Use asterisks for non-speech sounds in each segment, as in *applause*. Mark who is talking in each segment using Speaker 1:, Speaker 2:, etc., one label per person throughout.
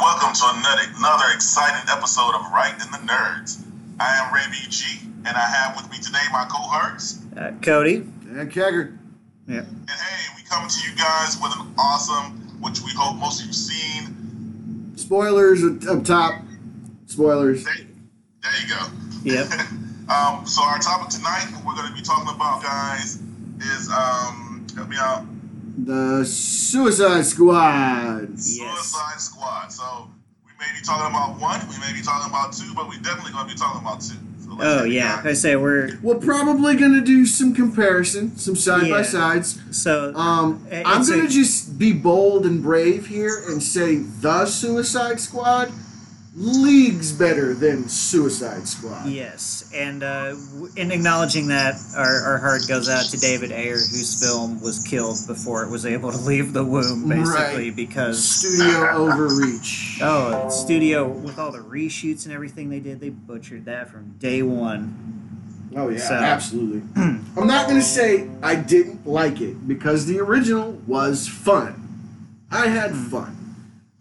Speaker 1: welcome to another, another exciting episode of Right in the Nerds. I am Ray BG, and I have with me today my cohorts.
Speaker 2: Uh, Cody.
Speaker 3: And Kegger.
Speaker 2: Yeah.
Speaker 1: And hey, we come to you guys with an awesome, which we hope most of you've seen.
Speaker 3: Spoilers at- up top. Spoilers.
Speaker 1: There, there you go.
Speaker 2: Yep.
Speaker 1: um, so our topic tonight, we're going to be talking about, guys, is um, help me out.
Speaker 3: The Suicide Squad.
Speaker 2: Yes.
Speaker 1: Suicide Squad. So we may be talking about one, we may be talking about two, but we definitely going to be talking about two. So let's
Speaker 2: Oh
Speaker 1: get it
Speaker 2: yeah.
Speaker 1: going.
Speaker 2: I say we're
Speaker 3: We're probably gonna do some comparison, some side by
Speaker 2: Yeah.
Speaker 3: sides.
Speaker 2: so
Speaker 3: Um,
Speaker 2: It-
Speaker 3: I'm
Speaker 2: it's
Speaker 3: gonna
Speaker 2: a-
Speaker 3: just be bold and brave here and say the Suicide Squad leagues better than Suicide Squad.
Speaker 2: yes, and uh, w- in acknowledging that, our, our heart goes out to David Ayer, whose film was killed before it was able to leave the womb, basically
Speaker 3: Right.
Speaker 2: because *laughs*
Speaker 3: Studio overreach.
Speaker 2: oh, the studio with all the reshoots and everything they did, they butchered that from day one.
Speaker 3: Oh yeah,
Speaker 2: So-
Speaker 3: absolutely. I'm not gonna say I didn't like it because the original was fun. I had fun.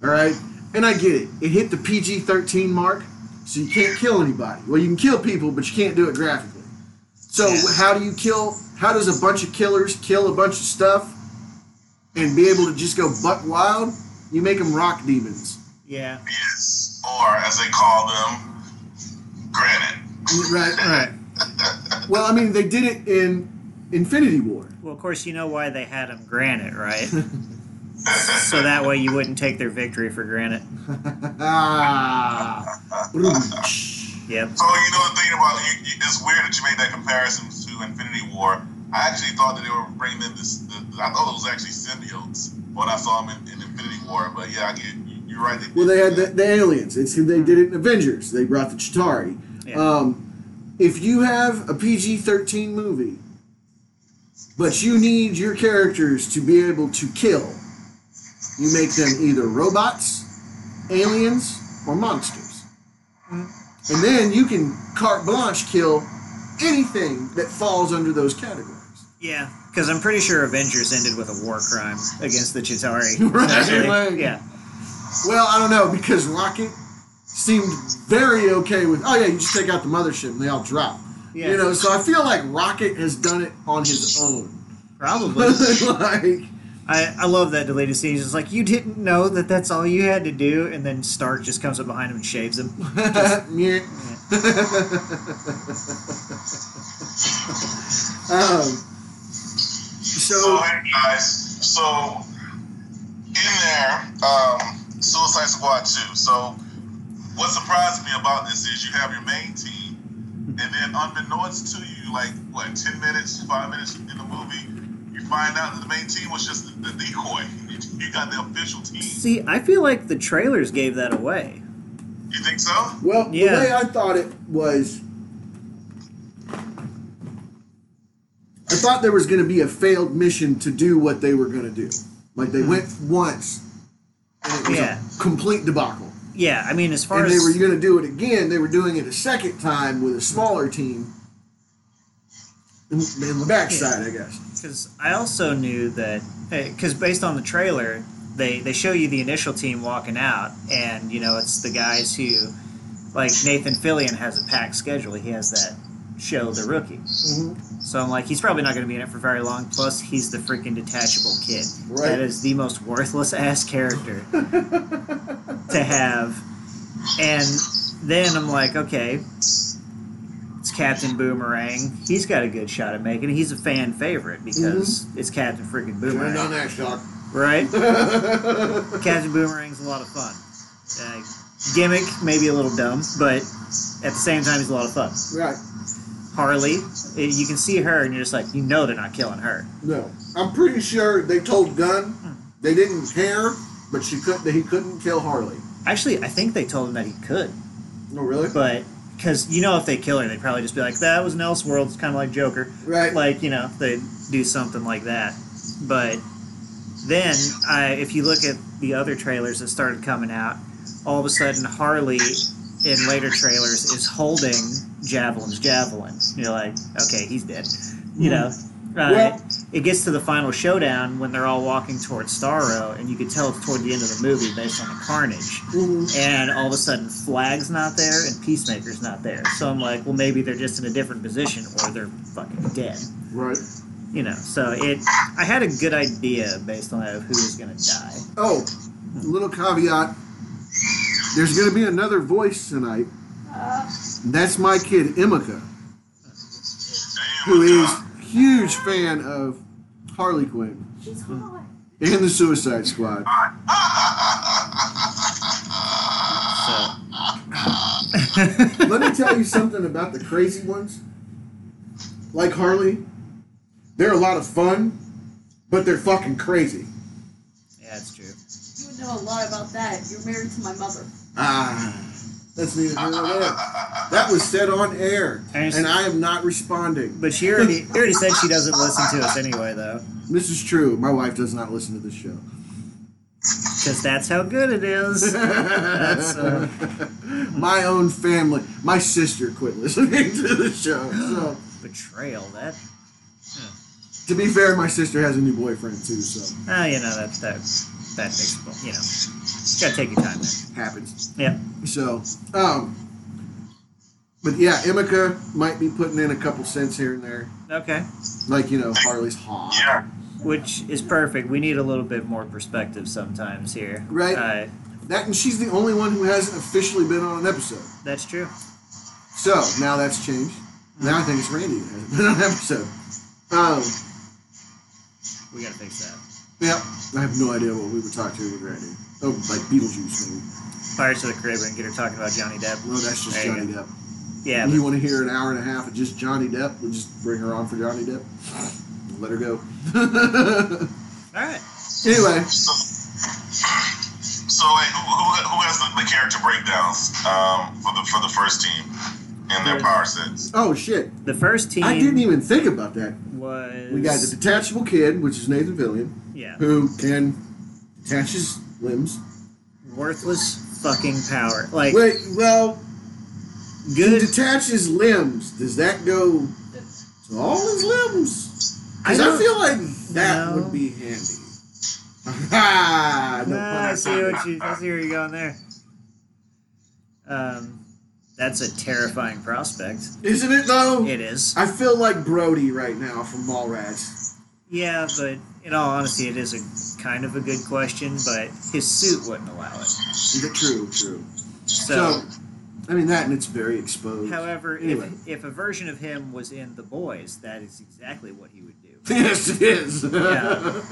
Speaker 3: All right, and I get it. It hit the PG-13 mark, so you can't kill anybody. Well, you can kill people, but you can't do it graphically. So
Speaker 2: Yeah.
Speaker 3: how do you kill? How does a bunch of killers kill a bunch of stuff and be able to just go buck wild? You make them rock demons,
Speaker 2: Yeah.
Speaker 1: Yes, or as they call them, granite.
Speaker 3: right?
Speaker 2: All right.
Speaker 3: Well, I mean, they did it in Infinity War.
Speaker 2: Well, of course, you know why they had them granted,
Speaker 3: *laughs*
Speaker 2: right? so that way you wouldn't take their victory for granted.
Speaker 3: *laughs* Ah.
Speaker 2: Yep.
Speaker 1: So you know the thing about you, you, it's weird that you made that comparison to Infinity War. I actually thought that they were bringing in this. The, I thought it was actually symbiotes when I saw them in, in Infinity War. But yeah, I get you- you're right.
Speaker 3: well, they
Speaker 1: did
Speaker 3: had
Speaker 1: do
Speaker 3: the, the aliens. It's they did it in Avengers. They brought the Chitari.
Speaker 2: Yeah.
Speaker 3: Um, if you have a PG thirteen movie, but you need your characters to be able to kill, you make them either robots, aliens, or monsters, and then you can carte blanche kill anything that falls under those categories.
Speaker 2: Yeah, because I'm pretty sure Avengers ended with a war crime against the Chitauri.
Speaker 3: *laughs* Right,
Speaker 2: Actually,
Speaker 3: right.
Speaker 2: Yeah.
Speaker 3: Well, I don't know because Rocket seemed very okay with. Oh yeah, you just take out the mothership and they all drop.
Speaker 2: Yeah.
Speaker 3: You know, so I feel like Rocket has done it on his own.
Speaker 2: Probably.
Speaker 3: like,
Speaker 2: I, I love that deleted scene. It's like, you didn't know that that's all you had to do, and then Stark just comes up behind him and shaves him.
Speaker 3: meh. *laughs* um,
Speaker 1: So
Speaker 3: so
Speaker 1: hey guys, so in there, um, Suicide Squad 2. So what surprised me about this is you have your main team, and then unbeknownst to you, like what, ten minutes, five minutes in the movie, you find out that the main team was just the, decoy. *laughs* You got the official team.
Speaker 2: See, I feel like the trailers gave that away.
Speaker 1: You think so?
Speaker 3: Well, the
Speaker 2: Yeah.
Speaker 3: way I thought it was, I thought there was going to be a failed mission to do what they were going to do. Like they went once, and it was
Speaker 2: Hmm. Yeah.
Speaker 3: a complete debacle.
Speaker 2: Yeah, I mean, as far
Speaker 3: And they
Speaker 2: as.
Speaker 3: were going to do it again. They were doing it a second time with a smaller team. In in the backside, I guess.
Speaker 2: Because I also knew that, because based on the trailer, they they show you the initial team walking out, and you know it's the guys who, like Nathan Fillion has a packed schedule. He has that show, The Rookie. So I'm like, he's probably not going to be in it for very long. Plus, he's the freaking detachable kid.
Speaker 3: Right.
Speaker 2: That is the most worthless ass character to have. And then I'm like, okay, it's Captain Boomerang. He's got a good shot at making it. He's a fan favorite because it's Captain freaking
Speaker 3: Turned on
Speaker 2: Boomerang,
Speaker 3: that shock.
Speaker 2: right? Captain Boomerang's a lot of fun. Uh, gimmick, maybe a little dumb, but at the same time, he's a lot of fun.
Speaker 3: *laughs* right.
Speaker 2: Harley, eh, you can see her, and you're just like, you know, they're not killing her.
Speaker 3: No, I'm pretty sure they told
Speaker 2: Hmm.
Speaker 3: Gunn they didn't care, but she could. He couldn't kill Harley.
Speaker 2: Actually, I think they told him that he could,
Speaker 3: No, really?
Speaker 2: but because you know, if they kill her, they'd probably just be like, that was an Elseworld. It's kind of like Joker.
Speaker 3: right.
Speaker 2: like you know they do something like that but then I, if you look at the other trailers that started coming out all of a sudden harley in later trailers is holding javelin's javelin you're like okay he's dead you know right
Speaker 3: Well-
Speaker 2: it gets to the final showdown when they're all walking towards Starro, and you could tell it's toward the end of the movie based on the carnage. And all of a sudden, Flag's not there and Peacemaker's not there. So I'm like, well, maybe they're just in a different position or they're fucking dead.
Speaker 3: Right.
Speaker 2: You know, so it. I had a good idea based on that of who was gonna die.
Speaker 3: Oh, little caveat. There's going to be another voice tonight. That's my kid, Emika,
Speaker 1: Damn,
Speaker 3: who
Speaker 1: look
Speaker 3: is
Speaker 1: out.
Speaker 3: huge fan of Harley Quinn
Speaker 4: She's hot.
Speaker 3: and the Suicide Squad.
Speaker 2: So *laughs*
Speaker 3: Let me tell you something about the crazy ones. Like Harley, they're a lot of fun, but they're fucking crazy.
Speaker 2: yeah, it's true.
Speaker 4: You would know a lot about that. You're married to my mother.
Speaker 3: Ah, that's neither here nor there. That was said on air, and I am not responding.
Speaker 2: But she already already said she doesn't listen to us anyway, though,
Speaker 3: This is true. My wife does not listen to this show.
Speaker 2: because that's how good it
Speaker 3: *laughs*
Speaker 2: is. That's, uh,
Speaker 3: my own family. My sister quit listening to the show. So,
Speaker 2: Betrayal. That.
Speaker 3: to be fair, my sister has a new boyfriend too. So,
Speaker 2: Oh, you know that that that makes you know. Gotta take your time there.
Speaker 3: happens.
Speaker 2: Yeah.
Speaker 3: So, um, but yeah, Emika might be putting in a couple cents here and there,
Speaker 2: Okay.
Speaker 3: like you know Harley's hot.
Speaker 1: Yeah.
Speaker 2: Which is perfect. We need a little bit more perspective sometimes here.
Speaker 3: Right.
Speaker 2: Uh,
Speaker 3: That and she's the only one who hasn't officially been on an episode.
Speaker 2: that's true.
Speaker 3: So now that's changed. Now I think it's Randy that hasn't been on an episode. Um,
Speaker 2: We gotta fix that.
Speaker 3: yeah, I have no idea what we were talking to with Randy. Oh, like Beetlejuice maybe.
Speaker 2: Pirates of the Caribbean. Get her talking about Johnny Depp.
Speaker 3: Well, that's just
Speaker 2: There you
Speaker 3: Johnny
Speaker 2: go.
Speaker 3: Depp.
Speaker 2: Yeah.
Speaker 3: If you want to hear an hour and a half of just Johnny Depp, we'll just bring her on for Johnny Depp. Let her go.
Speaker 2: All right.
Speaker 3: *laughs* anyway,
Speaker 1: So, so like, who, who, who has the, the character breakdowns um, for the for the first team and their power sets?
Speaker 3: oh shit.
Speaker 2: The first team
Speaker 3: I didn't even think about that.
Speaker 2: was.
Speaker 3: We got the detachable kid, which is Nathan Fillion,
Speaker 2: yeah.
Speaker 3: who can detach his limbs.
Speaker 2: Worthless fucking power. Like
Speaker 3: Wait, well, he
Speaker 2: good.
Speaker 3: detaches limbs. Does that go to all his limbs?
Speaker 2: I
Speaker 3: Because I,
Speaker 2: don't-
Speaker 3: feel like that
Speaker 2: No.
Speaker 3: would be handy. *laughs* Ah, no
Speaker 2: Ah,
Speaker 3: pun
Speaker 2: I see what you. I see where you're going there. Um, that's a terrifying prospect.
Speaker 3: Isn't it though?
Speaker 2: It is.
Speaker 3: I feel like Brody right now from Mallrats.
Speaker 2: Yeah, but in all honesty, it is a kind of a good question. But his suit wouldn't allow it.
Speaker 3: Is it True, true.
Speaker 2: So,
Speaker 3: So, I mean that, and it's very exposed.
Speaker 2: however,
Speaker 3: anyway.
Speaker 2: if if a version of him was in the boys, that is exactly what he would do.
Speaker 3: *laughs* yes, it is.
Speaker 2: Yeah.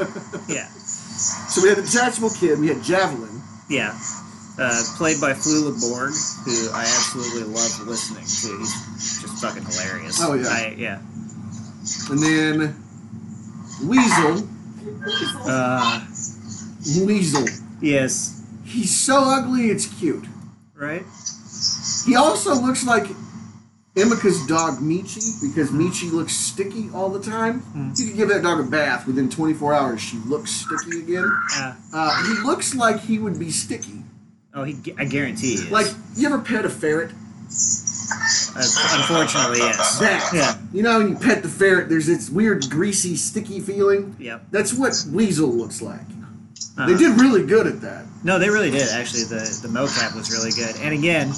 Speaker 2: Yeah,
Speaker 3: so we had the detachable kid. We had javelin.
Speaker 2: yeah. Uh, played by Flula Borg, who I absolutely love listening to. He's just fucking hilarious.
Speaker 3: Oh, yeah.
Speaker 2: I, yeah.
Speaker 3: And then Weasel.
Speaker 2: Uh,
Speaker 3: Weasel.
Speaker 2: yes.
Speaker 3: He's so ugly, it's cute.
Speaker 2: Right.
Speaker 3: He also looks like Emika's dog Michi because Michi looks sticky all the time.
Speaker 2: Hmm.
Speaker 3: You could give that dog a bath within 24 hours. She looks sticky again.
Speaker 2: Uh,
Speaker 3: Uh, he looks like he would be sticky.
Speaker 2: Oh, he, gu- I guarantee he is.
Speaker 3: Like, you ever pet a ferret?
Speaker 2: Uh, unfortunately, yes.
Speaker 3: *laughs* That.
Speaker 2: Yeah.
Speaker 3: You know, when you pet the ferret, there's this weird, greasy, sticky feeling.
Speaker 2: Yep.
Speaker 3: That's what Weasel looks like. They
Speaker 2: Uh-huh.
Speaker 3: did really good at that.
Speaker 2: No, they really did. Actually, the the mocap was really good. And again,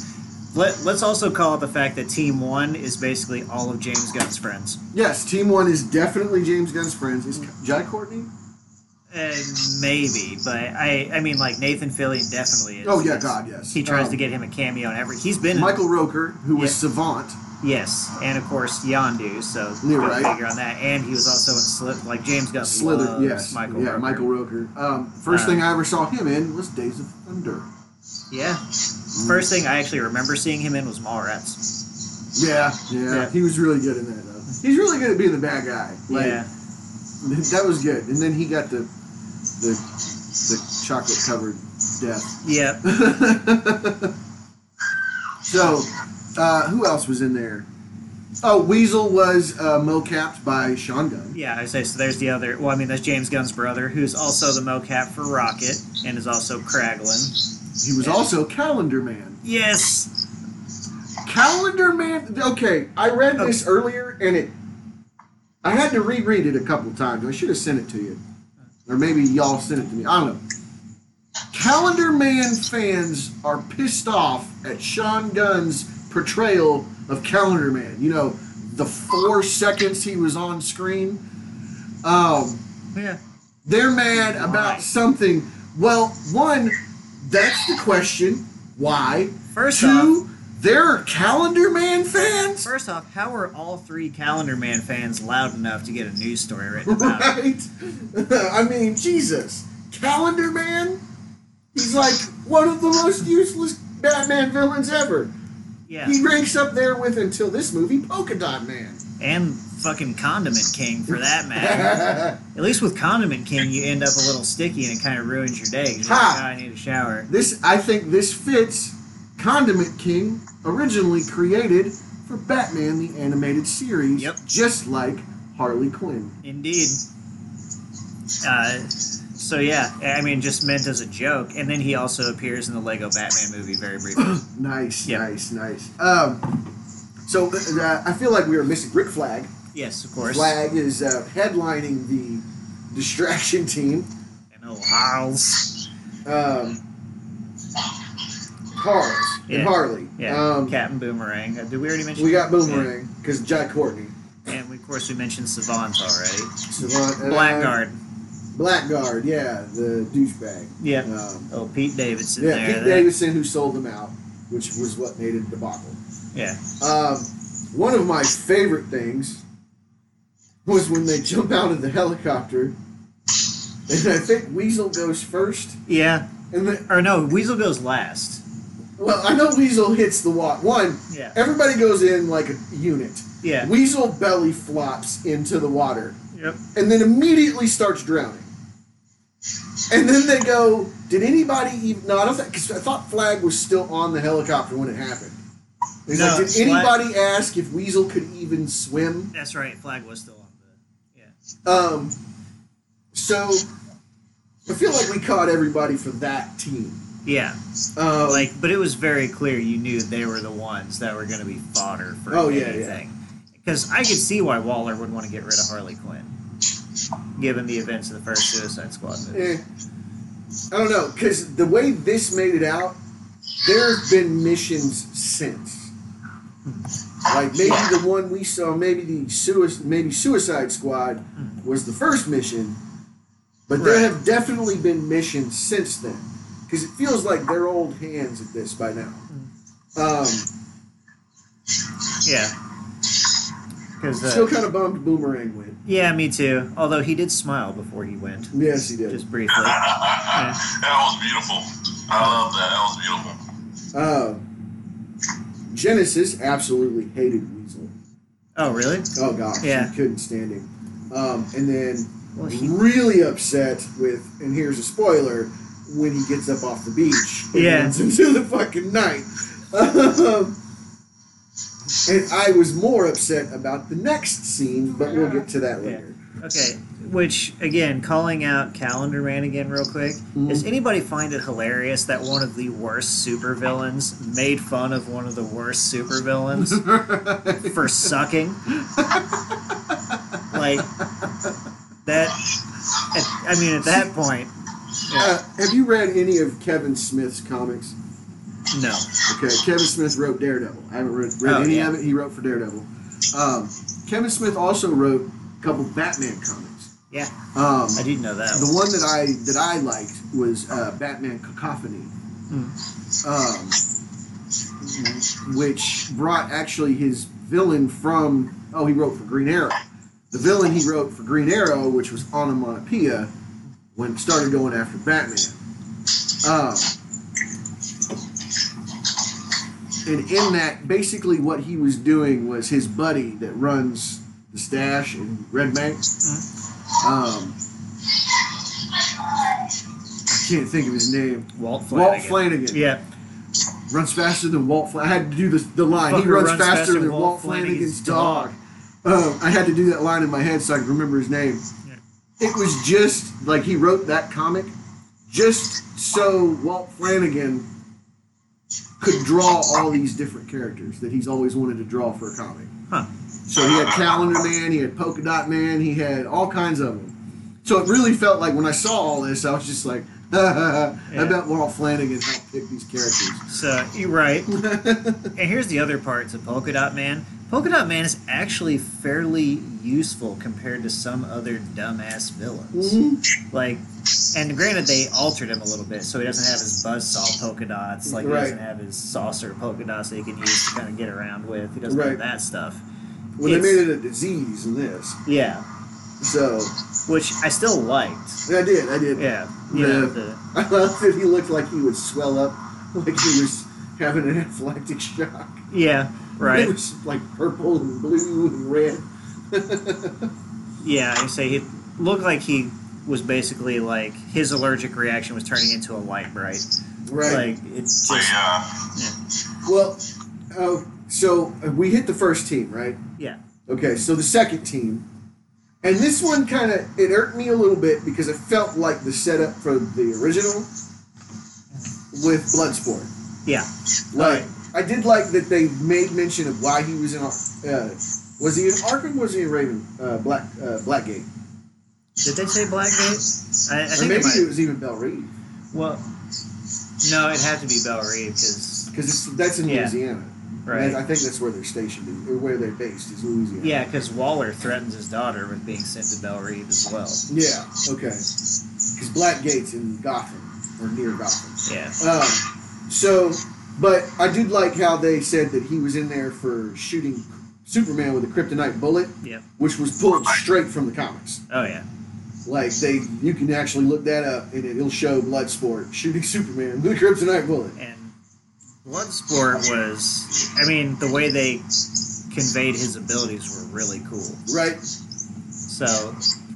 Speaker 2: let let's also call out the fact that Team One is basically all of James Gunn's friends.
Speaker 3: Yes, Team One is definitely James Gunn's friends. Is Jai Courtney?
Speaker 2: Uh, maybe, but I I mean like Nathan Fillion definitely is.
Speaker 3: Oh yeah, God, yes.
Speaker 2: He tries
Speaker 3: Um,
Speaker 2: to get him a cameo in every. He's been in-
Speaker 3: Michael Roker, who was
Speaker 2: Yeah.
Speaker 3: Savant.
Speaker 2: yes, and of course Yondu. So
Speaker 3: You're
Speaker 2: good
Speaker 3: right.
Speaker 2: figure on that. And he was also in Slither. Like James Gunn
Speaker 3: Slither,
Speaker 2: loves
Speaker 3: yes.
Speaker 2: Michael.
Speaker 3: yeah,
Speaker 2: Rooker.
Speaker 3: Michael Roker. Um, first
Speaker 2: Uh,
Speaker 3: thing I ever saw him in was Days of Thunder.
Speaker 2: Yeah. First thing I actually remember seeing him in was Mallrats.
Speaker 3: Yeah, yeah,
Speaker 2: Yeah.
Speaker 3: He was really good in that, though. He's really good at being the bad guy. Like,
Speaker 2: yeah.
Speaker 3: That was good. And then he got the the, the chocolate covered death. *laughs*
Speaker 2: Yeah.
Speaker 3: so, uh, who else was in there? Oh, Weasel was uh, mocapped by Sean Gunn.
Speaker 2: Yeah, I say so. There's the other. Well, I mean, that's James Gunn's brother, who's also the mocap for Rocket, and is also Kraglin.
Speaker 3: He was also Calendar Man.
Speaker 2: Yes.
Speaker 3: Calendar Man. Okay, I read this earlier, and it I had to reread it a couple times. I should have sent it to you, or maybe y'all sent it to me. I don't know. Calendar Man fans are pissed off at Sean Gunn's portrayal of Calendar Man. You know, the four seconds he was on screen. Um,
Speaker 2: Yeah.
Speaker 3: they're mad about
Speaker 2: Why?
Speaker 3: something. Well, one, that's the question. Why?
Speaker 2: First off,
Speaker 3: Two, there are Calendar Man *laughs* fans.
Speaker 2: first off, how were all three Calendar Man fans loud enough to get a news story written about
Speaker 3: *laughs*
Speaker 2: it?
Speaker 3: right? I mean, Jesus, Calendar Man. He's like one of the most useless Batman villains ever.
Speaker 2: Yeah.
Speaker 3: He ranks up there with until this movie, Polka Dot Man.
Speaker 2: And fucking Condiment King, for that matter.
Speaker 3: *laughs*
Speaker 2: At least with Condiment King, you end up a little sticky and it kind of ruins your day. 'cause You're
Speaker 3: Ha!
Speaker 2: like, "Oh, I need a shower.
Speaker 3: this, I think, this fits Condiment King, originally created for Batman the animated series,
Speaker 2: Yep.
Speaker 3: just like Harley Quinn.
Speaker 2: Indeed. Uh, so yeah, I mean, just meant as a joke, and then he also appears in the Lego Batman movie very
Speaker 3: *clears throat*
Speaker 2: briefly.
Speaker 3: Nice,
Speaker 2: Yeah.
Speaker 3: nice, nice. Um, so uh, I feel like we were missing Rick Flag.
Speaker 2: yes, of course.
Speaker 3: Flag is uh, headlining the distraction team.
Speaker 2: And old Harles.
Speaker 3: Um, Carls
Speaker 2: Yeah.
Speaker 3: and Harley.
Speaker 2: Yeah.
Speaker 3: Um,
Speaker 2: Captain Boomerang. Uh, did we already mention?
Speaker 3: we got
Speaker 2: that?
Speaker 3: Boomerang because Jack Courtney.
Speaker 2: Yeah. And we, of course, we mentioned Savant already.
Speaker 3: Savant, uh,
Speaker 2: Blackguard.
Speaker 3: Blackguard, yeah, the douchebag.
Speaker 2: Yep.
Speaker 3: Um,
Speaker 2: Oh, Pete Davidson
Speaker 3: yeah,
Speaker 2: there.
Speaker 3: Pete
Speaker 2: that-
Speaker 3: Davidson who sold them out, which was what made it a debacle.
Speaker 2: Yeah.
Speaker 3: Um, one of my favorite things was when they jump out of the helicopter, and I think Weasel goes first,
Speaker 2: Yeah.
Speaker 3: and then
Speaker 2: Or no, Weasel goes last.
Speaker 3: well, I know Weasel hits the wall. One,
Speaker 2: Yeah.
Speaker 3: everybody goes in like a unit.
Speaker 2: Yeah.
Speaker 3: Weasel belly flops into the water
Speaker 2: Yep.
Speaker 3: and then immediately starts drowning. And then they go, did anybody even? No, I don't think because I thought Flag was still on the helicopter when it happened. He's
Speaker 2: No,
Speaker 3: like,
Speaker 2: Flag-
Speaker 3: did anybody ask if Weasel could even swim?
Speaker 2: That's right. Flag was still on the.
Speaker 3: Um, so I feel like we caught everybody for that team.
Speaker 2: Yeah.
Speaker 3: Um,
Speaker 2: like but it was very clear you knew they were the ones that were going to be fodder for
Speaker 3: Oh, yeah, yeah.
Speaker 2: anything because i could see why waller would want to get rid of harley quinn given the events of the first suicide squad movie
Speaker 3: eh. I don't know because the way this made it out, there have been missions since. Like maybe the one we saw, maybe the suicide, maybe Suicide Squad was the first mission, but there
Speaker 2: Hmm. Right.
Speaker 3: have definitely been missions since then because it feels like they're old hands at this by now.
Speaker 2: Hmm.
Speaker 3: Um,
Speaker 2: yeah because
Speaker 3: Still
Speaker 2: uh,
Speaker 3: kind of bummed Boomerang went.
Speaker 2: yeah me too although he did smile before he went
Speaker 3: Yes, he did.
Speaker 2: just briefly
Speaker 1: that was beautiful. I love that. That was beautiful.
Speaker 3: Uh, Genesis absolutely hated Weasel.
Speaker 2: oh really
Speaker 3: Oh gosh,
Speaker 2: Yeah.
Speaker 3: he couldn't stand him. Um, and then
Speaker 2: well he
Speaker 3: really upset with, and here's a spoiler, when he gets up off the beach and
Speaker 2: Yeah.
Speaker 3: runs *laughs* into the fucking night. Um, and I was more upset about the next scene, but we'll get to that later.
Speaker 2: okay which again calling out calendar man again real quick Does anybody find it hilarious that one of the worst supervillains made fun of one of the worst supervillains
Speaker 3: *laughs*
Speaker 2: for sucking? like that. At, I mean, at that point,
Speaker 3: Uh, have you read any of Kevin Smith's comics?
Speaker 2: no.
Speaker 3: Okay, Kevin Smith wrote Daredevil. I haven't read, read
Speaker 2: Oh,
Speaker 3: any
Speaker 2: yeah.
Speaker 3: of it. He wrote for Daredevil. Um, Kevin Smith also wrote a couple Batman comics.
Speaker 2: Yeah,
Speaker 3: Um,
Speaker 2: I didn't know that.
Speaker 3: the one that I that I liked was uh, Batman Cacophony,
Speaker 2: Hmm.
Speaker 3: um, which brought actually his villain from. Oh, he wrote for Green Arrow. The villain he wrote for Green Arrow, which was Onomatopoeia, when started going after Batman. Um, and in that, basically what he was doing was his buddy that runs the stash in Red Bank. Um, I can't think of his name.
Speaker 2: Walt Flanagan.
Speaker 3: Walt Flanagan.
Speaker 2: Yeah,
Speaker 3: Runs faster than Walt Flanagan. I had to do the, the line. he
Speaker 2: Fucker
Speaker 3: runs,
Speaker 2: runs
Speaker 3: faster,
Speaker 2: faster
Speaker 3: than
Speaker 2: than
Speaker 3: Walt
Speaker 2: Walt
Speaker 3: Flanagan's
Speaker 2: Flanagan's
Speaker 3: dog. Um, I had to do that line in my head so I could remember his name. It was just like he wrote that comic just so Walt Flanagan could draw all these different characters that he's always wanted to draw for a comic.
Speaker 2: Huh.
Speaker 3: So he had Calendar Man, he had Polka Dot Man, he had all kinds of them. So it really felt like when I saw all this, I was just like, *laughs* I
Speaker 2: Yeah.
Speaker 3: bet Walt Flanagan helped pick these characters.
Speaker 2: So you're right. and here's the other part to Polka Dot Man. Polka Dot Man is actually fairly useful compared to some other dumbass villains.
Speaker 3: Mhm.
Speaker 2: Like, and granted, they altered him a little bit, so he doesn't have his buzzsaw polka dots. Like,
Speaker 3: Right.
Speaker 2: he doesn't have his saucer polka dots that he can use to kind of get around with. He doesn't
Speaker 3: Right.
Speaker 2: have that stuff.
Speaker 3: Well, they
Speaker 2: It's-
Speaker 3: made it a disease in this,
Speaker 2: Yeah,
Speaker 3: so
Speaker 2: which I still liked.
Speaker 3: I did, I did.
Speaker 2: Yeah, you know, the,
Speaker 3: *laughs* I love that he looked like he would swell up, like he was having an anaphylactic shock.
Speaker 2: yeah, right.
Speaker 3: It was like purple and blue and red.
Speaker 2: Yeah, I say he looked like he was basically like his allergic reaction was turning into a light bright.
Speaker 3: *laughs* right.
Speaker 2: Like it's
Speaker 1: So,
Speaker 2: just
Speaker 1: yeah.
Speaker 3: Well, oh, so uh, we hit the first team, right?
Speaker 2: yeah.
Speaker 3: Okay, so the second team, and this one kind of it irked me a little bit because it felt like the setup for the original with Bloodsport.
Speaker 2: Yeah.
Speaker 3: Like I did like that they made mention of why he was in. Uh, was he in Arkham? Was he in Raven? Uh, Black uh, Blackgate?
Speaker 2: Did they say Blackgate? I, I
Speaker 3: or
Speaker 2: think
Speaker 3: maybe
Speaker 2: it
Speaker 3: it
Speaker 2: might.
Speaker 3: was even Bell Reeve
Speaker 2: Well, no, it had to be Bell Reeve because
Speaker 3: because that's in
Speaker 2: Yeah.
Speaker 3: Louisiana. And I
Speaker 2: right.
Speaker 3: think that's where they're stationed is, or where they're based is Louisiana.
Speaker 2: Yeah, because Waller threatens his daughter with being sent to Bell Reeve as well.
Speaker 3: Yeah. Okay. Because Blackgate's in Gotham or near Gotham.
Speaker 2: Yeah.
Speaker 3: Um, so, but I did like how they said that he was in there for shooting Superman with a kryptonite bullet,
Speaker 2: Yep.
Speaker 3: which was pulled straight from the comics.
Speaker 2: Oh yeah.
Speaker 3: Like they, you can actually look that up, and it'll show Bloodsport shooting *laughs* Superman with a kryptonite bullet.
Speaker 2: And Bloodsport was. I mean, the way they conveyed his abilities were really cool.
Speaker 3: Right.
Speaker 2: So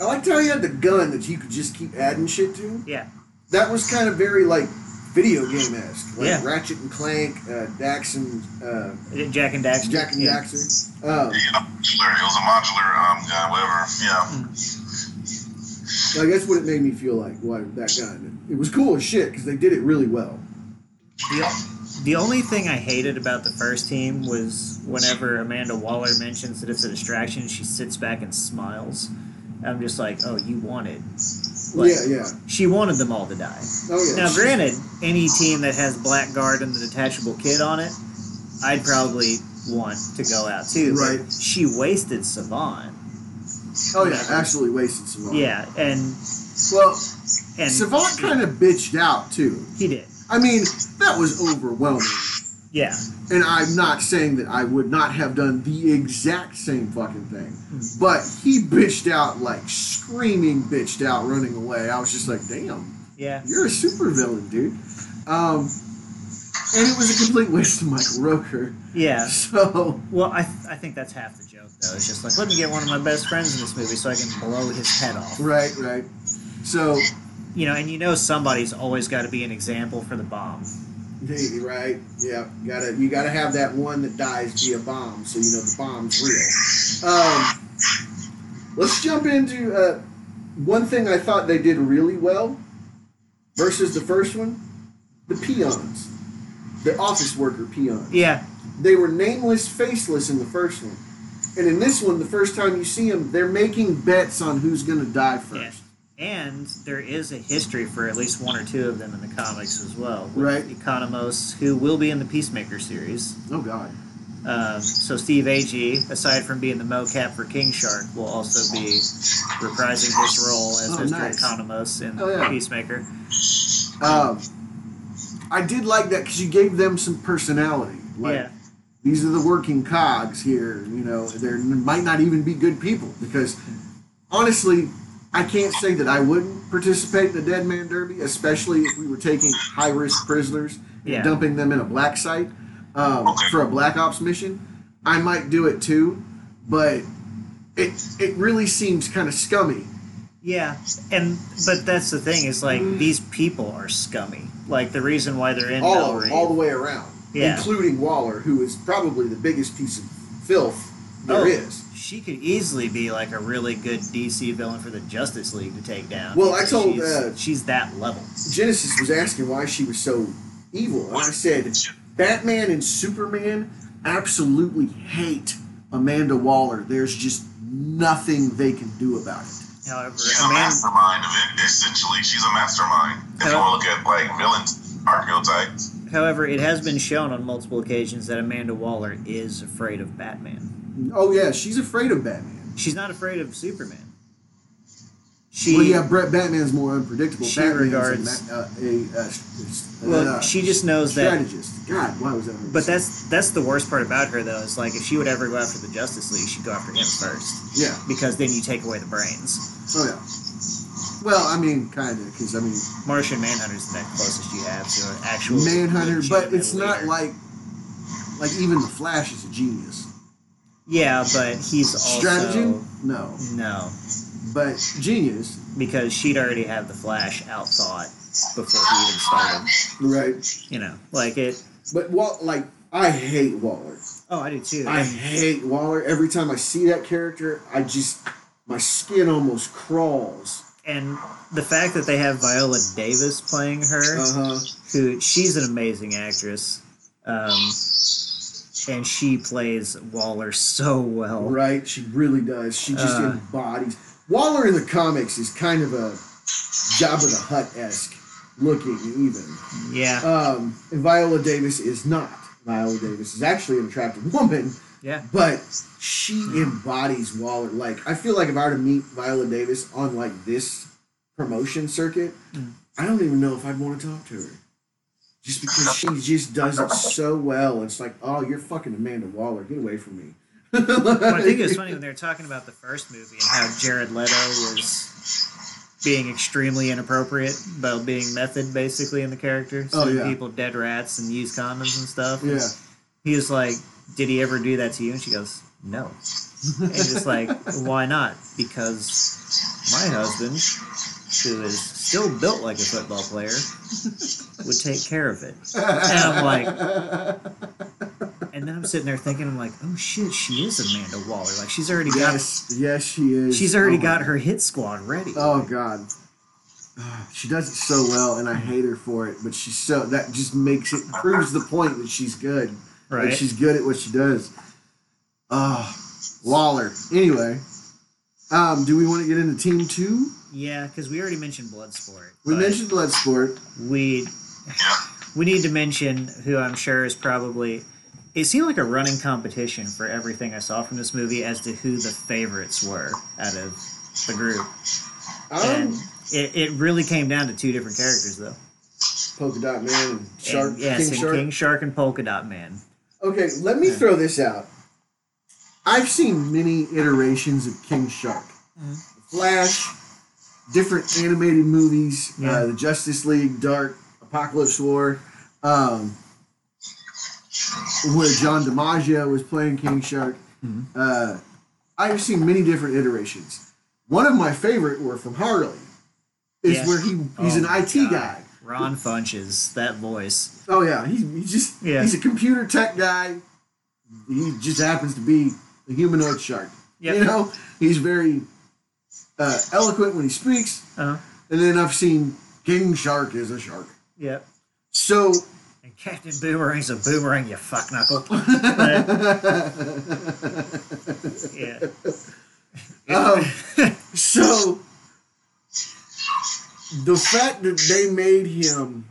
Speaker 3: I liked how he had the gun that you could just keep adding shit to.
Speaker 2: yeah.
Speaker 3: That was kind of very like video game esque, like
Speaker 2: Yeah.
Speaker 3: Ratchet and Clank, uh, Dax and uh,
Speaker 2: Jack and Daxter.
Speaker 3: Jack and
Speaker 2: yeah.
Speaker 3: Daxter.
Speaker 1: Yeah, modular.
Speaker 3: Um,
Speaker 1: It was a modular, um, gun, whatever. Yeah.
Speaker 3: I guess what it made me feel like, why that gun. It was cool as shit because they did it really well.
Speaker 2: The, the only thing I hated about the first team was whenever Amanda Waller mentions that it's a distraction, she sits back and smiles. I'm just like, oh, you wanted. Like,
Speaker 3: yeah, yeah.
Speaker 2: She wanted them all to die.
Speaker 3: Oh yeah.
Speaker 2: Now, granted, any team that has Blackguard and the detachable kid on it, I'd probably want to go out too. but
Speaker 3: Right.
Speaker 2: She wasted Savant.
Speaker 3: oh yeah, absolutely wasted Savant.
Speaker 2: Yeah, and
Speaker 3: Well,
Speaker 2: and
Speaker 3: Savant kind of bitched out too.
Speaker 2: he did.
Speaker 3: I mean, that was overwhelming.
Speaker 2: Yeah,
Speaker 3: And I'm not saying that I would not have done the exact same fucking thing,
Speaker 2: Mm.
Speaker 3: but he bitched out like screaming, bitched out, running away. I was just like, damn.
Speaker 2: yeah.
Speaker 3: You're a supervillain, dude. Um, and it was a complete waste of Michael Roker.
Speaker 2: Yeah.
Speaker 3: So,
Speaker 2: Well, I, I think that's half the joke, though. It's just like, let me get one of my best friends in this movie so I can blow his head off.
Speaker 3: right, right. So,
Speaker 2: You know, and you know somebody's always got to be an example for the bomb.
Speaker 3: hey, right, yeah. Gotta you gotta have that one that dies via bomb, so you know the bomb's real. Um, let's jump into uh, one thing I thought they did really well versus the first one: the peons, the office worker peons.
Speaker 2: Yeah,
Speaker 3: they were nameless, faceless in the first one. And in this one, the first time you see them, they're making bets on who's going to die first.
Speaker 2: and there is a history for at least one or two of them in the comics as well. with
Speaker 3: Right.
Speaker 2: Economos, who will be in the Peacemaker series.
Speaker 3: Oh, God.
Speaker 2: Um, so Steve Agee, aside from being the mocap for King Shark, will also be reprising his role as
Speaker 3: Oh,
Speaker 2: Mr.
Speaker 3: nice.
Speaker 2: Economos in
Speaker 3: Oh, yeah.
Speaker 2: Peacemaker.
Speaker 3: Um, I did like that because you gave them some personality. Like,
Speaker 2: yeah,
Speaker 3: these are the working cogs here. You know, they might not even be good people because honestly, I can't say that I wouldn't participate in a dead man derby, especially if we were taking high risk prisoners and
Speaker 2: Yeah.
Speaker 3: dumping them in a black site um,
Speaker 1: Okay.
Speaker 3: for a black ops mission. I might do it too, but it it really seems kind of scummy.
Speaker 2: Yeah, and but that's the thing is like these people are scummy. Like the reason why they're in
Speaker 3: all
Speaker 2: Bellary.
Speaker 3: all the way around,
Speaker 2: Yeah.
Speaker 3: including Waller, who is probably the biggest piece of filth there
Speaker 2: Oh.
Speaker 3: is.
Speaker 2: she could easily be like a really good DC villain for the Justice League to take down.
Speaker 3: Well, I told,
Speaker 2: she's,
Speaker 3: uh,
Speaker 2: she's that level.
Speaker 3: Genesis was asking why she was so evil, and I said, Batman and Superman absolutely hate Amanda Waller, there's just nothing they can do about it.
Speaker 2: However,
Speaker 1: She's a
Speaker 2: Amanda,
Speaker 1: mastermind of it, essentially. She's a mastermind. If you
Speaker 2: Hello?
Speaker 1: want to look at like villains, archetypes.
Speaker 2: however, it has been shown on multiple occasions that Amanda Waller is afraid of Batman.
Speaker 3: Oh yeah, she's afraid of Batman.
Speaker 2: She's not afraid of Superman. She
Speaker 3: well, yeah, Brett Batman's more unpredictable.
Speaker 2: She
Speaker 3: Batman's
Speaker 2: regards-
Speaker 3: a, ma- uh, a, uh, s- uh,
Speaker 2: well, she just knows that
Speaker 3: strategist. God, why was that? on
Speaker 2: But
Speaker 3: this?
Speaker 2: that's that's the worst part about her though is like if she would ever go after the Justice League, she'd go after him first
Speaker 3: yeah.
Speaker 2: because then you take away the brains.
Speaker 3: Oh yeah. Well, I mean, kind of, because I mean,
Speaker 2: Martian Manhunter's the next closest you have to an actual
Speaker 3: Manhunter, but
Speaker 2: legitimate
Speaker 3: it's not
Speaker 2: leader.
Speaker 3: like, like even the Flash is a genius.
Speaker 2: yeah, but he's also
Speaker 3: Stratagem? No,
Speaker 2: no
Speaker 3: but genius.
Speaker 2: because she'd already had the Flash outthought before he even started.
Speaker 3: Right.
Speaker 2: You know, like it.
Speaker 3: But Wall, like, I hate Waller.
Speaker 2: Oh, I do too.
Speaker 3: I hate Waller. Every time I see that character, I just my skin almost crawls.
Speaker 2: and the fact that they have Viola Davis playing her,
Speaker 3: Uh huh.
Speaker 2: who she's an amazing actress. Um, and she plays Waller so well.
Speaker 3: Right. She really does. She just
Speaker 2: Uh.
Speaker 3: embodies. Waller in the comics is kind of a Jabba the Hutt esque looking, even.
Speaker 2: Yeah,
Speaker 3: Um, and Viola Davis is not. Viola Davis is actually an attractive woman,
Speaker 2: yeah.
Speaker 3: but she embodies Waller. Like, I feel like if I were to meet Viola Davis on like this promotion circuit, I don't even know if I'd want to talk to her. Just because she just does it so well. It's like, oh, you're fucking Amanda Waller. Get away from me.
Speaker 2: Well, I
Speaker 3: *laughs*
Speaker 2: think it was funny when they were talking about the first movie and how Jared Leto was being extremely inappropriate about being method basically in the character,
Speaker 3: Oh,
Speaker 2: sending
Speaker 3: yeah.
Speaker 2: people dead rats and use condoms and stuff.
Speaker 3: Yeah.
Speaker 2: He was like, "Did he ever do that to you?" And she goes, "No." and just
Speaker 3: *laughs*
Speaker 2: like, "Why not?" Because my husband, who is still built like a football player, would take care of it. And I'm like, And then I'm sitting there thinking, I'm like, oh shit, she is Amanda Waller. Like she's already
Speaker 3: *laughs* yes, yes, she
Speaker 2: got,
Speaker 3: is.
Speaker 2: she's already
Speaker 3: Oh my
Speaker 2: got her hit squad ready.
Speaker 3: Oh God, *sighs* Ah, she does it so well, and I hate her for it. But she's so that just makes it proves the point that she's good. Like,
Speaker 2: right?
Speaker 3: she's good at what she does. Ah, Waller. Anyway, um, do we want to get into team two?
Speaker 2: yeah, because we already mentioned Bloodsport.
Speaker 3: We
Speaker 2: but
Speaker 3: mentioned Bloodsport.
Speaker 2: we
Speaker 1: Yeah.
Speaker 2: we need to mention who I'm sure is probably. It seemed like a running competition for everything I saw from this movie as to who the favorites were out of the group, and
Speaker 3: Um,
Speaker 2: it, it really came down to two different characters though.
Speaker 3: polka dot man, and shark,
Speaker 2: and, yes,
Speaker 3: king
Speaker 2: and
Speaker 3: shark.
Speaker 2: King Shark and Polka Dot Man.
Speaker 3: Okay, let me
Speaker 2: Yeah.
Speaker 3: throw this out. I've seen many iterations of King Shark,
Speaker 2: Mhm.
Speaker 3: Flash, different animated movies,
Speaker 2: Yeah.
Speaker 3: uh, the Justice League, Dark, Apocalypse War, um, where John DiMaggio was playing King Shark.
Speaker 2: Mhm.
Speaker 3: Uh, I've seen many different iterations. One of my favorite were from Harley, is
Speaker 2: Yes.
Speaker 3: where he he's
Speaker 2: Oh
Speaker 3: an
Speaker 2: my
Speaker 3: IT
Speaker 2: God.
Speaker 3: guy.
Speaker 2: Ron Funches, that voice.
Speaker 3: Oh yeah, he's, he's just
Speaker 2: Yeah.
Speaker 3: he's a computer tech guy. He just happens to be a humanoid shark.
Speaker 2: Yep.
Speaker 3: You know, he's very uh, eloquent when he speaks.
Speaker 2: Uh-huh.
Speaker 3: And then I've seen King Shark is a shark.
Speaker 2: Yep.
Speaker 3: So
Speaker 2: And Captain Boomerang's a boomerang, you fuck
Speaker 3: *laughs*
Speaker 2: knuckle. yeah. *laughs*
Speaker 3: um, so the fact that they made him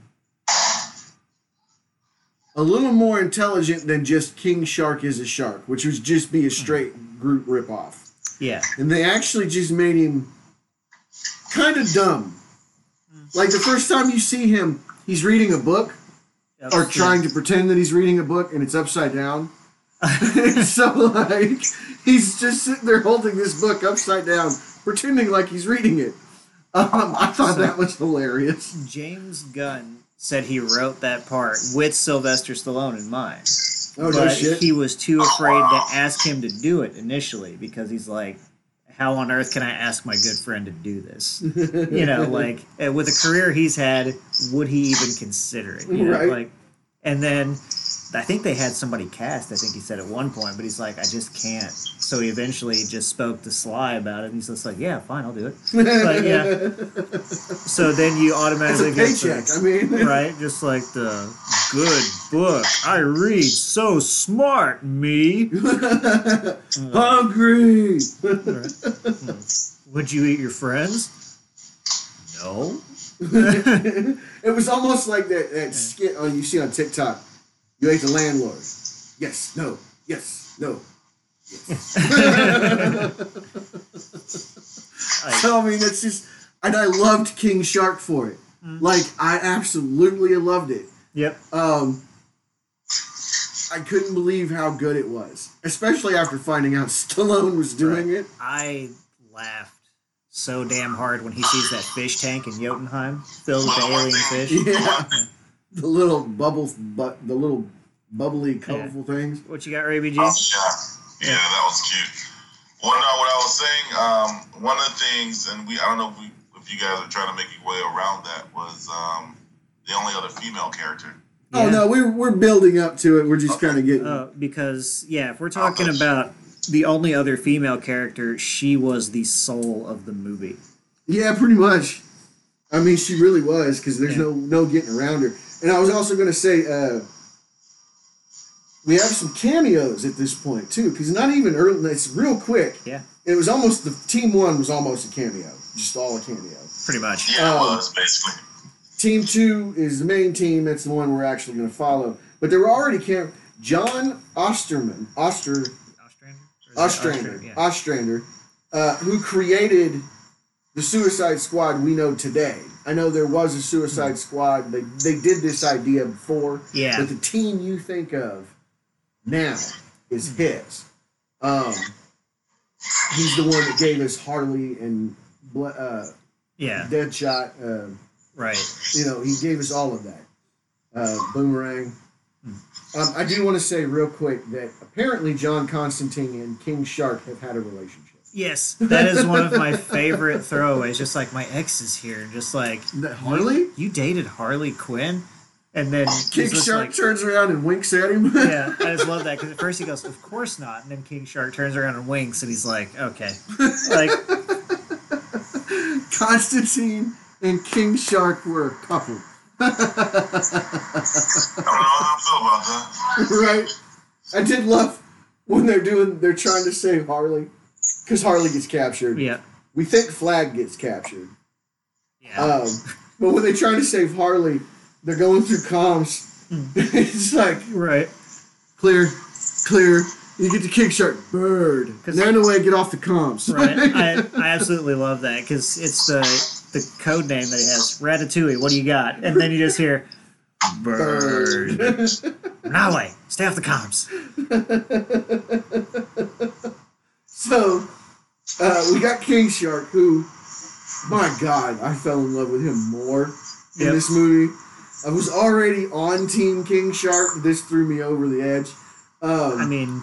Speaker 3: a little more intelligent than just King Shark is a shark, which would just be a straight group ripoff.
Speaker 2: Yeah.
Speaker 3: and they actually just made him kind of dumb.
Speaker 2: Hmm.
Speaker 3: Like the first time you see him, he's reading a book or trying to pretend that he's reading a book and it's
Speaker 2: *laughs*
Speaker 3: upside down. *laughs* so like he's just sitting there holding this book upside down, pretending like he's reading it. Um, I thought that was hilarious.
Speaker 2: James Gunn said he wrote that part with Sylvester Stallone in mind.
Speaker 3: Oh no
Speaker 2: but
Speaker 3: shit!
Speaker 2: he was too afraid to ask him to do it initially because he's like, how on earth can I ask my good friend to do this? you
Speaker 3: *laughs*
Speaker 2: know, like uh, with the career he's had, would he even consider it? You know,
Speaker 3: Right.
Speaker 2: Like, and then I think they had somebody cast. I think he said at one point, but he's like, I just can't. So he eventually just spoke to Sly about it, and he's just like, Yeah, fine, I'll do it. But
Speaker 3: *laughs*
Speaker 2: yeah. So then you
Speaker 3: it's a
Speaker 2: automatically get
Speaker 3: paycheck.
Speaker 2: the-
Speaker 3: I mean,
Speaker 2: right, just like the Good book. I read so smart, me.
Speaker 3: *laughs* Hungry.
Speaker 2: Would you eat your friends? No.
Speaker 3: *laughs* it was almost like that, that skit on you see on TikTok. You ate the landlord. Yes. No. Yes. No. Yes. so I mean, it's just, and I loved King Shark for it. Like I absolutely loved it.
Speaker 2: Yep.
Speaker 3: Um, I couldn't believe how good it was, especially after finding out *laughs* Stallone was doing it.
Speaker 2: I laughed so damn hard when he sees that fish tank in Jotunheim filled with
Speaker 1: Well,
Speaker 2: alien
Speaker 1: one thing-
Speaker 3: *laughs*
Speaker 2: fish.
Speaker 1: one thing-
Speaker 3: The little bubble, but the little bubbly, colorful things.
Speaker 2: What you got, Raby G?
Speaker 1: Oh, yeah. Yeah, that was cute. Well, no, what I was saying, um, one of the things, and we, I don't know if, we, if you guys are trying to make your way around that, was um, the only other female character.
Speaker 3: Oh
Speaker 2: Yeah.
Speaker 3: no, we're we're building up to it. We're just kind of getting.
Speaker 2: Uh, because yeah, if we're talking about the only other female character, she was the soul of the movie.
Speaker 3: yeah, pretty much. I mean, she really was because there's
Speaker 2: Yeah.
Speaker 3: no no getting around her. And I was also going to say, uh, we have some cameos at this point too, because not even early. It's real quick.
Speaker 2: Yeah,
Speaker 3: It was almost the team one was almost a cameo, just all a cameo.
Speaker 2: pretty much.
Speaker 1: Yeah, it
Speaker 3: Oh.
Speaker 1: was, basically.
Speaker 3: Team two is the main team. That's the one we're actually going to follow. But there were already cam. John Osterman, Oster,
Speaker 2: Ostrander. Or is it
Speaker 3: Ostrander,
Speaker 2: Ostrander, yeah.
Speaker 3: Ostrander, uh, who created the Suicide Squad we know today. I know there was a Suicide Squad. They they did this idea before.
Speaker 2: Hmm. Yeah.
Speaker 3: But the team you think of now is
Speaker 2: Hmm.
Speaker 3: his. Um, he's the one that gave us Harley and Bla- uh,
Speaker 2: Yeah,
Speaker 3: Deadshot. Uh,
Speaker 2: right.
Speaker 3: you know, he gave us all of that. Uh, boomerang. Um, I do want to say real quick that apparently John Constantine and King Shark have had a relationship.
Speaker 2: Yes, that is one of my favorite throwaways. Just like my ex is here, and just like
Speaker 3: Harley? Oh,
Speaker 2: you dated Harley Quinn, and then
Speaker 3: King
Speaker 2: he's just
Speaker 3: Shark
Speaker 2: like-
Speaker 3: turns around and winks at him.
Speaker 2: yeah, I just love that because at first he goes, "Of course not," and then King Shark turns around and winks, and he's like, "Okay," like
Speaker 3: *laughs* Constantine and King Shark were a couple, *laughs*
Speaker 1: I don't know how I feel about that.
Speaker 3: right? I did love when they're doing, they're trying to save Harley because Harley gets captured.
Speaker 2: yeah,
Speaker 3: We think Flag gets captured.
Speaker 2: yeah,
Speaker 3: Um, but when they're trying to save Harley, they're going through comms.
Speaker 2: Hmm.
Speaker 3: *laughs* it's like
Speaker 2: right.
Speaker 3: clear, clear. You get the kick shark bird. They're in the way. Get off the comms. *laughs*
Speaker 2: Right. I, I absolutely love that because it's the the code name that he has. Ratatouille. What do you got? And then you just hear bird. Nale, stay off the comms.
Speaker 3: *laughs* so uh, we got King Shark, who, my God, I fell in love with him more in
Speaker 2: Yep.
Speaker 3: this movie. I was already on Team King Shark. but This threw me over the edge. Um,
Speaker 2: I mean,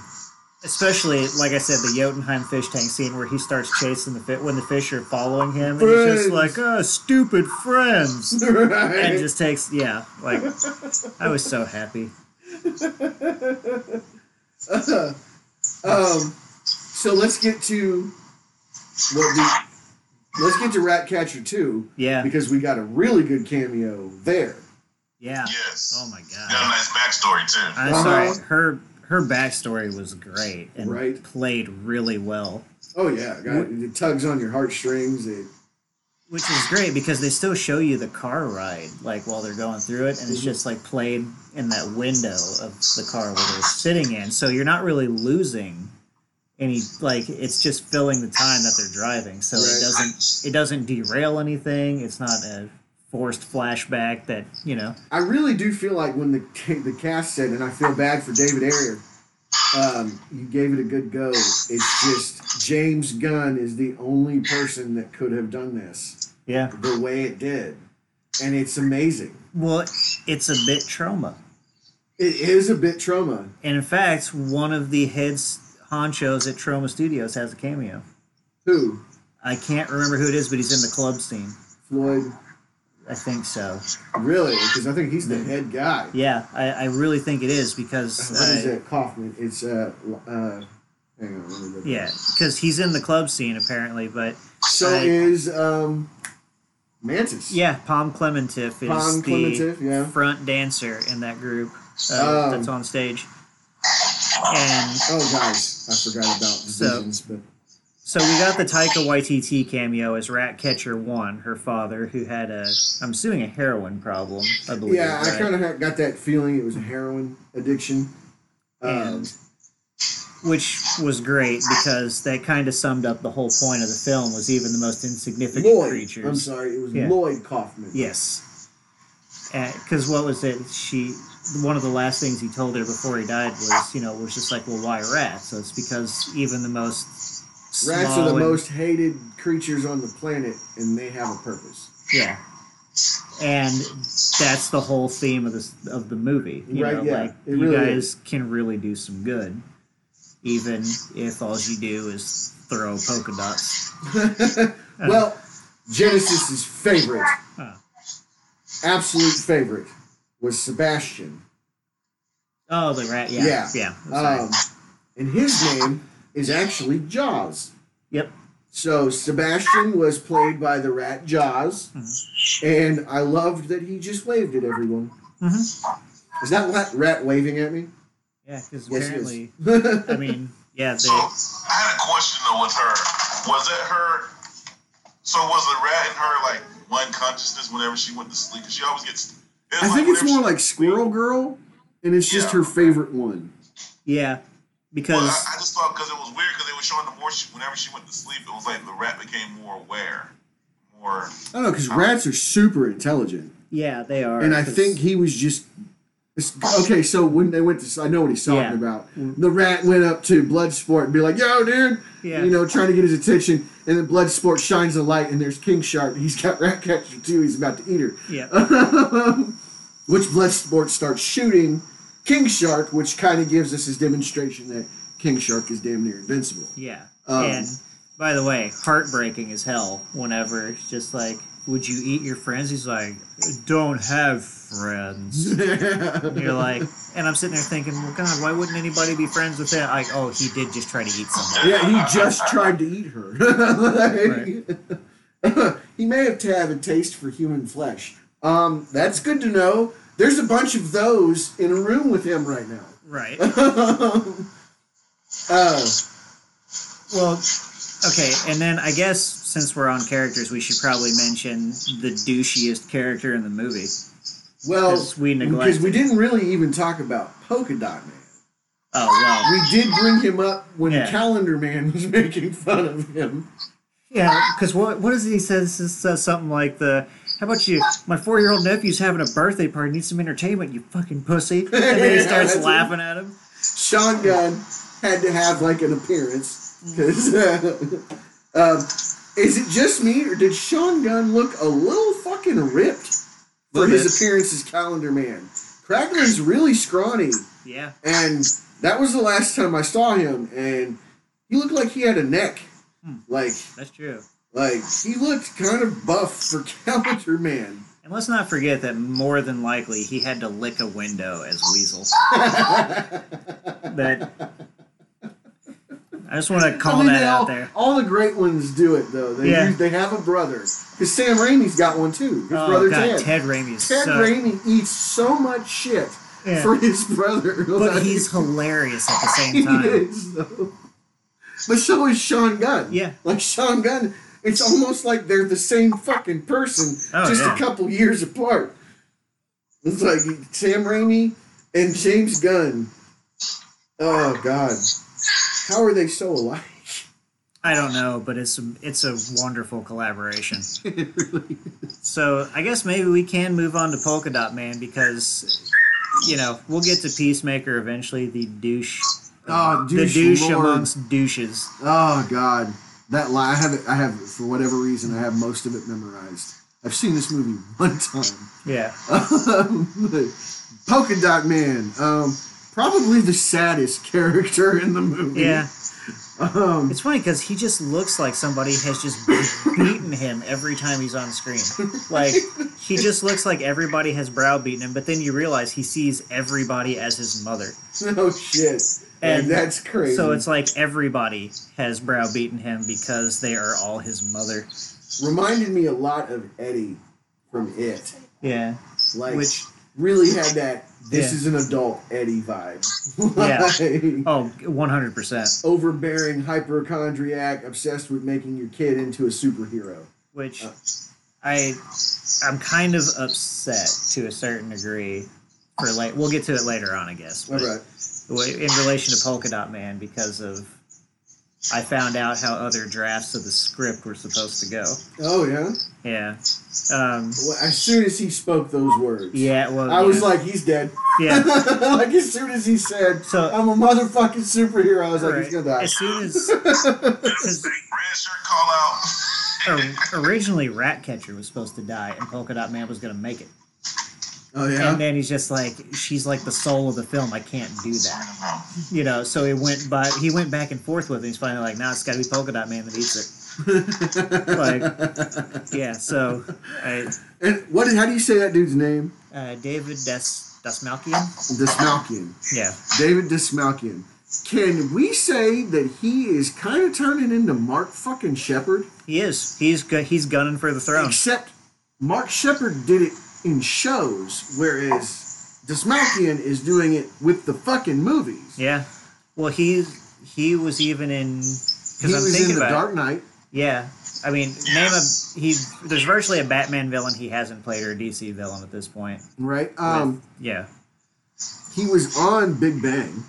Speaker 2: especially like I said, the Jotunheim fish tank scene where he starts chasing the fit when the fish are following him, and he's just like,
Speaker 3: Friends.
Speaker 2: "Oh, stupid friends,"
Speaker 3: *laughs* right.
Speaker 2: and just takes yeah. Like I was so happy.
Speaker 3: Um, so let's get to what we let's get to Ratcatcher two
Speaker 2: Yeah,
Speaker 3: because we got a really good cameo there.
Speaker 2: yeah.
Speaker 1: Yes.
Speaker 2: Oh my
Speaker 1: Got a
Speaker 2: god.
Speaker 1: nice backstory, too.
Speaker 2: I'm
Speaker 3: Uh-huh.
Speaker 2: sorry. Her her backstory was great and
Speaker 3: Right.
Speaker 2: played really well,
Speaker 3: Oh yeah, God, it tugs on your heartstrings. It,
Speaker 2: which is great because they still show you the car ride like while they're going through it, and it's just like played in that window of the car where they're sitting in. So you're not really losing any like it's just filling the time that they're driving. So
Speaker 3: Right.
Speaker 2: it doesn't it doesn't derail anything. It's not a forced flashback that you know.
Speaker 3: I really do feel like when the *laughs* the cast said, and I feel bad for David Ayer. Um, you gave it a good go. It's just James Gunn is the only person that could have done this
Speaker 2: Yeah.
Speaker 3: the way it did, and it's amazing.
Speaker 2: Well, it's a bit trauma.
Speaker 3: It is a bit trauma.
Speaker 2: And in fact, one of the heads honchos at Troma Studios has a cameo.
Speaker 3: Who
Speaker 2: I can't remember who it is, but he's in the club scene.
Speaker 3: Floyd?
Speaker 2: I think so.
Speaker 3: Really? Because I think he's the head guy.
Speaker 2: Yeah, I, I really think it is because
Speaker 3: What is
Speaker 2: uh,
Speaker 3: it, Kaufman? It's uh, uh, hang on, let me look.
Speaker 2: yeah, because he's in the club scene apparently. But
Speaker 3: So
Speaker 2: I-
Speaker 3: is um, Mantis.
Speaker 2: Yeah, Palm Clementiff is
Speaker 3: Palm
Speaker 2: the
Speaker 3: Clementiff, yeah.
Speaker 2: front dancer in that group uh,
Speaker 3: Um,
Speaker 2: that's on stage. And
Speaker 3: Oh, guys, I forgot about
Speaker 2: So-
Speaker 3: visions, but
Speaker 2: so we got the Taika Waititi cameo as Ratcatcher One, her father, who had a I'm assuming a heroin problem, I believe.
Speaker 3: yeah, I
Speaker 2: right?
Speaker 3: kind of got that feeling it was a heroin addiction. Um,
Speaker 2: and which was great because that kind of summed up the whole point of the film was even the most insignificant
Speaker 3: Lloyd.
Speaker 2: creatures.
Speaker 3: I'm sorry, it was
Speaker 2: Yeah.
Speaker 3: Lloyd Kaufman.
Speaker 2: Yes. Because what was it? She one of the last things he told her before he died was, you know, was just like, well, why rats? So it's because even the most
Speaker 3: Rats
Speaker 2: small
Speaker 3: are the
Speaker 2: and-
Speaker 3: most hated creatures on the planet, and they have a purpose. *laughs*
Speaker 2: yeah. And that's the whole theme of this of the movie. You
Speaker 3: Right,
Speaker 2: know,
Speaker 3: yeah,
Speaker 2: like
Speaker 3: it
Speaker 2: you
Speaker 3: really
Speaker 2: guys can really do some good, even if all you do is throw polka dots.
Speaker 3: well, Genesis's favorite,
Speaker 2: Huh.
Speaker 3: absolute favorite, was Sebastian.
Speaker 2: Oh, the rat. Yeah,
Speaker 3: Yeah.
Speaker 2: yeah. sorry.
Speaker 3: Um, and his name is actually Jaws.
Speaker 2: yep.
Speaker 3: So Sebastian was played by the rat Jaws, and I loved that he just waved at everyone.
Speaker 2: Mhm.
Speaker 3: Is that la- rat waving at me?
Speaker 2: Yeah, because
Speaker 3: Yes,
Speaker 2: apparently,
Speaker 3: he is.
Speaker 2: I mean, yeah,
Speaker 1: So
Speaker 2: they.
Speaker 1: I had a question though with her. Was it her? So was the rat in her like one consciousness whenever she went to sleep? 'Cause she always gets.
Speaker 3: *laughs* I think it's
Speaker 1: whenever
Speaker 3: more
Speaker 1: she-
Speaker 3: like Squirrel Girl, and it's just her favorite one.
Speaker 2: Yeah,
Speaker 1: Well,
Speaker 2: because
Speaker 1: I, I just thought because it was weird because they were showing the more she, whenever she went to sleep, it was like the rat became more aware, more.
Speaker 3: I don't know because rats are super intelligent,
Speaker 2: yeah, they are.
Speaker 3: and I
Speaker 2: 'cause-
Speaker 3: think he was just. it's- Okay, so when they went to, I know what he's talking
Speaker 2: Yeah. Mm.
Speaker 3: about. The rat went up to Bloodsport and be like, "Yo, dude,"
Speaker 2: Yeah.
Speaker 3: you know, trying to get his attention. And then Bloodsport shines a light, and there's King Shark. He's got *laughs* Ratcatcher too. He's about to
Speaker 2: *laughs*
Speaker 3: eat her.
Speaker 2: yeah,
Speaker 3: which Bloodsport starts shooting King Shark, which kind of gives us his demonstration that King Shark is damn near invincible. *laughs*
Speaker 2: *laughs* yeah.
Speaker 3: Um,
Speaker 2: and by the way, heartbreaking as hell. Whenever it's just like, would you eat your friends? He's like, don't have friends. And you're like,
Speaker 3: *laughs*
Speaker 2: and I'm sitting there thinking, well, God, why wouldn't anybody be friends with that? Like, oh, he did just try to eat
Speaker 3: *laughs*
Speaker 2: somebody.
Speaker 3: yeah, he just tried to eat
Speaker 2: *laughs*
Speaker 3: her. Like- *laughs* he may have to have a taste for human flesh. Um, that's good to know. There's a bunch of those in a room with him right now. *laughs*
Speaker 2: Right.
Speaker 3: Uh,
Speaker 2: Well, okay, and then I guess since we're on characters, we should probably mention the douchiest character in the movie.
Speaker 3: well,
Speaker 2: 'Cause we
Speaker 3: because
Speaker 2: neglected.
Speaker 3: we didn't really even talk about Polka Dot Man.
Speaker 2: Oh well.
Speaker 3: We did bring him up when
Speaker 2: Yeah.
Speaker 3: Calendar Man was *laughs* making fun of him.
Speaker 2: Yeah, because what what is it he says He says something like the how about you? My four year old nephew's having a birthday party, needs some entertainment, you fucking
Speaker 3: *laughs*
Speaker 2: pussy. And then he
Speaker 3: Yeah,
Speaker 2: starts
Speaker 3: that's
Speaker 2: laughing at him.
Speaker 3: Sean Gunn had to have like an appearance *laughs* because um, is it just me or did Sean Gunn look a little fucking ripped for
Speaker 2: Little
Speaker 3: his
Speaker 2: bit.
Speaker 3: appearance as Calendar Man? Cracklin's really scrawny,
Speaker 2: Yeah.
Speaker 3: and that was the last time I saw him, and he looked like he had a neck,
Speaker 2: Hmm.
Speaker 3: like
Speaker 2: That's true.
Speaker 3: like he looked kind of buff for *laughs* Calendar Man.
Speaker 2: And let's not forget that more than likely he had to lick a window as
Speaker 3: *laughs*
Speaker 2: Weasel. that I just want to call
Speaker 3: I mean,
Speaker 2: that
Speaker 3: they all,
Speaker 2: out there.
Speaker 3: all the great ones do it though. They
Speaker 2: Yeah.
Speaker 3: use- they have a brother. Because Sam Raimi's got one too. His
Speaker 2: Oh
Speaker 3: brother
Speaker 2: god,
Speaker 3: Ted.
Speaker 2: Ted Raimi is
Speaker 3: Ted
Speaker 2: so.
Speaker 3: Raimi eats so much shit
Speaker 2: Yeah.
Speaker 3: for his brother. *laughs*
Speaker 2: But
Speaker 3: like,
Speaker 2: he's hilarious at the same
Speaker 3: *laughs* he
Speaker 2: time.
Speaker 3: is, though. But so is Sean Gunn.
Speaker 2: Yeah.
Speaker 3: Like Sean Gunn, it's almost like they're the same fucking person,
Speaker 2: Oh,
Speaker 3: just
Speaker 2: yeah.
Speaker 3: a couple years apart. It's like Sam Raimi and James Gunn. Oh God, how are they so alike?
Speaker 2: I don't know, but it's a, it's a wonderful collaboration.
Speaker 3: *laughs* It really
Speaker 2: So I guess maybe we can move on to Polka Dot Man because you know we'll get to Peacemaker eventually. The douche,
Speaker 3: *laughs* Oh,
Speaker 2: the
Speaker 3: douche
Speaker 2: douche
Speaker 3: lord.
Speaker 2: amongst douches.
Speaker 3: Oh God, that line I have it. I have for whatever reason I have most of it memorized. I've seen this movie one time. *laughs*
Speaker 2: Yeah,
Speaker 3: Polka Dot Man, um, probably the saddest character in the movie. *laughs*
Speaker 2: yeah.
Speaker 3: Um,
Speaker 2: It's funny because he just looks like somebody has just beaten him every time he's on screen. Like he just looks like everybody has browbeaten him, but then you realize he sees everybody as his mother.
Speaker 3: no Oh, shit. And
Speaker 2: And
Speaker 3: that's crazy.
Speaker 2: So it's like everybody has browbeaten him because they are all his mother.
Speaker 3: reminded me a lot of Eddie from It.
Speaker 2: Yeah.
Speaker 3: Like,
Speaker 2: Which
Speaker 3: really had that this
Speaker 2: Yeah.
Speaker 3: is an adult Eddie vibe. *laughs* Like,
Speaker 2: oh, 100 percent.
Speaker 3: overbearing hypochondriac obsessed with making your kid into a superhero.
Speaker 2: Which
Speaker 3: Uh.
Speaker 2: I I'm kind of upset to a certain degree. For like, we'll get to it later on, I guess.
Speaker 3: All
Speaker 2: but-
Speaker 3: right.
Speaker 2: in relation to Polka Dot Man because of I found out how other drafts of the script were supposed to go.
Speaker 3: Oh yeah.
Speaker 2: Yeah. Um,
Speaker 3: Well, as soon as he spoke those words,
Speaker 2: yeah. Well,
Speaker 3: I was
Speaker 2: yeah.
Speaker 3: like, he's dead. *laughs*
Speaker 2: yeah.
Speaker 3: like as soon as he said,
Speaker 2: So-
Speaker 3: "I'm a motherfucking superhero," I was like,
Speaker 2: right.
Speaker 3: he's gonna die.
Speaker 2: As soon as
Speaker 3: *laughs*
Speaker 2: 'cause
Speaker 1: Red shirt call out.
Speaker 2: or- originally Ratcatcher was supposed to die and Polka Dot Man was gonna make it,
Speaker 3: Oh yeah.
Speaker 2: and then he's just like, she's like the soul of the film. I can't do that, you know. So he went by. He went back and forth with. It. He's finally like, now it's gotta be Polka Dot Man that
Speaker 3: *laughs*
Speaker 2: eats it. Yeah. So, I,
Speaker 3: and what? How do you say that dude's name?
Speaker 2: uh, David Des Desmalkian.
Speaker 3: Dismalkian.
Speaker 2: Yeah.
Speaker 3: David Dismalkian. Can we say that he is kind of turning into Mark fucking Shepard?
Speaker 2: He is. He's gu- he's gunning for the throne.
Speaker 3: Except Mark Shepard did it in shows, whereas Dismalkian is doing it with the fucking movies.
Speaker 2: Yeah. Well, he's he was even in
Speaker 3: He
Speaker 2: because I'm
Speaker 3: was
Speaker 2: thinking
Speaker 3: in The
Speaker 2: about. it.
Speaker 3: Dark Knight.
Speaker 2: Yeah. I mean,
Speaker 1: Yes.
Speaker 2: name a he. There's virtually a Batman villain he hasn't played or a DC villain at this point.
Speaker 3: Right. Um,
Speaker 2: Yeah.
Speaker 3: he was on Big Bang.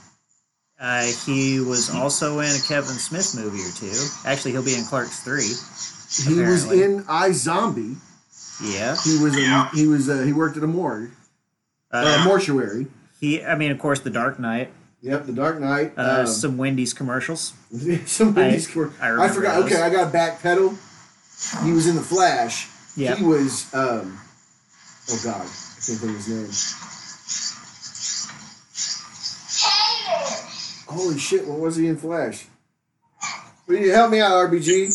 Speaker 2: Uh, he was also in a Kevin Smith movie or two. Actually, he'll be in Clerks Three.
Speaker 3: He was
Speaker 2: Apparently.
Speaker 3: in I Zombie.
Speaker 2: Yeah.
Speaker 3: He was. A,
Speaker 1: Yeah.
Speaker 3: He was. A, he worked at a morgue,
Speaker 2: Uh,
Speaker 3: a mortuary.
Speaker 2: He. I mean, of course, The Dark Knight.
Speaker 3: Yep, The Dark Knight.
Speaker 2: Uh,
Speaker 3: um, *laughs*
Speaker 2: some Wendy's commercials.
Speaker 3: Somebody's
Speaker 2: I-
Speaker 3: cor-
Speaker 2: I
Speaker 3: I,
Speaker 2: remember
Speaker 3: forgot.
Speaker 2: those.
Speaker 3: Okay, I got backpedal. He was in the Flash.
Speaker 2: Yeah.
Speaker 3: He was. Um, oh God, I can't think of his name. Holy shit! What was he in Flash? Will you help me out, RBG?
Speaker 1: Um,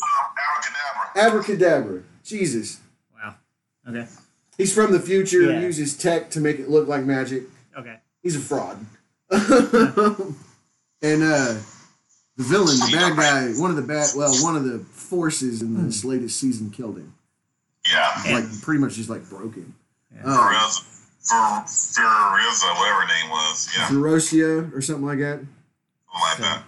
Speaker 1: abracadabra.
Speaker 3: Abracadabra. Jesus.
Speaker 2: Wow. Okay.
Speaker 3: He's from the future.
Speaker 2: Yeah.
Speaker 3: Uses tech to make it look like magic.
Speaker 2: Okay.
Speaker 3: He's a
Speaker 2: *laughs*
Speaker 3: fraud. and uh, the villain, the bad guy, one of the bad, well, one of the forces in
Speaker 2: Hmm.
Speaker 3: this latest season killed him.
Speaker 1: Yeah.
Speaker 2: And
Speaker 3: like pretty much just like broke him.
Speaker 2: Yeah.
Speaker 3: Uh,
Speaker 1: Ferrez, Fer- Ferrezza, whatever her name was. Yeah.
Speaker 3: Ferocia or something like that.
Speaker 1: Something like that.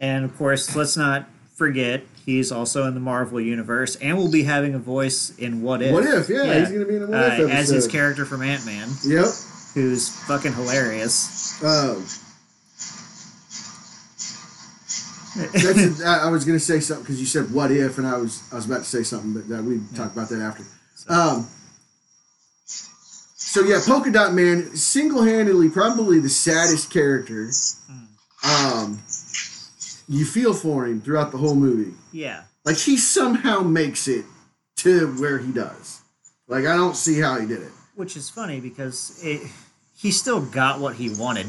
Speaker 2: And of course, let's not forget he's also in the Marvel universe, and will be having a voice in What If.
Speaker 3: What if? Yeah,
Speaker 2: Yeah.
Speaker 3: he's gonna be in a
Speaker 2: Uh,
Speaker 3: what if episode.
Speaker 2: as his character from Ant Man,
Speaker 3: Yep.
Speaker 2: who's fucking hilarious.
Speaker 3: Um, that's, I I was gonna say something because you said what if, and I was I was about to say something, but that, we talk about that after. Um, so yeah, Polka Dot Man, single handedly probably the saddest character. Um, you feel for him throughout the whole movie.
Speaker 2: yeah,
Speaker 3: Like he somehow makes it to where he does. Like I don't see how he did it.
Speaker 2: which is funny because it, he still got what he wanted.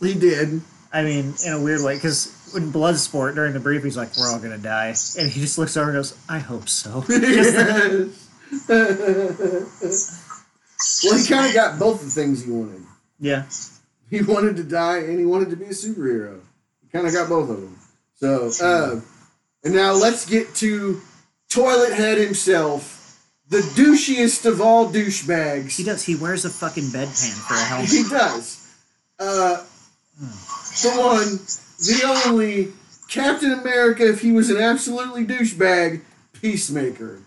Speaker 3: He did. *laughs*
Speaker 2: I mean, in a weird way, because in Bloodsport during the brief, he's like, "We're all gonna die," and he just looks over and goes, "I hope so." Just like-
Speaker 3: well, he kind of got both the things he wanted.
Speaker 2: *laughs* yeah,
Speaker 3: *laughs* He wanted to die, and he wanted to be a superhero. He kind of got both of them. So, uh, and now let's get to Toilet Head himself, the douchiest of all douchebags.
Speaker 2: he does. He wears a fucking bedpan for a helmet. *laughs*
Speaker 3: *laughs* He does. Uh, the one, the only Captain America, if he was an absolutely douchebag, peacemaker.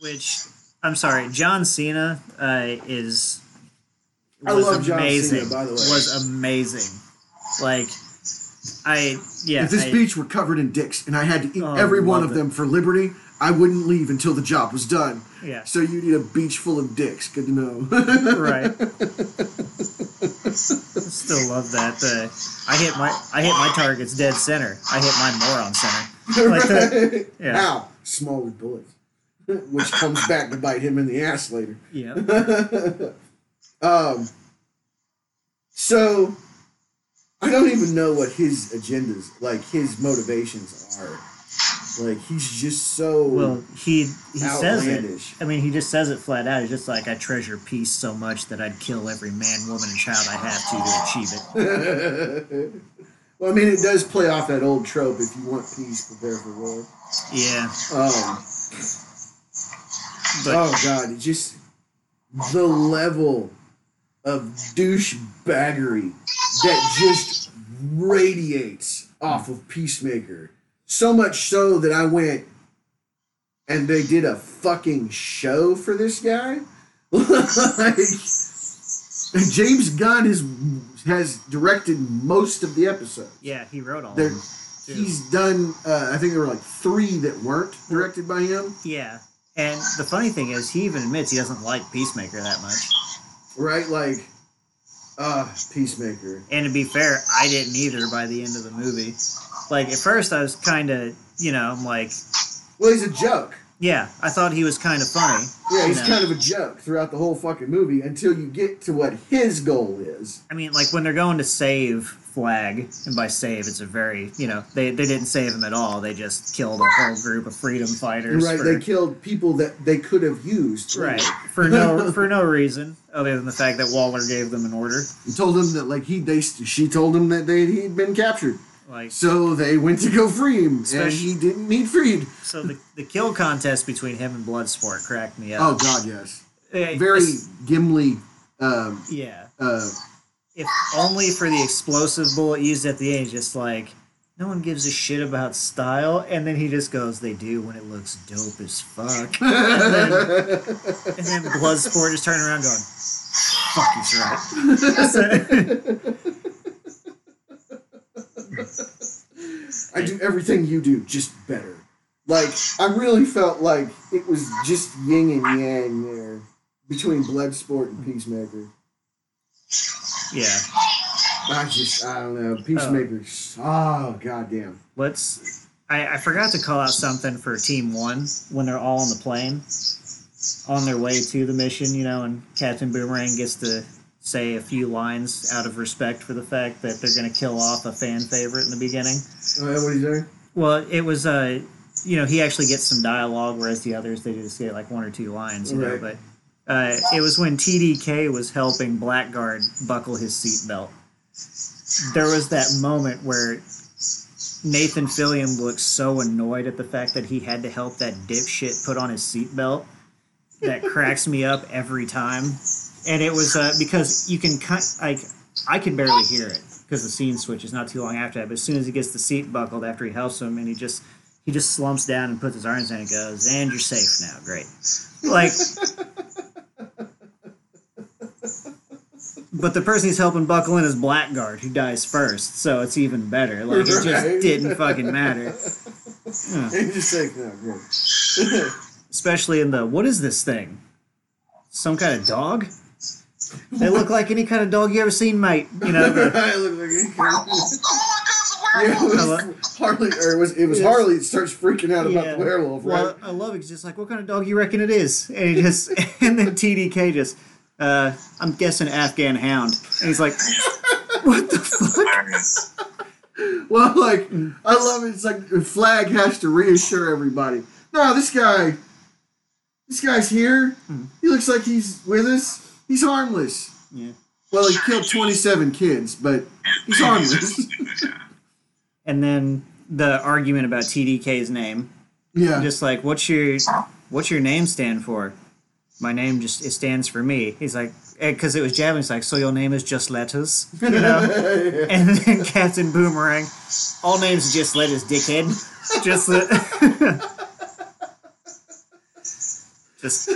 Speaker 2: which I'm sorry, John Cena uh, is
Speaker 3: I
Speaker 2: was
Speaker 3: love John Cena,
Speaker 2: amazing.
Speaker 3: by the way.
Speaker 2: was amazing. Like I yeah,
Speaker 3: if this
Speaker 2: I-
Speaker 3: beach were covered in dicks and I had to eat
Speaker 2: Oh,
Speaker 3: every one
Speaker 2: love
Speaker 3: of
Speaker 2: it.
Speaker 3: them for liberty, I wouldn't leave until the job was done.
Speaker 2: yeah,
Speaker 3: So you need a beach full of dicks. Good to know. *laughs*
Speaker 2: right. Still love that. Uh, I hit my I hit my targets dead center. I hit mine moron center. Like that.
Speaker 3: *laughs* right?
Speaker 2: Yeah.
Speaker 3: Ow. Smaller bullets. *laughs* Which comes back to bite him in the ass later.
Speaker 2: Yeah.
Speaker 3: um, so I don't even know what his agendas, like his motivations are. Like he's just so
Speaker 2: Well, he he says it.
Speaker 3: outlandish.
Speaker 2: I mean, he just says it flat out. He's just like, I treasure peace so much that I'd kill every man, woman, and child I have to to achieve
Speaker 3: *laughs*
Speaker 2: it.
Speaker 3: well, I mean, it does play off that old trope: if you want peace, prepare for war.
Speaker 2: Yeah.
Speaker 3: Um,
Speaker 2: But
Speaker 3: oh god, it just the level of douchebaggery that just radiates off of Peacemaker. So much so that I went and they did a fucking show for this guy. *laughs* like, James Gunn has has directed most of the episodes.
Speaker 2: yeah, he wrote all
Speaker 3: There,
Speaker 2: of them. too.
Speaker 3: he's done. Uh, I think there were like three that weren't directed by him.
Speaker 2: Yeah. And the funny thing is, he even admits he doesn't like Peacemaker that much.
Speaker 3: right? Like, uh, Peacemaker.
Speaker 2: And to be fair, I didn't either by the end of the movie. Like, at first, I was kind of, you know, I'm like,
Speaker 3: Well, he's a joke.
Speaker 2: yeah, I thought he was kind of funny.
Speaker 3: Yeah, he's
Speaker 2: No.
Speaker 3: kind of a joke throughout the whole fucking movie until you get to what his goal is.
Speaker 2: I mean, like, when they're going to save Flag, and by save, it's a very, you know, they, they didn't save him at all. They just killed a whole group of freedom fighters.
Speaker 3: right?
Speaker 2: for-
Speaker 3: They killed people that they could have used.
Speaker 2: Right. For
Speaker 3: *laughs*
Speaker 2: no for no reason other than the fact that Waller gave them an order.
Speaker 3: He told them that like he they she told him that they he'd been captured,
Speaker 2: Like
Speaker 3: so they went to go free him, and
Speaker 2: Especially-
Speaker 3: he didn't need freed.
Speaker 2: so the, the kill contest between him and Bloodsport cracked me
Speaker 3: Oh
Speaker 2: up.
Speaker 3: God, yes,
Speaker 2: Eh,
Speaker 3: very
Speaker 2: it's-
Speaker 3: Gimli. Um,
Speaker 2: yeah.
Speaker 3: uh,
Speaker 2: If only for the explosive bullet used at the end, just like no one gives a shit about style, and then he just goes, "They do when it looks dope as fuck." And then, and then Bloodsport just turning around, going, "Fuck, he's right."
Speaker 3: *laughs* I do everything you do, just better. Like I really felt like it was just yin and yang there between Bloodsport and Peacemaker.
Speaker 2: yeah.
Speaker 3: I just I don't know Peacemaker. Oh goddamn!
Speaker 2: Let's. I, I forgot to call out something for Team One when they're all on the plane, on their way to the mission, you know, and Captain Boomerang gets to say a few lines out of respect for the fact that they're going to kill off a fan favorite in the beginning.
Speaker 3: Uh, what is there? *laughs*
Speaker 2: Well, it was uh, you know, he actually gets some dialogue, whereas the others they just get like one or two lines, you know.
Speaker 3: Right.
Speaker 2: But uh, it was when TDK was helping Blackguard buckle his seatbelt. There was that moment where Nathan Fillion looked so annoyed at the fact that he had to help that dipshit put on his seatbelt. That cracks me up every time, and it was uh, because you can cut like I can barely hear it because the scene switches not too long after that. But as soon as he gets the seat buckled after he helps him, and he just he just slumps down and puts his arms in and goes, "And you're safe now, great." Like, but the person he's helping buckle in is Blackguard, who dies first, so it's even better. Like it
Speaker 3: Right.
Speaker 2: just didn't fucking matter,
Speaker 3: It's just like no, great.
Speaker 2: especially in the what is this thing? Some kind of dog? They look like any kind of dog you ever seen, mate. You
Speaker 3: *laughs*
Speaker 2: know. the-
Speaker 3: I look *laughs* like
Speaker 1: Oh my God,
Speaker 3: yeah,
Speaker 1: it's a
Speaker 3: it
Speaker 1: werewolf.
Speaker 3: was Harley. Or it was it was
Speaker 2: Yes.
Speaker 3: Harley that starts freaking out about the werewolf, right?
Speaker 2: Well, I love it. 'cause Just like, what kind of dog you reckon it is? And he just, *laughs* and then TDK just, uh, I'm guessing Afghan hound. And he's like, *laughs* what the fuck?
Speaker 1: Hilarious.
Speaker 3: Well, like I
Speaker 2: Mm.
Speaker 3: love it. It's like Flag has to reassure everybody. No, this guy, this guy's here.
Speaker 2: Mm.
Speaker 3: He looks like he's with us. He's harmless.
Speaker 2: Yeah.
Speaker 3: Well, he killed twenty-seven kids, but
Speaker 2: *laughs*
Speaker 3: he's harmless.
Speaker 2: And then the argument about TDK's name,
Speaker 3: yeah, *laughs*
Speaker 2: just like, what's your, what's your name stand for? My name just it stands for me. He's like, because it was Javelin. He's like, so your name is just letters, you
Speaker 3: *laughs*
Speaker 2: know.
Speaker 3: Yeah.
Speaker 2: and then Captain Boomerang, all names are just letters, dickhead. Just the. just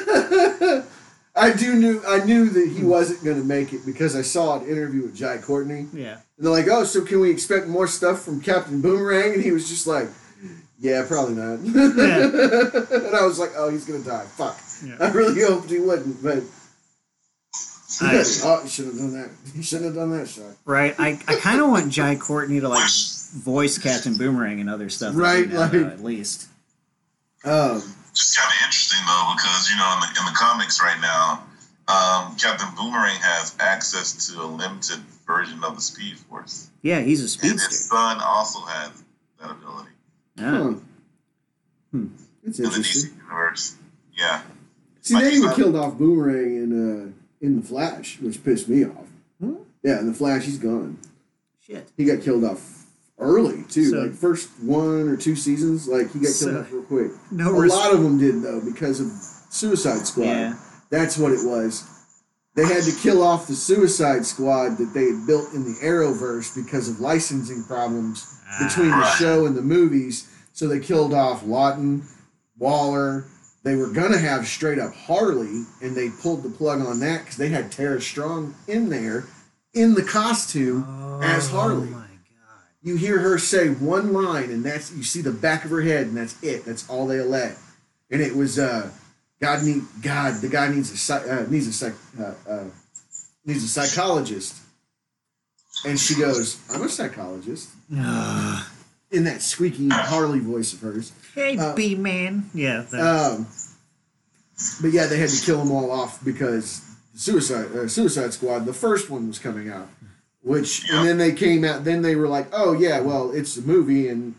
Speaker 3: I do knew I knew that he wasn't going to make it because I saw an interview with Jai Courtney, and
Speaker 2: yeah.
Speaker 3: they're like, "Oh, so can we expect more stuff from Captain Boomerang?" And he was just like, "Yeah, probably not." *laughs* and I was like, "Oh, he's going to die. Fuck."
Speaker 2: Yeah.
Speaker 3: I really hoped he wouldn't, but
Speaker 2: I-
Speaker 3: *laughs* oh, you should have done that. You shouldn't have done that, Sean.
Speaker 2: right. I, I kind of want Jai Courtney to like voice Captain Boomerang and other stuff. that
Speaker 3: Right,
Speaker 2: we know, though,
Speaker 3: like-
Speaker 2: at least.
Speaker 3: Um,
Speaker 1: It's kind of interesting though, because you know, in the, in the comics right now, um, Captain Boomerang has access to a limited version of the Speed Force,
Speaker 2: Yeah, he's a
Speaker 1: and his
Speaker 2: speedster. Oh,
Speaker 1: son also has that ability
Speaker 2: Yeah.
Speaker 3: huh.
Speaker 2: Hmm.
Speaker 3: That's
Speaker 1: in the
Speaker 3: interesting.
Speaker 1: DC universe. Yeah,
Speaker 3: See, they even killed off Boomerang in uh, in the Flash, which pissed me off.
Speaker 2: Hmm?
Speaker 3: Yeah, in the Flash, he's gone.
Speaker 2: Shit.
Speaker 3: He got killed off early too.
Speaker 2: So-
Speaker 3: like first one or two seasons, like he got killed
Speaker 2: So-
Speaker 3: off real quick.
Speaker 2: No
Speaker 3: a
Speaker 2: res-
Speaker 3: lot of them did though because of Suicide Squad.
Speaker 2: Yeah.
Speaker 3: That's what it was. They had to kill off the Suicide Squad that they had built in the Arrowverse because of licensing problems between the
Speaker 1: Ah.
Speaker 3: show and the movies. So they killed off Lawton, Waller. They were gonna have straight up Harley, and they pulled the plug on that because they had Tara Strong in there, in the costume as Harley
Speaker 2: Oh my god.
Speaker 3: you hear her say one line and that's you see the back of her head and that's it that's all they let and it was uh god need god the guy needs a psych, uh, needs a psych, uh, uh, needs a psychologist and she goes i'm a psychologist
Speaker 2: Ugh.
Speaker 3: in that squeaky harley voice of hers
Speaker 2: Hey,
Speaker 3: Uh,
Speaker 2: B man. Yeah. that-
Speaker 3: um, but yeah, they had to kill them all off because Suicide uh, Suicide Squad, the first one was coming out, which and then they came out. Then they were like, oh yeah, well it's a movie and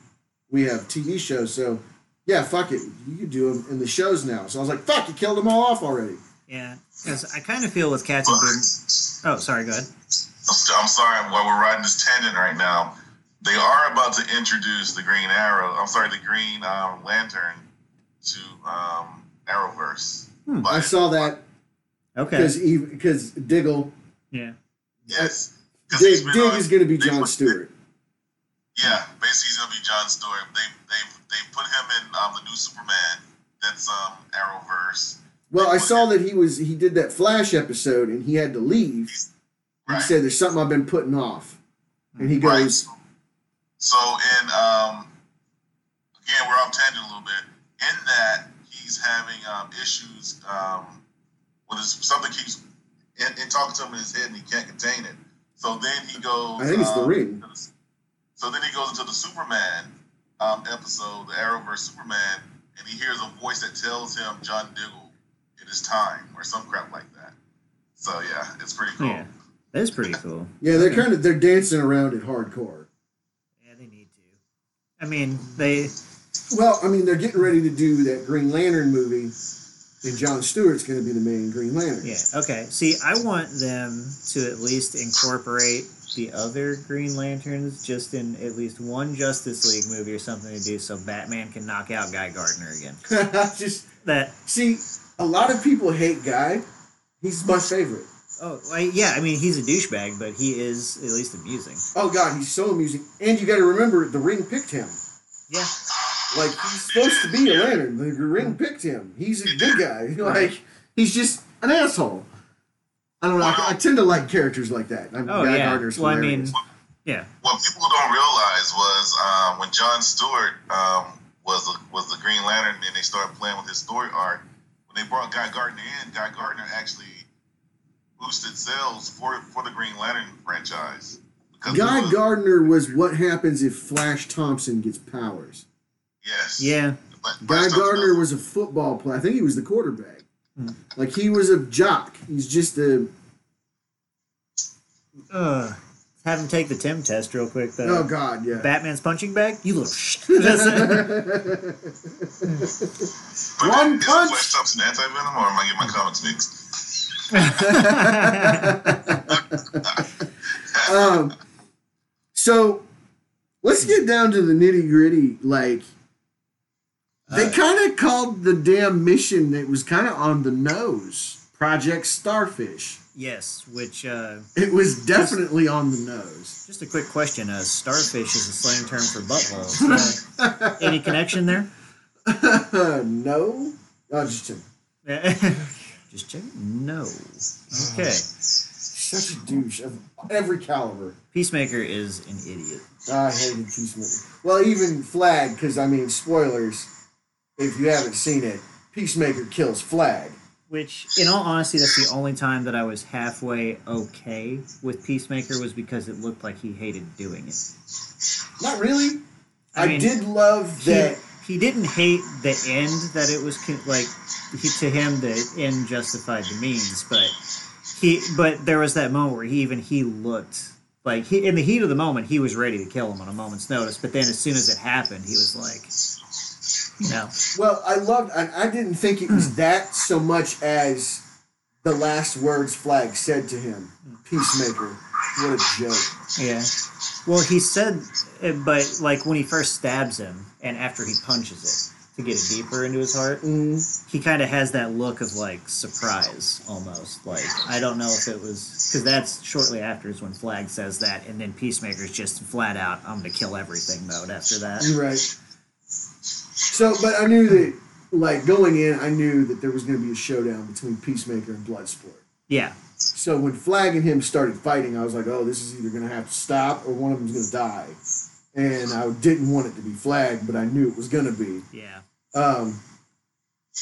Speaker 3: we have TV shows, so yeah, fuck it, you can do them in the shows now. So I was like, fuck, you killed them all off already.
Speaker 2: yeah. 'Cause I kind of feel with cats
Speaker 1: But
Speaker 2: and Boom. Oh, sorry. Go ahead.
Speaker 1: I'm st- I'm sorry, while we're riding this tangent right now, they are about to introduce the Green Arrow. I'm sorry, the Green um, Lantern to um, Arrowverse.
Speaker 2: Hmm,
Speaker 1: but
Speaker 3: I saw that
Speaker 2: Okay.
Speaker 3: because because Diggle
Speaker 2: Yeah.
Speaker 1: yes, 'Cause he's
Speaker 3: Dig,
Speaker 1: been
Speaker 3: Dig
Speaker 1: on-
Speaker 3: is going to be
Speaker 1: they
Speaker 3: John
Speaker 1: put-
Speaker 3: Stewart.
Speaker 1: Yeah, basically he's gonna be John Stewart. They they they put him in um, the new Superman. That's um Arrowverse.
Speaker 3: Well, I saw that he was he did that Flash episode and he had to leave. He
Speaker 1: Right.
Speaker 3: said, "There's something I've been putting off," and he
Speaker 1: Right.
Speaker 3: goes,
Speaker 1: So in um, again, we're off tangent a little bit. In that he's having um, issues. Um, well, there's something keeps in, in talking to him in his head, and he can't contain it. So then he goes.
Speaker 3: I think it's the
Speaker 1: um,
Speaker 3: ring.
Speaker 1: to the- So then he goes into the Superman um, episode, the Arrowverse Superman, and he hears a voice that tells him, "John Diggle, it is time," or some crap like that. So yeah, it's pretty cool.
Speaker 2: Yeah. That is pretty cool.
Speaker 3: Yeah, they're kind of they're dancing around it hardcore.
Speaker 2: Yeah, they need to. I mean, they.
Speaker 3: Well, I mean, they're getting ready to do that Green Lantern movie, and John Stewart's going to be the main Green Lantern.
Speaker 2: Yeah. Okay. See, I want them to at least incorporate the other Green Lanterns just in at least one Justice League movie or something to do, so Batman can knock out Guy Gardner again.
Speaker 3: *laughs* Just
Speaker 2: That.
Speaker 3: see, a lot of people hate Guy. He's my favorite.
Speaker 2: Oh, I- yeah. I mean, he's a douchebag, but he is at least amusing.
Speaker 3: Oh God, he's so amusing. And you got to remember, the Ring picked him.
Speaker 2: Yeah.
Speaker 3: Like he's supposed to be a Lantern. The Ring picked him. He's a good guy. *laughs* Like he's just an asshole. I don't know. I, I tend to like characters like that. I'm
Speaker 2: Oh
Speaker 3: Guy
Speaker 2: yeah.
Speaker 3: Gardner's
Speaker 2: well, I mean,
Speaker 3: hilarious.
Speaker 2: yeah.
Speaker 1: What people don't realize was um, when John Stewart um, was the, was the Green Lantern, and they started playing with his story arc. When they brought Guy Gardner in, Guy Gardner actually boosted sales for for the Green Lantern franchise. Because it
Speaker 3: Guy
Speaker 1: was-
Speaker 3: Gardner was what happens if Flash Thompson gets powers.
Speaker 1: yes,
Speaker 2: Yeah.
Speaker 1: But
Speaker 3: Guy
Speaker 1: Flash
Speaker 3: Gardner
Speaker 1: Thompson-
Speaker 3: was a football player. I think he was the quarterback.
Speaker 2: Hmm.
Speaker 3: Like he was a jock. He's just a
Speaker 2: Ugh. Have him take the Tim test real quick though.
Speaker 3: oh god, yeah.
Speaker 2: Batman's punching bag? You little sh. *laughs* That's it.
Speaker 1: Wait,
Speaker 3: One
Speaker 1: is
Speaker 3: punch!
Speaker 1: Flash Thompson anti Venom, or am I getting my comics mixed?
Speaker 3: um, so let's get down to the nitty gritty. Like they kind of called the damn mission that was kind of on the nose. Project Starfish.
Speaker 2: yes. Which. uh...
Speaker 3: It was definitely on the nose.
Speaker 2: Just a quick question. Uh, starfish is a slang term for butthole. So, any connection there? *laughs*
Speaker 3: Uh, no, oh, just a,
Speaker 2: Just check. No. Okay.
Speaker 3: such a douche of every caliber.
Speaker 2: Peacemaker is an idiot.
Speaker 3: I hated Peacemaker. Well, even Flag, because I mean, spoilers. If you haven't seen it, Peacemaker kills Flag.
Speaker 2: Which, in all honesty, that's the only time that I was halfway okay with Peacemaker was because it looked like he hated doing it.
Speaker 3: Not really. I,
Speaker 2: I mean,
Speaker 3: did love
Speaker 2: He,
Speaker 3: that.
Speaker 2: he didn't hate the end that it was con- like he, to him the end justified the means, but he but there was that moment where he even he looked like he in the heat of the moment he was ready to kill him on a moment's notice, but then as soon as it happened, he was like, no,
Speaker 3: Well, I loved. I, I didn't think
Speaker 2: *clears throat*
Speaker 3: it was that so much as the last words Flag said to him. Peacemaker. What a joke.
Speaker 2: yeah. eh, Well, he said, uh, but like when he first stabs him and after he punches it. to get deeper into his heart,
Speaker 3: Mm,
Speaker 2: he kind of has that look of like surprise almost. Like I don't know if it was because that's shortly after is when Flag says that, and then Peacemaker's just flat out I'm gonna kill everything mode after that.
Speaker 3: you're right. So, but I knew that, like going in, I knew that there was going to be a showdown between Peacemaker and Bloodsport.
Speaker 2: Yeah,
Speaker 3: So when Flag and him started fighting, I was like, oh, this is either going to have to stop or one of them's going to die. And I didn't want it to be Flag, but I knew it was going to be.
Speaker 2: yeah,
Speaker 3: Um,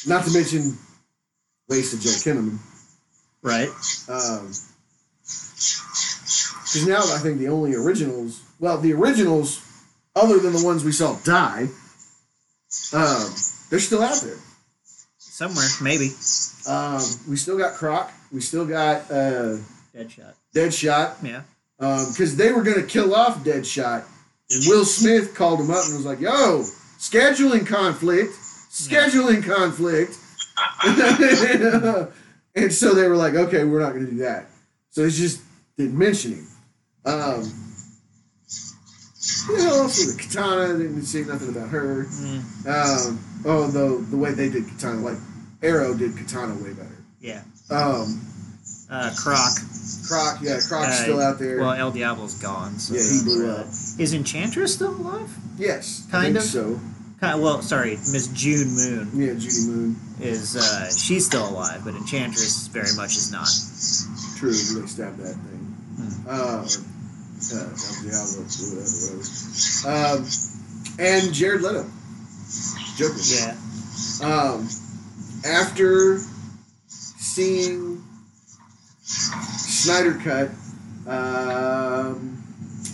Speaker 3: not to mention wasted Joe Kinnaman.
Speaker 2: right.
Speaker 3: Because now I think the only originals, well, the originals, other than the ones we saw die, um, they're still out there.
Speaker 2: Somewhere maybe
Speaker 3: Um, we still got Croc. We still got uh,
Speaker 2: Deadshot.
Speaker 3: Deadshot.
Speaker 2: Yeah,
Speaker 3: because Um, they were going to kill off Deadshot, and Will Smith called him up and was like, "Yo, scheduling conflict, scheduling conflict," *laughs* and so they were like, "Okay, we're not going to do that." So they just didn't mention him. Um, you know, also the Katana, they didn't say nothing about her.
Speaker 2: Mm,
Speaker 3: Um, although the way they did Katana, like Arrow did Katana way better.
Speaker 2: yeah.
Speaker 3: Um,
Speaker 2: Uh, Croc.
Speaker 3: Croc, yeah, Croc's
Speaker 2: Uh,
Speaker 3: still out there.
Speaker 2: Well, El Diablo's gone. So
Speaker 3: yeah, he blew
Speaker 2: uh,
Speaker 3: up.
Speaker 2: Is Enchantress still alive?
Speaker 3: Yes, I
Speaker 2: Kind
Speaker 3: think
Speaker 2: of.
Speaker 3: so.
Speaker 2: Ki- well, sorry, Miss June Moon
Speaker 3: Yeah, Judy Moon.
Speaker 2: is uh, she's still alive, but Enchantress very much is not.
Speaker 3: True, they stabbed that thing.
Speaker 2: Hmm.
Speaker 3: Uh, or, uh, El Diablo, whatever, whatever. Um, and Jared Leto, Joker.
Speaker 2: Yeah,
Speaker 3: Um, after seeing Snyder Cut, um,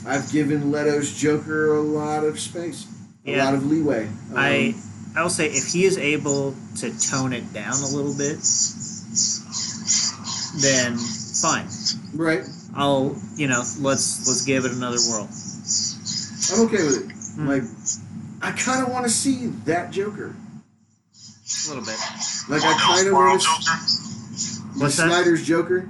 Speaker 3: I've given Leto's Joker a lot of space, a
Speaker 2: Yeah.
Speaker 3: lot of leeway. Um,
Speaker 2: I I will say if he is able to tone it down a little bit, then fine.
Speaker 3: right,
Speaker 2: I'll you know let's let's give it another whirl.
Speaker 3: I'm okay with it.
Speaker 2: Hmm.
Speaker 3: Like, I kind of want to see that Joker.
Speaker 2: A little bit.
Speaker 3: Like, I
Speaker 1: What else?
Speaker 3: kind of
Speaker 1: World
Speaker 3: want to
Speaker 1: Joker?
Speaker 2: What's that?
Speaker 3: Snyder's Joker.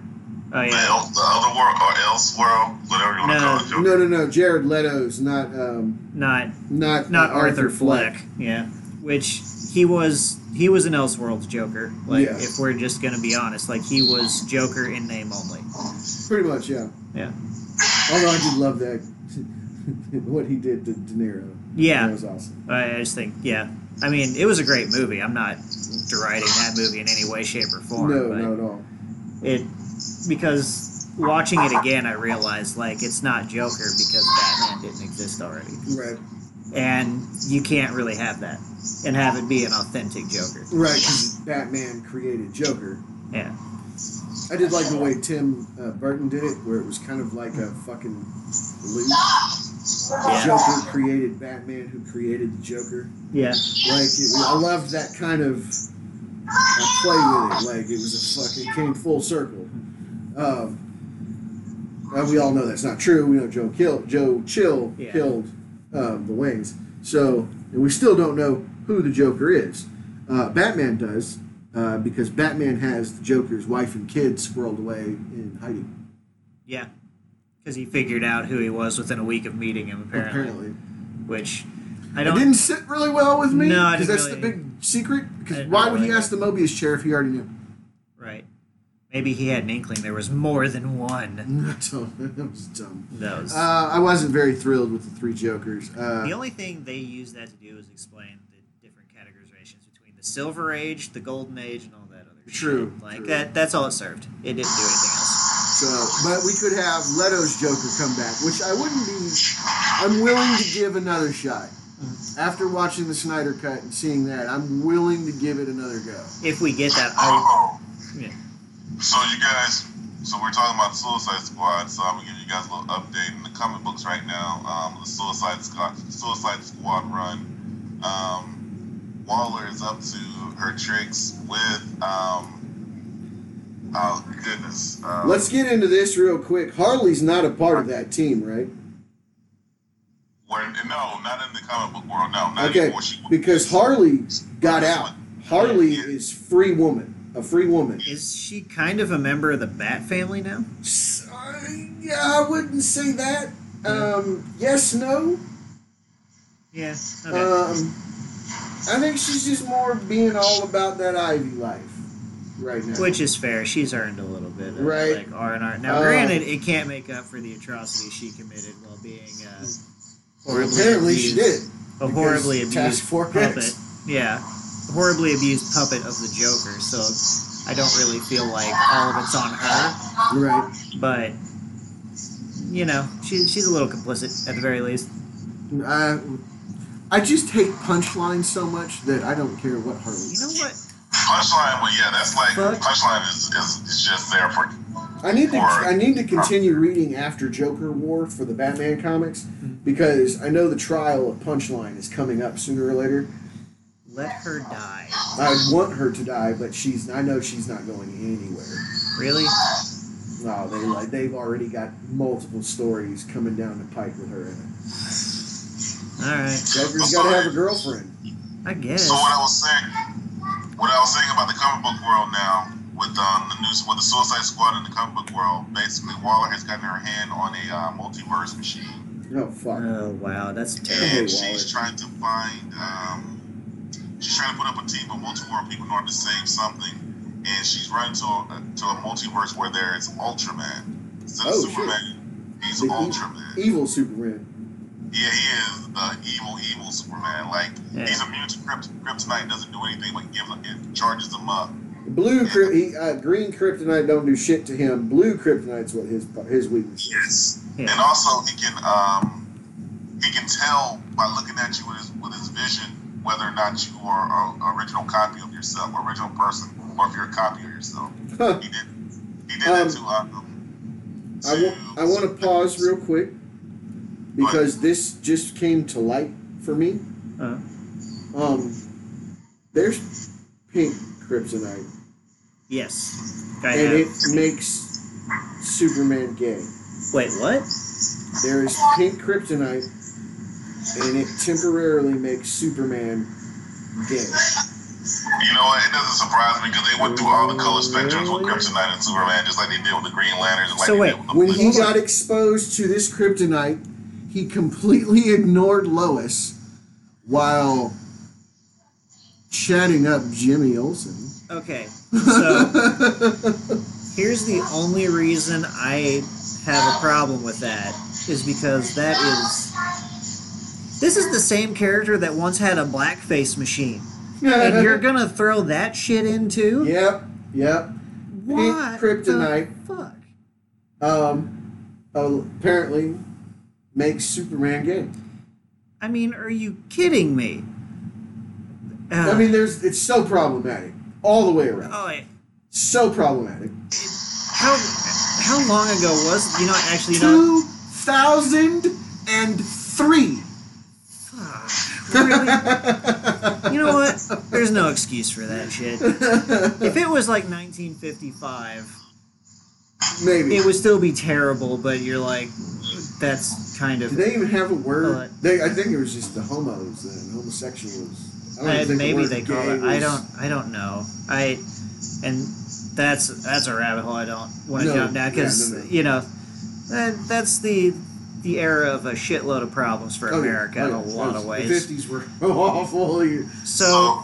Speaker 2: Oh
Speaker 1: The,
Speaker 2: yeah.
Speaker 1: El- the other world or else world, whatever you want to
Speaker 2: No.
Speaker 1: call it. Joker.
Speaker 3: No, no, no. Jared Leto's not, um,
Speaker 2: Not
Speaker 3: not,
Speaker 2: not Arthur Fleck. Yeah, which he was he was an Elseworlds Joker. Like
Speaker 3: Yeah.
Speaker 2: if we're just gonna be honest, like he was Joker in name only.
Speaker 3: Pretty much, yeah.
Speaker 2: Yeah.
Speaker 3: Although I did love that *laughs* what he did to De Niro.
Speaker 2: Yeah,
Speaker 3: that was awesome.
Speaker 2: I I just think yeah. I mean, it was a great movie. I'm not deriding that movie in any way, shape, or form.
Speaker 3: no,
Speaker 2: but
Speaker 3: not at all.
Speaker 2: it because watching it again, I realized like it's not Joker because Batman didn't exist already,
Speaker 3: Right,
Speaker 2: and you can't really have that and have it be an authentic Joker.
Speaker 3: right. Because Batman created Joker.
Speaker 2: Yeah,
Speaker 3: I did like the way Tim uh, Burton did it, where it was kind of like a fucking loop.
Speaker 2: Yeah.
Speaker 3: Joker created Batman, who created the Joker.
Speaker 2: yeah,
Speaker 3: Like it, I loved that kind of uh, play with it. Like it was a fucking came full circle. Um, and we all know that's not true. We know Joe killed Joe Chill
Speaker 2: Yeah.
Speaker 3: killed um, the Waynes. So and we still don't know who the Joker is. Uh, Batman does uh, because Batman has the Joker's wife and kids squirreled away in hiding.
Speaker 2: yeah. Because he figured out who he was within a week of meeting him, apparently.
Speaker 3: Apparently,
Speaker 2: Which I
Speaker 3: it
Speaker 2: don't.
Speaker 3: didn't sit really well with me
Speaker 2: No, I
Speaker 3: because
Speaker 2: didn't
Speaker 3: that's the
Speaker 2: really-
Speaker 3: big secret.
Speaker 2: I
Speaker 3: Because
Speaker 2: didn't
Speaker 3: why
Speaker 2: really
Speaker 3: would he
Speaker 2: like
Speaker 3: ask the Mobius chair if he already knew?
Speaker 2: Right. Maybe he had an inkling there was more than one.
Speaker 3: That's all- that was dumb.
Speaker 2: of Those.
Speaker 3: *laughs* Uh, I wasn't very thrilled with the three Jokers.
Speaker 2: the
Speaker 3: Uh,
Speaker 2: only thing they used that to do is explain the different categorizations between the Silver Age, the Golden Age, and all that other shit.
Speaker 3: True,
Speaker 2: Like
Speaker 3: true.
Speaker 2: that. That's all it served. It didn't do anything else.
Speaker 3: so, but we could have Leto's Joker come back, which I wouldn't be. I'm willing to give another shot after watching the Snyder cut and seeing that. I'm willing to give it another go.
Speaker 2: If we get that, I,
Speaker 1: Oh.
Speaker 2: Yeah.
Speaker 1: So you guys, so we're talking about Suicide Squad. So I'm gonna give you guys a little update in the comic books right now. Um, the Suicide Squad, Suicide Squad run. Um, Waller is up to her tricks with um. Oh goodness. Um,
Speaker 3: Let's get into this real quick. Harley's not a part of that team, right?
Speaker 1: Where, no, not in the comic book world. No, not
Speaker 3: Okay,
Speaker 1: anymore. She,
Speaker 3: because Harley got out. Harley is free woman, a free woman.
Speaker 2: is she kind of a member of the Bat family now?
Speaker 3: S- uh, yeah, I wouldn't say that. Um, yes, no.
Speaker 2: Yeah. Okay.
Speaker 3: Um, I think she's just more being all about that Ivy life right now.
Speaker 2: Which is fair. She's earned a little bit of
Speaker 3: Right.
Speaker 2: like R and R. Now,
Speaker 3: Uh,
Speaker 2: granted, it can't make up for the atrocity she committed while being uh,
Speaker 3: Well,
Speaker 2: horribly
Speaker 3: apparently she did.
Speaker 2: abused- A horribly abused
Speaker 3: Task Force
Speaker 2: puppet.
Speaker 3: X.
Speaker 2: Yeah, horribly abused puppet of the Joker. So I don't really feel like all of it's on her,
Speaker 3: Right.
Speaker 2: but you know, she, she's a little complicit at the very least.
Speaker 3: I, I just hate punchlines so much that I don't care what Harley.
Speaker 2: You know what?
Speaker 1: Punchline, well, yeah, that's like
Speaker 2: Fuck.
Speaker 1: punchline is, is is just there for
Speaker 3: I need to
Speaker 1: Or-
Speaker 3: I need to continue reading after Joker War for the Batman comics
Speaker 2: Mm-hmm.
Speaker 3: because I know the trial of Punchline is coming up sooner or later.
Speaker 2: Let her die.
Speaker 3: I want her to die, but she's I know she's not going anywhere.
Speaker 2: Really?
Speaker 3: No, they like they've already got multiple stories coming down the pike with her in it.
Speaker 2: All right.
Speaker 3: Joker's got to have a girlfriend.
Speaker 2: I guess.
Speaker 1: So what I was saying, what I was saying about the comic book world now, with um, the news, with the Suicide Squad in the comic book world, basically Waller has gotten her hand on a uh, multiverse machine,
Speaker 3: No fuck.
Speaker 2: Oh wow, that's terrible.
Speaker 1: and
Speaker 3: Waller.
Speaker 1: she's trying to find, um, she's trying to put up a team of multiverse people in order to save something, and she's running to a, to a multiverse where there is Ultraman instead of
Speaker 3: Oh, shit.
Speaker 1: Superman, he's
Speaker 3: The e-
Speaker 1: Ultraman.
Speaker 3: Evil Superman.
Speaker 1: Yeah, he is the evil, evil Superman. Like
Speaker 2: Yeah.
Speaker 1: he's immune to krypt- kryptonite, doesn't do anything but give it charges him up.
Speaker 3: Blue crypt, he, uh, green kryptonite don't do shit to him. Blue kryptonite's what his his weakness is.
Speaker 1: Yes.
Speaker 3: Hmm.
Speaker 2: Yeah.
Speaker 1: And also he can um he can tell by looking at you with his with his vision whether or not you are a a original copy of yourself, original person, or if you're a copy of yourself.
Speaker 3: Huh.
Speaker 1: He did he did
Speaker 3: Um,
Speaker 1: that to uh, um
Speaker 3: I want, I want to pause real quick because this just came to light for me.
Speaker 2: Uh,
Speaker 3: Um, there's pink kryptonite,
Speaker 2: yes. I
Speaker 3: and
Speaker 2: have.
Speaker 3: it makes Superman gay.
Speaker 2: Wait, what?
Speaker 3: There is pink kryptonite, and it temporarily makes Superman gay.
Speaker 1: You know what? It doesn't surprise me because they went through all the color spectrums with Kryptonite and Superman, just like they did with the Green Lanterns. and Like
Speaker 2: So
Speaker 1: they
Speaker 2: wait,
Speaker 1: did with the
Speaker 3: When
Speaker 1: Blue-
Speaker 3: he got exposed to this kryptonite, he completely *laughs* ignored Lois while chatting up Jimmy Olsen. *laughs*
Speaker 2: Okay, so here's the only reason I have a problem with that is because that is. This is the same character that once had a blackface machine. And
Speaker 3: *laughs*
Speaker 2: you're gonna throw that shit into?
Speaker 3: Yep, yep.
Speaker 2: What
Speaker 3: kryptonite.
Speaker 2: The fuck.
Speaker 3: Um, apparently makes Superman gay.
Speaker 2: I mean, are you kidding me? Uh,
Speaker 3: I mean, there's it's so problematic all the way around.
Speaker 2: oh, it-
Speaker 3: So problematic.
Speaker 2: how how long ago was you know actually you know
Speaker 3: Two thousand and three.
Speaker 2: Fuck,
Speaker 3: *laughs*
Speaker 2: really? you know what? There's no excuse for that shit. If it was like 1955,
Speaker 3: Maybe.
Speaker 2: it would still be terrible, but you're like, that's kind
Speaker 3: Did
Speaker 2: of.
Speaker 3: they even have a word?
Speaker 2: Well,
Speaker 3: they, I think it was just the homos then, homosexuals. I don't
Speaker 2: I-
Speaker 3: even think the
Speaker 2: maybe
Speaker 3: word
Speaker 2: they call
Speaker 3: gay
Speaker 2: it. I
Speaker 3: was-
Speaker 2: don't. I don't know. I, and that's that's a rabbit hole. I don't want to
Speaker 3: No,
Speaker 2: jump down
Speaker 3: yeah,
Speaker 2: because
Speaker 3: no, no.
Speaker 2: you know, that, that's the the era of a shitload of problems for
Speaker 3: Oh, yeah.
Speaker 2: America
Speaker 3: Oh,
Speaker 2: in
Speaker 3: yeah.
Speaker 2: a lot of ways.
Speaker 3: The fifties were *laughs* awful. You-
Speaker 2: So,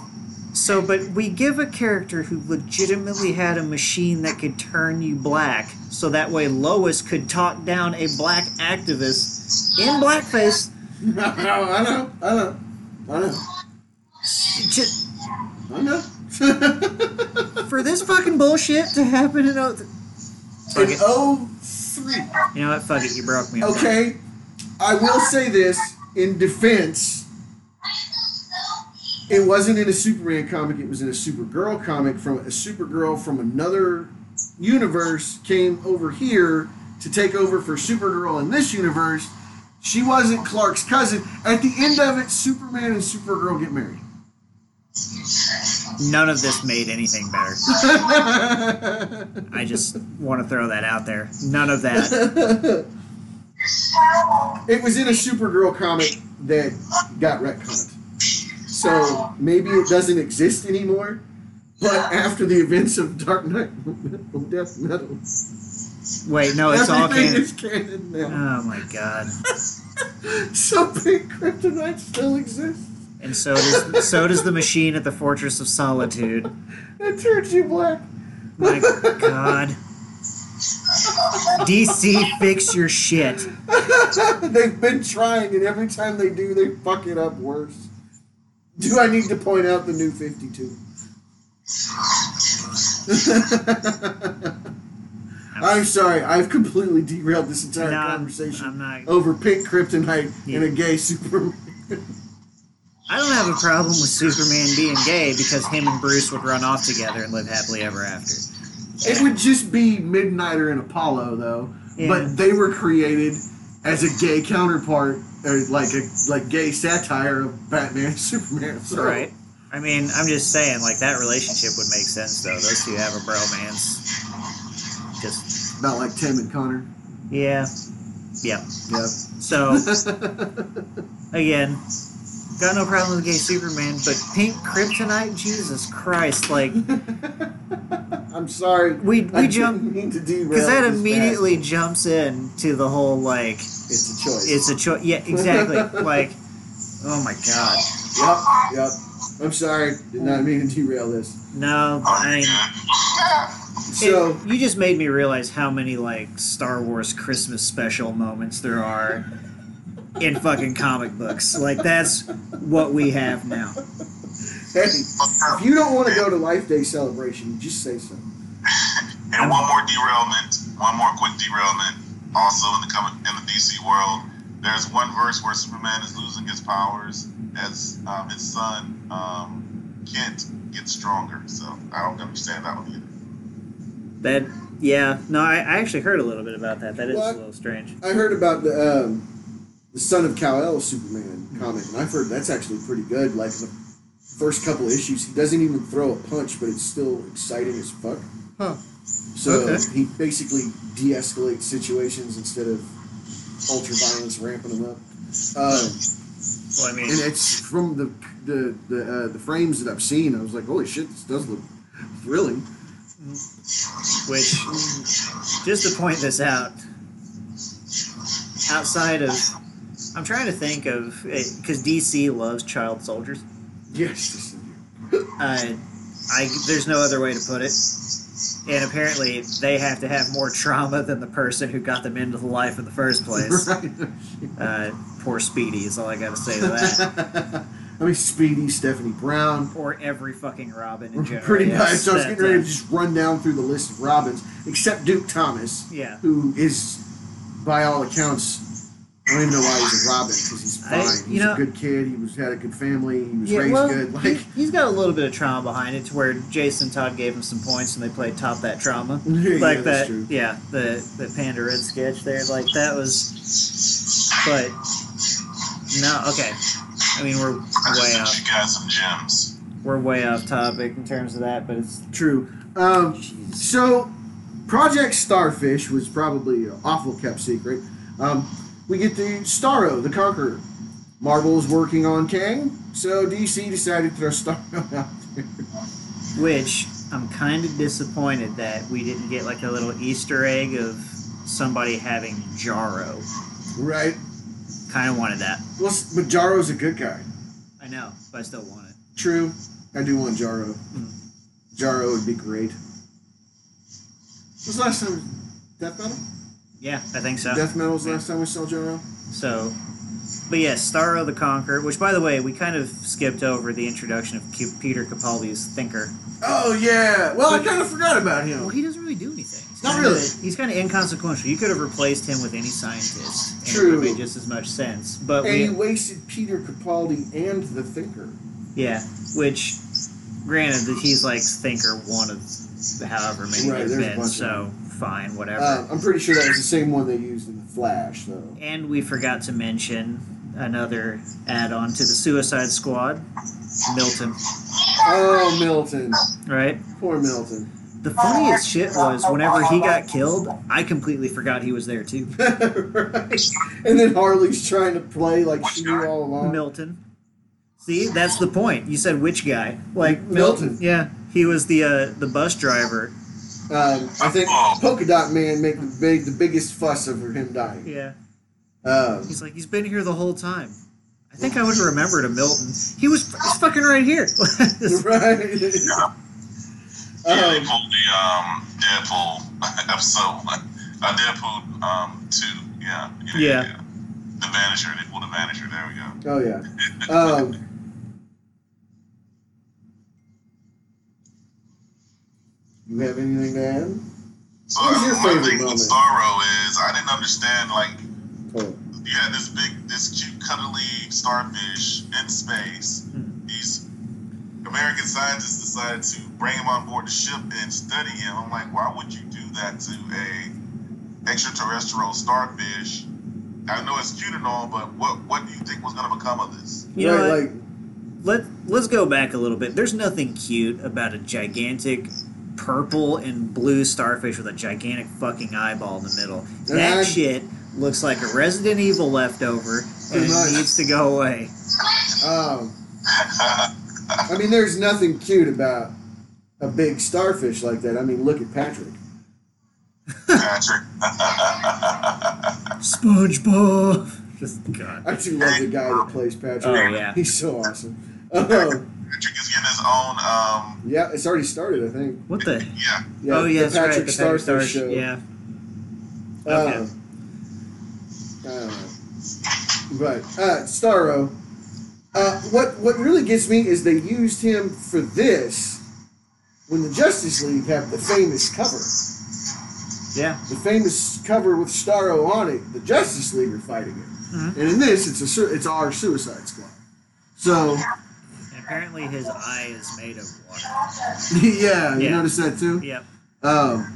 Speaker 2: so, but we give a character who legitimately had a machine that could turn you black, so that way Lois could talk down a black activist in blackface.
Speaker 3: I know. I know. I know. I know.
Speaker 2: Just
Speaker 3: I know. *laughs*
Speaker 2: for this fucking bullshit to happen in Oath. Fuck
Speaker 3: In
Speaker 2: it.
Speaker 3: 03.
Speaker 2: You know what? Fuck it. You broke me. I'm sorry.
Speaker 3: Okay, I will say this in defense. It wasn't in a Superman comic. It was in a Supergirl comic. From a Supergirl from another universe came over here to take over for Supergirl in this universe. She wasn't Clark's cousin. At the end of it, Superman and Supergirl get married. *laughs*
Speaker 2: None of this made anything better. I just want to throw that out there. None of that.
Speaker 3: *laughs* It was in a Supergirl comic that got retconned. So maybe it doesn't exist anymore. But after the events of Dark Knight *laughs* of Death Metal,
Speaker 2: Wait, no, Oh, it's all
Speaker 3: everything
Speaker 2: canon.
Speaker 3: is canon now.
Speaker 2: Oh my god.
Speaker 3: *laughs* So big kryptonite still exists.
Speaker 2: and so does so does the machine at the Fortress of Solitude.
Speaker 3: It turns you black. *laughs*
Speaker 2: My God. DC, fix your shit.
Speaker 3: They've been trying, and every time they do, they fuck it up worse. Do I need to point out the new *laughs* 52? I'm sorry, I've completely derailed this entire
Speaker 2: No, I'm-
Speaker 3: conversation
Speaker 2: I'm not-
Speaker 3: over pink kryptonite and
Speaker 2: Yeah.
Speaker 3: a gay Superman.
Speaker 2: I don't have a problem with Superman being gay because him and Bruce would run off together and live happily ever after.
Speaker 3: It would just be Midnighter and Apollo, though.
Speaker 2: Yeah.
Speaker 3: But they were created as a gay counterpart, or like a like gay satire of Batman and Superman. So,
Speaker 2: Right. I mean, I'm just saying, like that relationship would make sense though. Those two have a bromance. Just
Speaker 3: About like Tim and Connor.
Speaker 2: yeah, yeah.
Speaker 3: Yeah. *laughs*
Speaker 2: So again, got no problem with gay Superman, but pink kryptonite, Jesus Christ! Like
Speaker 3: I'm sorry.
Speaker 2: We- we
Speaker 3: I *laughs*
Speaker 2: jump-
Speaker 3: didn't mean to derail.
Speaker 2: because that
Speaker 3: it this
Speaker 2: immediately jumps in to the whole like
Speaker 3: bad. It's a choice.
Speaker 2: it's a choice. Yeah, exactly. like oh my god.
Speaker 3: yep. Yep. I'm sorry. Did not mean to derail this.
Speaker 2: No, I
Speaker 1: *laughs*
Speaker 2: mean. It-
Speaker 3: So
Speaker 2: you just made me realize how many like Star Wars Christmas special moments there are in fucking comic books. Like that's what we have now.
Speaker 3: hey, if you don't want to go to Life Day celebration, just say so.
Speaker 1: And one more derailment, one more quick derailment. Also in the comic, in the DC world, there's one verse where Superman is losing his powers as um, his son um, Kent gets stronger. So I don't understand that one either.
Speaker 2: That yeah, no, I, I actually heard a little bit about that. That is
Speaker 3: What?
Speaker 2: a little strange.
Speaker 3: I heard about the um, the Son of Kal El Superman comic, and I've heard that's actually pretty good. Like the first couple issues, he doesn't even throw a punch, but it's still exciting as fuck.
Speaker 2: Huh.
Speaker 3: So
Speaker 2: Okay.
Speaker 3: he basically de-escalates situations instead of ultra violence ramping them up. Um,
Speaker 2: Well, I mean,
Speaker 3: and it's from the the the, uh, the frames that I've seen. I was like, holy shit, this does look thrilling.
Speaker 2: which just to point this out, outside of, I'm trying to think of eh, because DC loves child soldiers.
Speaker 3: Yes. this is-
Speaker 2: uh, I there's no other way to put it. And apparently, they have to have more trauma than the person who got them into the life in the first
Speaker 3: *laughs*
Speaker 2: place. Uh, poor Speedy is all I got to say to
Speaker 3: *laughs*
Speaker 2: that.
Speaker 3: I mean, Speedy, Stephanie Brown,
Speaker 2: or every fucking Robin in
Speaker 3: We're
Speaker 2: general.
Speaker 3: pretty much.
Speaker 2: Yes,
Speaker 3: So I was
Speaker 2: that,
Speaker 3: getting ready
Speaker 2: uh,
Speaker 3: to just run down through the list of Robins, except Duke Thomas,
Speaker 2: Yeah.
Speaker 3: who is, by all accounts, I don't even know why he's a Robin because he's fine.
Speaker 2: I-
Speaker 3: he's
Speaker 2: you know-
Speaker 3: a good kid. He was had a good family. He was
Speaker 2: Yeah,
Speaker 3: raised
Speaker 2: well,
Speaker 3: good. Like,
Speaker 2: he, he's got a little bit of trauma behind it, to where Jason Todd gave him some points and they played top that trauma,
Speaker 3: *laughs* Yeah,
Speaker 2: like
Speaker 3: that's
Speaker 2: that.
Speaker 3: true.
Speaker 2: Yeah, the the Panda Red sketch there, like that was. But no, okay. I mean, we're
Speaker 1: I just
Speaker 2: way
Speaker 1: sent
Speaker 2: off.
Speaker 1: you guys some gems.
Speaker 2: We're way off topic in terms of that, but it's
Speaker 3: True. Um, so, Project Starfish was probably an awful kept secret. Um, we get the Starro, the Conqueror. Marvel's working on Kang, so DC decided to throw Starro *laughs* out there.
Speaker 2: which I'm kind of disappointed that we didn't get like a little Easter egg of somebody having Jaro.
Speaker 3: Right.
Speaker 2: Kind of wanted that.
Speaker 3: Well, s- but Jaro's a good guy.
Speaker 2: I know, but I still want it. Hmm.
Speaker 3: True. I do want Jaro. Jaro would be great. Was the last time Death Metal?
Speaker 2: Yeah, I think so.
Speaker 3: Death Metal was the last time we saw Jaro?
Speaker 2: So, but yes, Starro the Conqueror. Which, by the way, we kind of skipped over the introduction of Cu- Peter Capaldi's Thinker.
Speaker 3: Oh, yeah. Well, I kind of forgot about
Speaker 2: Well,
Speaker 3: him.
Speaker 2: he doesn't really do anything. He's
Speaker 3: Not
Speaker 2: kind of
Speaker 3: really.
Speaker 2: a- he's kind of inconsequential. You could have replaced him with any scientist, and
Speaker 3: True.
Speaker 2: it would have made just as much sense. But
Speaker 3: And
Speaker 2: we,
Speaker 3: he wasted Peter Capaldi and the Thinker.
Speaker 2: Yeah, which, granted, that he's like thinker one of however many
Speaker 3: Right,
Speaker 2: there's
Speaker 3: there's a
Speaker 2: been,
Speaker 3: bunch of
Speaker 2: so fine, whatever.
Speaker 3: Uh, I'm pretty sure that was the same one they used in The Flash, though.
Speaker 2: and we forgot to mention another add-on to the Suicide Squad, Milton.
Speaker 3: Oh, Milton.
Speaker 2: Right.
Speaker 3: Poor Milton. *laughs*
Speaker 2: The funniest shit was whenever he got killed, I completely forgot he was there too.
Speaker 3: right. And then Harley's trying to play like she knew all along.
Speaker 2: Milton. See, that's the point. You said which guy? Like
Speaker 3: Milton.
Speaker 2: Milton. Yeah, he was the uh, the bus driver.
Speaker 3: Um, I think Polka Dot Man made the, big, the biggest fuss over him dying.
Speaker 2: Yeah.
Speaker 3: Um, *laughs*
Speaker 2: He's like, he's been here the whole time. I think I would have remembered a Milton. He was he's fucking right here. *laughs*
Speaker 3: right?
Speaker 1: Yeah, they
Speaker 3: Um,
Speaker 1: pulled the um, Deadpool *laughs* episode, uh, Deadpool um, two. Yeah,
Speaker 2: Yeah.
Speaker 1: The Vanisher. They pulled the Vanisher. There we go.
Speaker 3: oh yeah. Um, you have anything to add?
Speaker 1: So
Speaker 3: What was
Speaker 1: uh,
Speaker 3: your
Speaker 1: my
Speaker 3: favorite
Speaker 1: thing
Speaker 3: moment?
Speaker 1: with Starro is I didn't understand like
Speaker 3: Oh,
Speaker 1: you had this big, this cute, cuddly starfish in space.
Speaker 2: Hmm.
Speaker 1: These American scientists decided to bring him on board the ship and study him. I'm like, why would you do that to a extraterrestrial starfish? I know it's cute and all, but what what do you think was going to become of this?
Speaker 2: You know
Speaker 3: right,
Speaker 2: what?
Speaker 3: like
Speaker 2: Let let's go back a little bit. There's nothing cute about a gigantic purple and blue starfish with a gigantic fucking eyeball in the middle.
Speaker 3: And
Speaker 2: That
Speaker 3: I-
Speaker 2: shit looks like a Resident Evil leftover and
Speaker 3: Pretty
Speaker 2: it
Speaker 3: much.
Speaker 2: needs to go away.
Speaker 3: Um, I mean, there's nothing cute about a big starfish like that. I mean, look at Patrick.
Speaker 1: Patrick. *laughs*
Speaker 2: SpongeBob. Just God.
Speaker 3: I do love the guy that plays Patrick.
Speaker 2: Oh, yeah.
Speaker 3: He's so awesome. Um,
Speaker 1: Patrick is getting his own. Um,
Speaker 3: yeah, it's already started, I think.
Speaker 2: What the?
Speaker 1: yeah, *laughs*
Speaker 3: Yeah,
Speaker 2: oh yeah,
Speaker 3: the
Speaker 2: that's right.
Speaker 3: Patrick
Speaker 2: the Patrick
Speaker 3: Starfish
Speaker 2: Starfish,
Speaker 3: show.
Speaker 2: Yeah. okay.
Speaker 3: Um, I don't know. But uh, Starro, uh, what what really gets me is they used him for this when the Justice League have the famous cover.
Speaker 2: Yeah.
Speaker 3: the famous cover with Starro on it, the Justice League are fighting it.
Speaker 2: Mhm.
Speaker 3: And in this, it's a su- it's our Suicide Squad. So *laughs*
Speaker 2: And apparently his eye is made of water.
Speaker 3: yeah, you
Speaker 2: Yeah.
Speaker 3: notice that too.
Speaker 2: Yep.
Speaker 3: Um,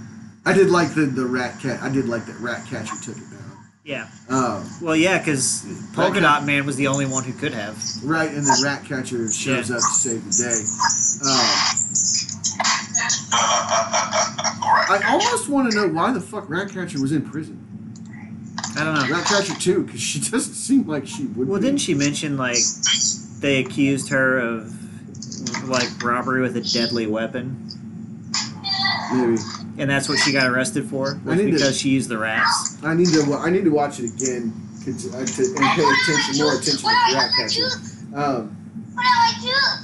Speaker 3: I did like the the rat cat. I did like that rat catcher took it down.
Speaker 2: Yeah.
Speaker 3: Um,
Speaker 2: Well, yeah, because Polka Dot Man was the only one who could have.
Speaker 3: right, and the rat catcher shows
Speaker 2: Yeah.
Speaker 3: up to save the day. Um,
Speaker 1: all right.
Speaker 3: I almost want to know why the fuck rat catcher was in prison.
Speaker 2: I don't know.
Speaker 3: Rat catcher too, because she *laughs* doesn't seem like she would.
Speaker 2: Well,
Speaker 3: be.
Speaker 2: didn't she mention like they accused her of like robbery with a deadly weapon,
Speaker 3: Maybe
Speaker 2: and that's what she got arrested for was
Speaker 3: need to-
Speaker 2: because she used the rats.
Speaker 3: I need to wa- I need to watch it again to, to, and pay attention more attention to the rat catcher. Um,
Speaker 5: What do I do?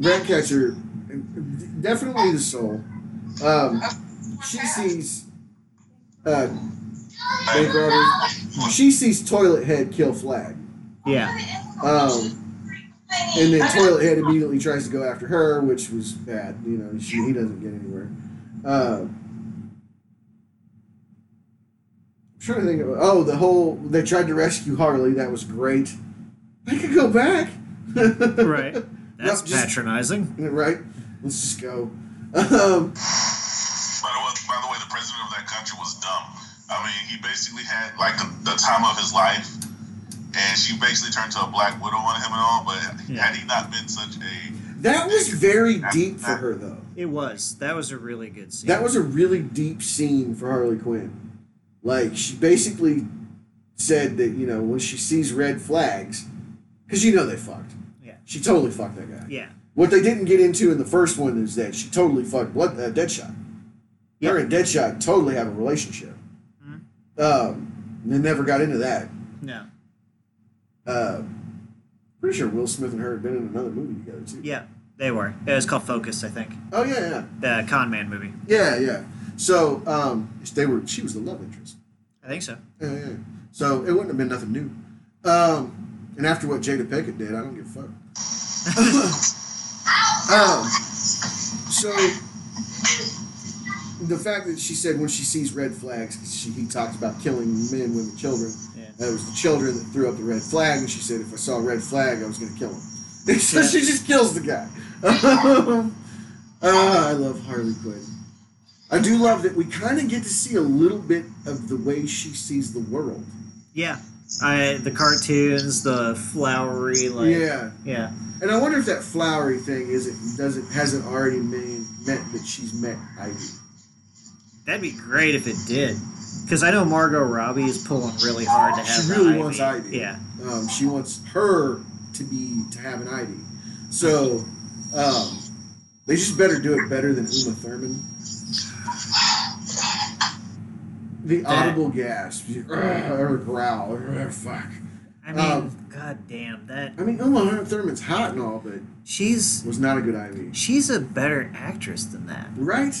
Speaker 3: Ratcatcher, definitely the soul. Um, she sees. Uh, they brought her- She sees Toilet Head kill Flag.
Speaker 2: Yeah,
Speaker 3: Um, and then Toilet Head immediately tries to go after her, which was bad. You know, she, he doesn't get anywhere. Um, I'm trying to think of. Oh, the whole. They tried to rescue Harley. That was great. They could go back.
Speaker 2: right. That's
Speaker 3: Yep, just-
Speaker 2: patronizing.
Speaker 3: *laughs* Right? Let's just go. Um,
Speaker 1: By the, way, by the way, the president of that country was dumb. I mean, he basically had like the, the time of his life, and she basically turned to a black widow on him and all. But
Speaker 2: Yeah.
Speaker 1: had he not been such a,
Speaker 3: That was very deep for her, though.
Speaker 2: It was. That was a really good scene.
Speaker 3: That was a really deep scene for Harley Quinn. Like, she basically said that, you know, when she sees red flags, because you know they fucked.
Speaker 2: Yeah.
Speaker 3: She totally fucked that guy.
Speaker 2: Yeah.
Speaker 3: What they didn't get into in the first one is that she totally fucked Blood, uh, Deadshot.
Speaker 2: Yeah. Mm-hmm.
Speaker 3: Her and Deadshot totally have a relationship. Um, they never got into that.
Speaker 2: No.
Speaker 3: Uh, pretty sure Will Smith and her had been in another movie together, too.
Speaker 2: Yeah, they were. It was called Focus, I think.
Speaker 3: Oh, yeah, yeah.
Speaker 2: The con man movie.
Speaker 3: Yeah, yeah. So um, they were. She was the love interest.
Speaker 2: I think so.
Speaker 3: Yeah, yeah. So it wouldn't have been nothing new. Um, and after what Jada Pinkett did, I don't give a fuck. *laughs* um, so the fact that she said when she sees red flags, 'cause she, he talks about killing men, women, children.
Speaker 2: Yeah.
Speaker 3: That it was the children that threw up the red flag, and she said if I saw a red flag, I was going to kill him. *laughs* so
Speaker 2: Yeah.
Speaker 3: she just kills the guy. *laughs* Um, ah, I love Harley Quinn. I do love that we kind of get to see a little bit of the way she sees the world.
Speaker 2: Yeah. I the cartoons, the flowery like.
Speaker 3: yeah,
Speaker 2: Yeah.
Speaker 3: and I wonder if that flowery thing isn't doesn't hasn't already mean, meant that she's met Ivy.
Speaker 2: That'd be great if it did. Because I know Margot Robbie is pulling really hard to have
Speaker 3: She
Speaker 2: the
Speaker 3: really
Speaker 2: Ivy.
Speaker 3: wants Ivy.
Speaker 2: Yeah.
Speaker 3: Um, she wants her to be to have an Ivy. So um, they just better do it better than Uma Thurman. The
Speaker 2: That-
Speaker 3: audible gasp, or growl, or fuck.
Speaker 2: I mean,
Speaker 3: Um,
Speaker 2: god damn that.
Speaker 3: I mean, Uma Thurman's hot and all, but
Speaker 2: She's
Speaker 3: was not a good Ivy.
Speaker 2: she's a better actress than that.
Speaker 3: Right?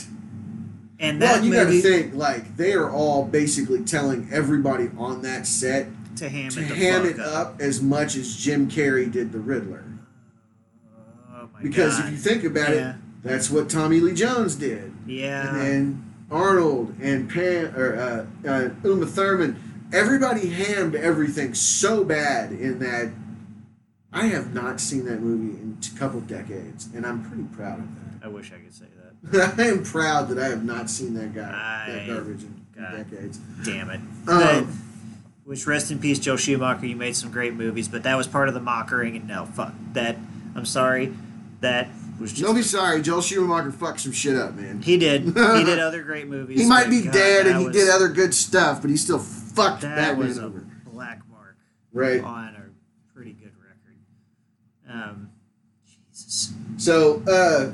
Speaker 2: And
Speaker 3: Well,
Speaker 2: that
Speaker 3: you
Speaker 2: movie
Speaker 3: gotta think, like, they are all basically telling everybody on that set
Speaker 2: to ham
Speaker 3: to
Speaker 2: it the
Speaker 3: ham
Speaker 2: fuck
Speaker 3: it up as much as Jim Carrey did the Riddler.
Speaker 2: Oh my
Speaker 3: Because
Speaker 2: god.
Speaker 3: if you think about
Speaker 2: Yeah.
Speaker 3: it, that's what Tommy Lee Jones did.
Speaker 2: yeah.
Speaker 3: and then Arnold and Pam or uh, uh, Uma Thurman, everybody hammed everything so bad in that. I have not seen that movie in a couple decades, and I'm pretty proud of that.
Speaker 2: I wish I could say that.
Speaker 3: I am proud that *laughs* I have not seen that guy
Speaker 2: I-
Speaker 3: that garbage in
Speaker 2: God.
Speaker 3: decades.
Speaker 2: Damn it. But-
Speaker 3: Um,
Speaker 2: which rest in peace, Joe Schumacher. You made some great movies, but that was part of the mockering, and no, fuck that. I'm sorry, that was just
Speaker 3: don't be sorry, Joel Schumacher fucked some shit up, man.
Speaker 2: he did. He did other great movies.
Speaker 3: He might
Speaker 2: but
Speaker 3: be
Speaker 2: God,
Speaker 3: dead, and
Speaker 2: that
Speaker 3: he
Speaker 2: was-
Speaker 3: did other good stuff, but he still fucked
Speaker 2: That
Speaker 3: Batman
Speaker 2: was a
Speaker 3: over.
Speaker 2: black mark
Speaker 3: Right.
Speaker 2: on a pretty good record. Um, Jesus.
Speaker 3: So, uh,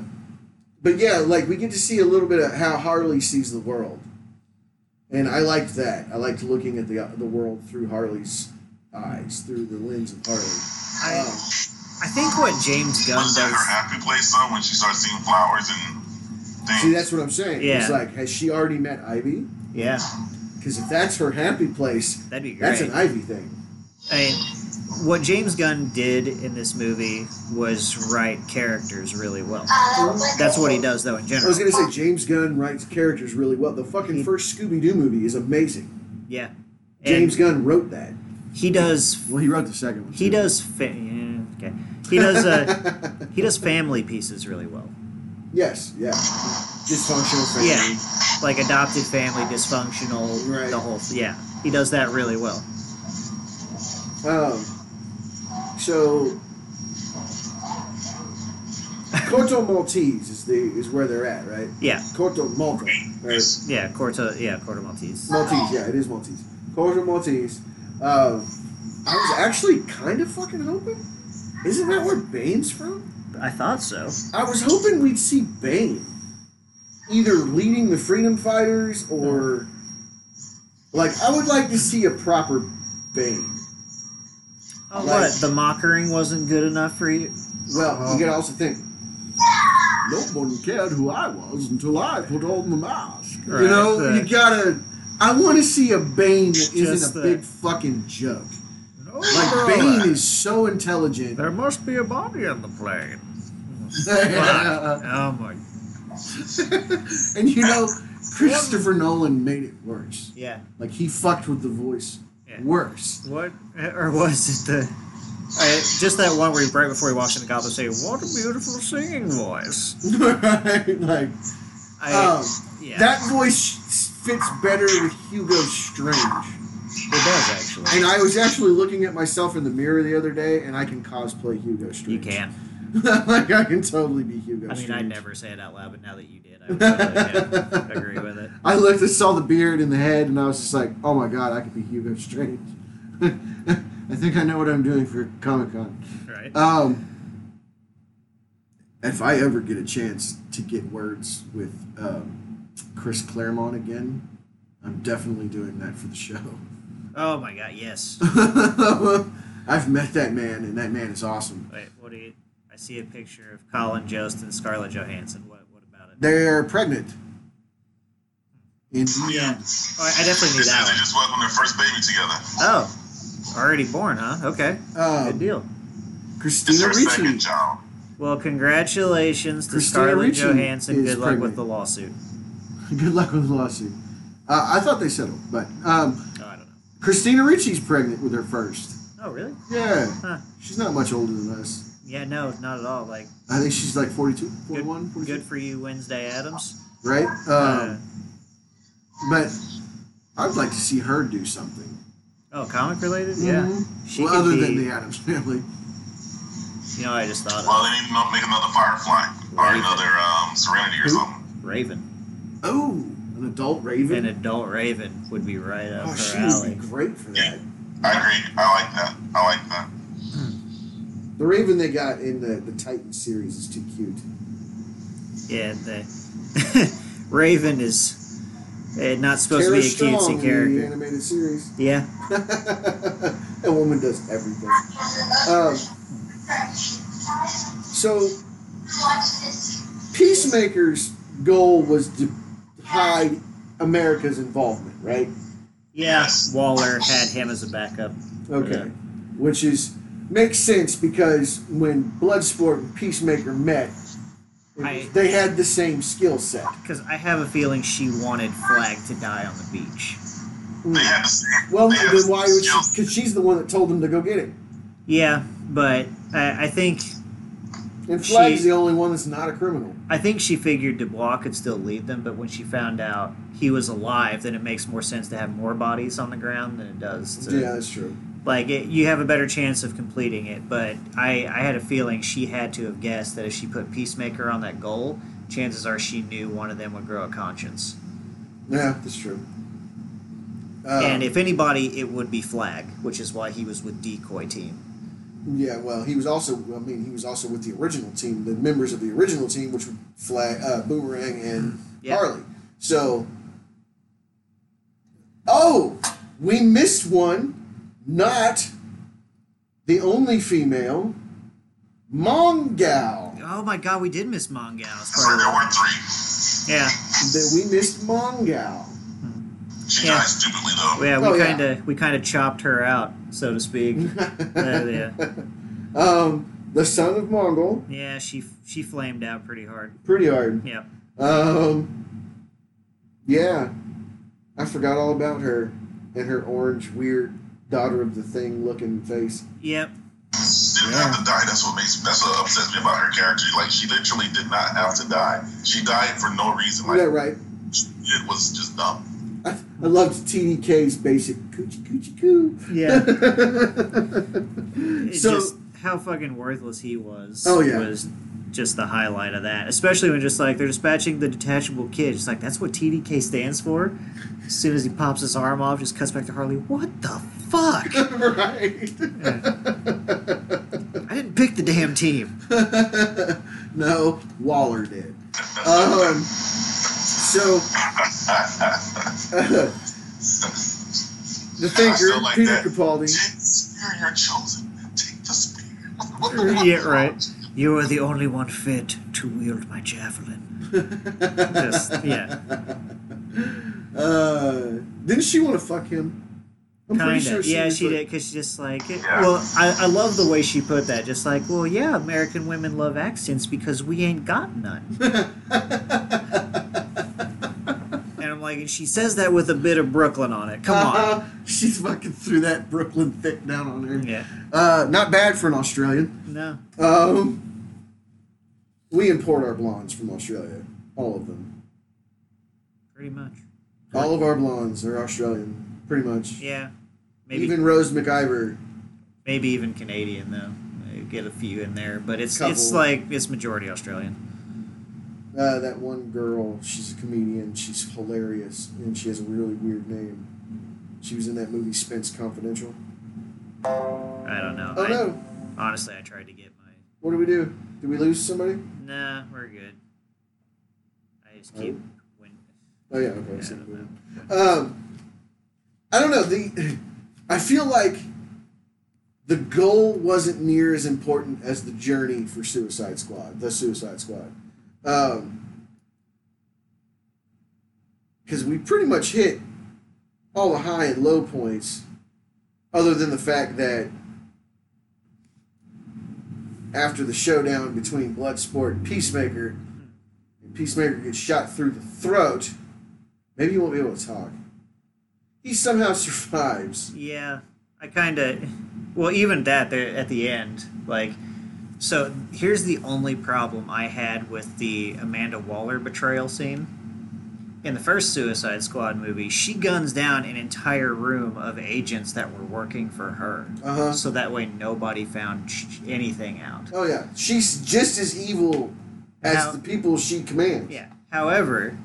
Speaker 3: but yeah, like we get to see a little bit of how Harley sees the world, and I liked that. I liked looking at the the world through Harley's eyes, through the lens of Harley.
Speaker 2: I
Speaker 3: Um,
Speaker 2: I think what James Gunn
Speaker 1: Was that her
Speaker 2: does.
Speaker 1: happy place though when she starts seeing flowers and things?
Speaker 3: see, that's what I'm saying. It's
Speaker 2: Yeah.
Speaker 3: like, has she already met Ivy?
Speaker 2: Yeah,
Speaker 3: Because if that's her happy place,
Speaker 2: that'd be great.
Speaker 3: that's an Ivy thing.
Speaker 2: I mean, what James Gunn did in this movie was write characters really well. That's what he does, though, in
Speaker 3: I
Speaker 2: general.
Speaker 3: was gonna say James Gunn writes characters really well. The fucking first Scooby Doo movie is amazing.
Speaker 2: yeah, And
Speaker 3: James Gunn wrote that.
Speaker 2: He does.
Speaker 3: Well, he wrote the second one.
Speaker 2: He does. Fa- yeah, okay. He does.
Speaker 3: *laughs*
Speaker 2: Uh, he does family pieces really well.
Speaker 3: yes, yeah. Dysfunctional family.
Speaker 2: Yeah, like adopted family, dysfunctional,
Speaker 3: Right.
Speaker 2: the whole. Yeah, he does that really well.
Speaker 3: Um, so Corto Maltese is the is where they're at, right?
Speaker 2: Yeah,
Speaker 3: Corto Malta. Right?
Speaker 2: yeah, Corto. Yeah, Corto Maltese.
Speaker 3: Maltese, yeah, it is Maltese. Corto Maltese. Um, I was actually kind of fucking hoping. Isn't that where Bane's from?
Speaker 2: I thought so.
Speaker 3: I was hoping we'd see Bane either leading the freedom fighters or like I would like to see a proper Bane.
Speaker 2: Oh,
Speaker 3: Like-
Speaker 2: what? The mockering wasn't good enough for you.
Speaker 3: Well, you
Speaker 2: um,
Speaker 3: gotta also think. No one cared who I was until I put on the mask. you
Speaker 2: Right,
Speaker 3: know,
Speaker 2: right.
Speaker 3: you gotta. I want to see a Bane that
Speaker 2: Just
Speaker 3: isn't a
Speaker 2: the-
Speaker 3: big fucking joke. Like Bane is so intelligent. *laughs*
Speaker 2: There must be a body on the plane. Oh my.
Speaker 3: and
Speaker 2: *laughs*
Speaker 3: you know, Christopher Nolan made it worse.
Speaker 2: Yeah.
Speaker 3: Like he fucked with the voice
Speaker 2: Yeah.
Speaker 3: worse. *laughs*
Speaker 2: What or was it the? I, just that one where he, right before he walks in the goblin, say, "What a beautiful singing voice."
Speaker 3: right? Like,
Speaker 2: I,
Speaker 3: um,
Speaker 2: yeah,
Speaker 3: that voice fits better with Hugo Strange.
Speaker 2: it does actually.
Speaker 3: And I was actually looking at myself in the mirror the other day, and I can cosplay Hugo
Speaker 2: you
Speaker 3: Strange.
Speaker 2: can.
Speaker 3: *laughs* like I can totally be Hugo.
Speaker 2: I mean, I
Speaker 3: Strange.
Speaker 2: never say it out loud, but now that you did, I would totally, yeah, agree with it.
Speaker 3: I looked and saw the beard and the head, and I was just like, "Oh my god, I could be Hugo Strange." *laughs* I think I know what I'm doing for Comic Con.
Speaker 2: Right?
Speaker 3: Um, if I ever get a chance to get words with um, Chris Claremont again, I'm definitely doing that for the show. *laughs*
Speaker 2: Oh my God! Yes.
Speaker 3: I've met that man, and that man is awesome.
Speaker 2: Wait, what do you? I see a picture of Colin Jost and Scarlett Johansson. What? What about it?
Speaker 3: They're pregnant.
Speaker 2: Yeah.
Speaker 3: In
Speaker 2: Oh, I I definitely
Speaker 1: They
Speaker 2: knew
Speaker 1: said
Speaker 2: that
Speaker 1: they
Speaker 2: one.
Speaker 1: just welcomed their first baby together.
Speaker 2: Oh, already born, huh? Okay, good
Speaker 3: um,
Speaker 2: deal.
Speaker 1: It's
Speaker 3: Christina
Speaker 1: her second
Speaker 3: Ricci.
Speaker 1: child.
Speaker 2: Well, congratulations to
Speaker 3: Christina
Speaker 2: Scarlett
Speaker 3: Ricci
Speaker 2: Johansson.
Speaker 3: is
Speaker 2: Good luck
Speaker 3: pregnant.
Speaker 2: with the lawsuit.
Speaker 3: *laughs* Good luck with the lawsuit. Uh, I thought they settled, but um,
Speaker 2: Oh, I don't know.
Speaker 3: Christina Ricci's pregnant with her first.
Speaker 2: Oh, really?
Speaker 3: Yeah,
Speaker 2: Huh.
Speaker 3: she's not much older than us.
Speaker 2: Yeah, no, not at all. Like,
Speaker 3: I think she's like 42,
Speaker 2: good,
Speaker 3: 41, 42,
Speaker 2: good for you, Wednesday Adams.
Speaker 3: right?
Speaker 2: Uh,
Speaker 3: Um, but I'd like to see her do something.
Speaker 2: oh, comic related? Yeah.
Speaker 3: Mhm.
Speaker 2: She
Speaker 3: well,
Speaker 2: could
Speaker 3: other
Speaker 2: be-
Speaker 3: than the Adams family.
Speaker 2: You know, I just thought
Speaker 1: Well,
Speaker 2: of
Speaker 1: they need to know- make another Firefly or another um, Serenity or
Speaker 3: Who?
Speaker 1: something.
Speaker 2: Raven.
Speaker 3: Oh, an adult
Speaker 2: An
Speaker 3: Raven.
Speaker 2: adult Raven would be right up
Speaker 3: oh,
Speaker 2: her
Speaker 3: she would be
Speaker 2: alley.
Speaker 3: great for that.
Speaker 1: I agree. I like that. I like that.
Speaker 3: The Raven they got in the, the Titan series is too cute.
Speaker 2: Yeah, the *laughs* Raven is eh, not supposed
Speaker 3: Tara
Speaker 2: to be a
Speaker 3: Strong
Speaker 2: cutesy
Speaker 3: in the
Speaker 2: character.
Speaker 3: animated series.
Speaker 2: Yeah,
Speaker 3: that *laughs* That woman does everything. Um, so, Peacemaker's goal was to hide America's involvement, right?
Speaker 2: Yeah, Waller had him as a backup.
Speaker 3: Okay.
Speaker 2: Yeah.
Speaker 3: Which is makes sense because when Bloodsport and Peacemaker met, it was-
Speaker 2: I-
Speaker 3: they had the same skill set.
Speaker 2: Because I have a feeling she wanted Flag to die on the beach.
Speaker 1: They had the same.
Speaker 3: Hmm. Well,
Speaker 1: they had the
Speaker 3: then why
Speaker 1: same
Speaker 3: would she?
Speaker 1: skills.
Speaker 3: Because she's the one that told him to go get him,
Speaker 2: Yeah, but I, I think
Speaker 3: and Flag's
Speaker 2: She-
Speaker 3: the only one that's not a criminal.
Speaker 2: I think she figured Dubois could still lead them, but when she found out he was alive, then it makes more sense to have more bodies on the ground than it does to
Speaker 3: yeah, that's true.
Speaker 2: like it, you have a better chance of completing it. But I, I had a feeling she had to have guessed that if she put Peacemaker on that goal, chances are she knew one of them would grow a conscience.
Speaker 3: Yeah, that's true. Uh,
Speaker 2: and if anybody, it would be Flag, which is why he was with Decoy Team.
Speaker 3: yeah, well, he was also. I mean, he was also with the original team, the members of the original team, which were Flag, uh, Boomerang, and
Speaker 2: Yeah.
Speaker 3: Harley. So, oh, we missed one. Not the only female, Mongal.
Speaker 2: Oh my God, we did miss Mongal. as
Speaker 1: That's
Speaker 2: part of
Speaker 1: right. There
Speaker 2: that.
Speaker 1: were
Speaker 2: Yeah,
Speaker 1: three.
Speaker 3: That we missed *laughs* Mongal.
Speaker 1: She
Speaker 2: Yeah.
Speaker 1: died stupidly though.
Speaker 2: yeah, we
Speaker 3: Oh, yeah.
Speaker 2: kind of we kind of chopped her out, so to speak.
Speaker 3: *laughs*
Speaker 2: Uh, yeah.
Speaker 3: Um, the son of Mongol,
Speaker 2: Yeah, she she flamed out pretty hard.
Speaker 3: pretty hard.
Speaker 2: Yeah.
Speaker 3: Um, yeah, I forgot all about her and her orange, weird daughter of the thing looking face.
Speaker 2: Yep.
Speaker 1: She didn't have to die. That's what makes. That's what upsets me about her character. Like she literally did not have to die. She died for no reason.
Speaker 3: Is that
Speaker 1: Like
Speaker 3: right?
Speaker 1: it was just dumb. *laughs*
Speaker 3: I, I loved TDK's basic coochie coochie coo. *laughs*
Speaker 2: Yeah.
Speaker 3: so
Speaker 2: just how fucking worthless he was.
Speaker 3: Oh, yeah.
Speaker 2: Was just the highlight of that, especially when just like they're dispatching the detachable kid. Just like that's what TDK stands for. As soon as he pops his arm off, just cuts back to Harley. What the fuck?
Speaker 3: *laughs* right.
Speaker 2: I didn't pick the damn team.
Speaker 3: *laughs* no, Waller did. Um, so *laughs* the
Speaker 1: I
Speaker 3: thinker,
Speaker 1: still like
Speaker 3: Peter
Speaker 1: that.
Speaker 3: Capaldi.
Speaker 1: Take the spear, you're chosen. Take the spear.
Speaker 2: yeah, right. You are the only one fit to wield my javelin. just yeah.
Speaker 3: *laughs* Uh, didn't she want to fuck him? I'm pretty
Speaker 2: Kinda.
Speaker 3: sure she
Speaker 2: yeah,
Speaker 3: was
Speaker 2: she
Speaker 3: like-
Speaker 2: did, because she just like, it,
Speaker 1: Yeah.
Speaker 2: well, I, I love the way she put that. Just like, well, yeah, American women love accents because we ain't got none.
Speaker 3: *laughs*
Speaker 2: and I'm like, and she says that with a bit of Brooklyn on it. Come
Speaker 3: *laughs*
Speaker 2: on.
Speaker 3: she fucking threw that Brooklyn thick down on her.
Speaker 2: Yeah.
Speaker 3: Uh, not bad for an Australian.
Speaker 2: No.
Speaker 3: Um, we import our blondes from Australia. All of them.
Speaker 2: Pretty much.
Speaker 3: All of our blondes are Australian, pretty much.
Speaker 2: Yeah. Maybe
Speaker 3: Even Rose McIver.
Speaker 2: maybe even Canadian though. You Get a few in there, but it's it's
Speaker 3: Couple.
Speaker 2: like it's majority Australian.
Speaker 3: Uh, that one girl, she's a comedian. She's hilarious, and she has a really weird name. She was in that movie Spence Confidential.
Speaker 2: I don't know.
Speaker 3: Oh
Speaker 2: I,
Speaker 3: no!
Speaker 2: Honestly, I tried to get my.
Speaker 3: What do we do? Did we lose somebody?
Speaker 2: Nah, we're good. I just keep win.
Speaker 3: Oh yeah, okay. I see
Speaker 2: Yeah,
Speaker 3: what you mean. um, I don't know. The I feel like the goal wasn't near as important as the journey for Suicide Squad. The Suicide Squad, because we pretty much hit all the high and low points, other than the fact that after the showdown between Bloodsport and Peacemaker, Peacemaker gets shot through the throat. Maybe he won't be able to talk. He somehow *laughs* survives.
Speaker 2: Yeah, I kind of. Well, even that there at the end, like, so here's the only problem I had with the Amanda Waller betrayal scene. In the first Suicide Squad movie, she guns down an entire room of agents that were working for her,
Speaker 3: Uh huh.
Speaker 2: so that way nobody found sh- anything out.
Speaker 3: Oh yeah, she's just as evil as
Speaker 2: Now-
Speaker 3: the people she commands.
Speaker 2: Yeah. However,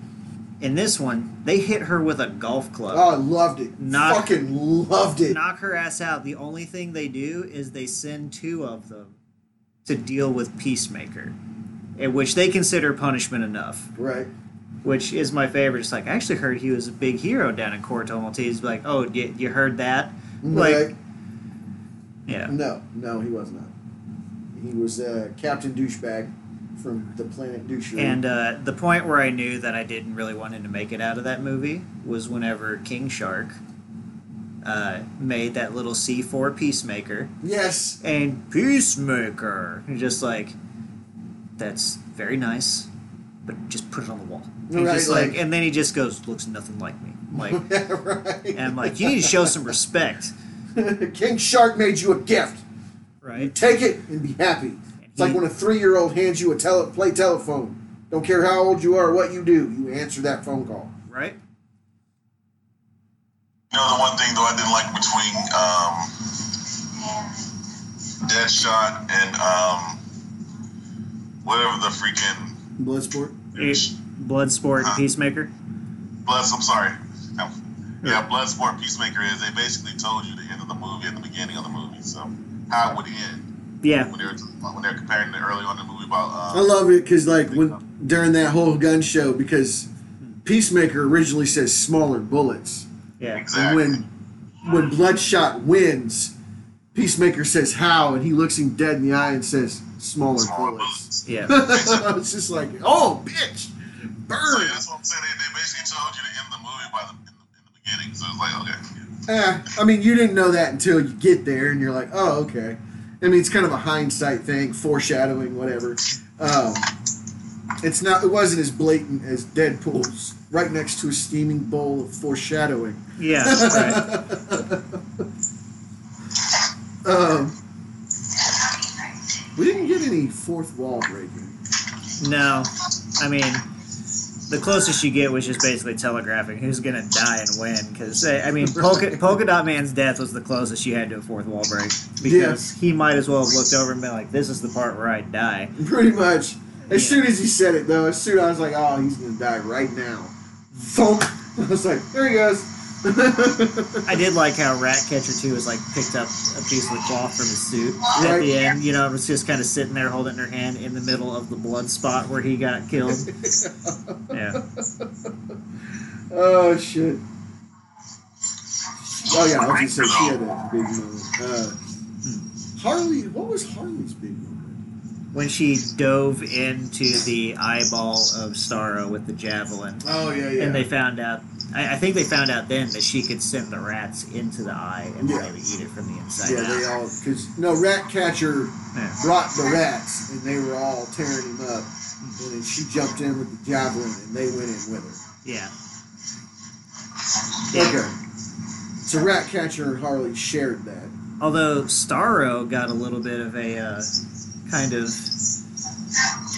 Speaker 2: in this one, they hit her with a golf club.
Speaker 3: Oh, I loved it.
Speaker 2: Not-
Speaker 3: Fucking loved it.
Speaker 2: knock her ass out. The only thing they do is they send two of them to deal with Peacemaker, in which they consider punishment enough.
Speaker 3: right.
Speaker 2: Which is my favorite. It's like I actually heard he was a big hero down in Corto Maltese. Like, oh, you, you heard that? Like,
Speaker 3: Right.
Speaker 2: Yeah.
Speaker 3: No, no, he was not. He was uh, Captain Douchebag from the planet Douchery.
Speaker 2: And uh, the point where I knew that I didn't really want him to make it out of that movie was whenever King Shark uh, made that little C4 Peacemaker.
Speaker 3: yes,
Speaker 2: And Peacemaker! And just like, that's very nice, but just put it on the wall. And
Speaker 3: Right,
Speaker 2: just like,
Speaker 3: like-
Speaker 2: and then he just goes, looks nothing like me. I'm
Speaker 3: *laughs*
Speaker 2: Like,
Speaker 3: right.
Speaker 2: and I'm like, you need to show some respect,
Speaker 3: *laughs* King Shark made you a gift.
Speaker 2: right?
Speaker 3: Take it and be happy. It's like when a three-year-old hands you a tele- play telephone. Don't care how old you are, or what you do, you answer that phone call.
Speaker 2: Right?
Speaker 1: You know, the one thing though I didn't like between um, Deadshot and um, whatever the freaking
Speaker 3: Bloodsport.
Speaker 2: Eh, Bloodsport and Peacemaker.
Speaker 1: Bloods. I'm sorry. Um, Yeah, Bloodsport Peacemaker is. They basically told you the end of the movie at the beginning of the movie, so how it would end
Speaker 2: Yeah.
Speaker 1: when they were when they're comparing it early on in the movie about.
Speaker 3: I
Speaker 1: Um,
Speaker 3: love it because, like, when during that whole gun show, because Peacemaker originally says smaller bullets,
Speaker 2: Yeah.
Speaker 3: and
Speaker 1: exactly.
Speaker 3: when when Bloodshot wins, Peacemaker says how, and he looks him dead in the eye and says smaller,
Speaker 1: Smaller
Speaker 3: bullets.
Speaker 1: bullets.
Speaker 2: Yeah.
Speaker 3: *laughs* I was just like, oh, bitch,
Speaker 1: So
Speaker 3: burn.
Speaker 1: Oh, yeah, that's what I'm saying. They, they basically told you to end the movie by the in the, in the beginning, so it's like okay.
Speaker 3: Eh, I mean, you didn't know that until you get there, and you're like, oh, okay. I mean, it's kind of a hindsight thing, foreshadowing, whatever. Um, it's not. It wasn't as blatant as Deadpool's. Right next to a steaming bowl of foreshadowing. *laughs*
Speaker 2: Yeah. Right.
Speaker 3: Um, we didn't get any fourth wall breaking. *laughs*
Speaker 2: No, I mean, the closest you get was just basically telegraphing who's gonna die and when. Because I mean, polka, polka dot man's death was the closest you had to a fourth wall break because
Speaker 3: Yes.
Speaker 2: he might as well have looked over and been like, "This is the part where I die."
Speaker 3: Pretty much. As
Speaker 2: Yeah.
Speaker 3: soon as he said it, though, as soon as I was like, oh, he's gonna die right now. Thump. *laughs* I was like, there he goes.
Speaker 2: I did like how Ratcatcher Two was like picked up a piece of the cloth from his suit at
Speaker 3: Right.
Speaker 2: the end. You know, it was just kind of sitting there holding her hand in the middle of the blood spot where he got killed. Yeah,
Speaker 3: *laughs* Oh shit. Oh yeah, I was gonna say she had that big moment. Uh,
Speaker 2: Hmm.
Speaker 3: Harley, what was Harley's big moment?
Speaker 2: when she dove into the eyeball of Starro with the javelin.
Speaker 3: Oh yeah, yeah.
Speaker 2: and they found out. I, I think they found out then that she could send the rats into the eye and
Speaker 3: Yeah.
Speaker 2: they would eat it from the inside
Speaker 3: yeah,
Speaker 2: out.
Speaker 3: they all because no rat catcher
Speaker 2: Yeah.
Speaker 3: brought the rats and they were all tearing him up, and then she jumped in with the javelin and they went in with her.
Speaker 2: yeah.
Speaker 3: Okay, so rat catcher and Harley shared that.
Speaker 2: Although Starro got a little bit of a uh, kind of.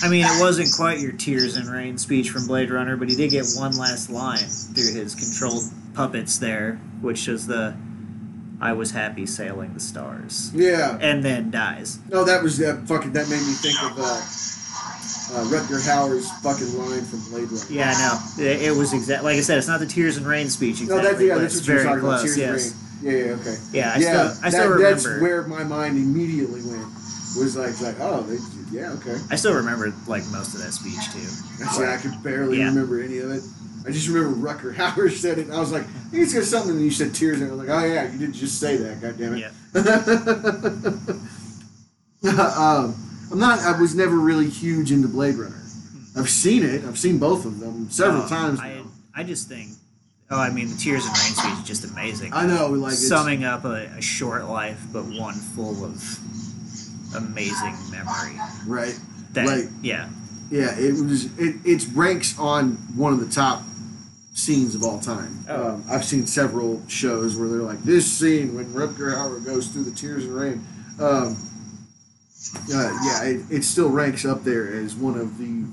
Speaker 2: I mean, it wasn't quite your tears and rain speech from Blade Runner, but he did get one last line through his controlled puppets there, which is the I was happy sailing the stars.
Speaker 3: Yeah.
Speaker 2: And then dies.
Speaker 3: No, that was that fucking. That made me think of uh, uh, Rutger Hauer's fucking line from Blade Runner.
Speaker 2: Yeah, no, it, it was exact. Like I said, it's not the tears and rain speech
Speaker 3: No,
Speaker 2: exactly.
Speaker 3: that's yeah,
Speaker 2: but
Speaker 3: that's
Speaker 2: it's
Speaker 3: what you were
Speaker 2: very
Speaker 3: talking
Speaker 2: close.
Speaker 3: about. Tears
Speaker 2: yes.
Speaker 3: of Rain. Yeah, yeah, okay.
Speaker 2: Yeah, I
Speaker 3: yeah,
Speaker 2: still, I still
Speaker 3: that,
Speaker 2: remember.
Speaker 3: That's where my mind immediately went. Was like, like, oh, they, yeah, okay.
Speaker 2: I still remember like most of that speech too.
Speaker 3: Actually, I could barely
Speaker 2: Yeah.
Speaker 3: remember any of it. I just remember Rucker *laughs* Hauer said it, and I was like, I think it's got something. And you said tears, and I was like, oh yeah, you did just say that. God damn it.
Speaker 2: Yeah.
Speaker 3: *laughs* um, I'm not. I was never really huge into Blade Runner. I've seen it. I've seen both of them several
Speaker 2: Hmm. Oh,
Speaker 3: times.
Speaker 2: I,
Speaker 3: now.
Speaker 2: I just think, oh, I mean, the tears and rain speech is just amazing.
Speaker 3: I know. Like it's,
Speaker 2: Summing up a, a short life, but one full of amazing memory.
Speaker 3: right.
Speaker 2: That
Speaker 3: Like-
Speaker 2: yeah,
Speaker 3: Yeah, it was. It, it ranks on one of the top scenes of all time.
Speaker 2: Oh.
Speaker 3: Um, I've seen several shows where they're like, this scene when Rutger Hauer goes through the tears and rain. Um, uh, yeah, it, it still ranks up there as one of the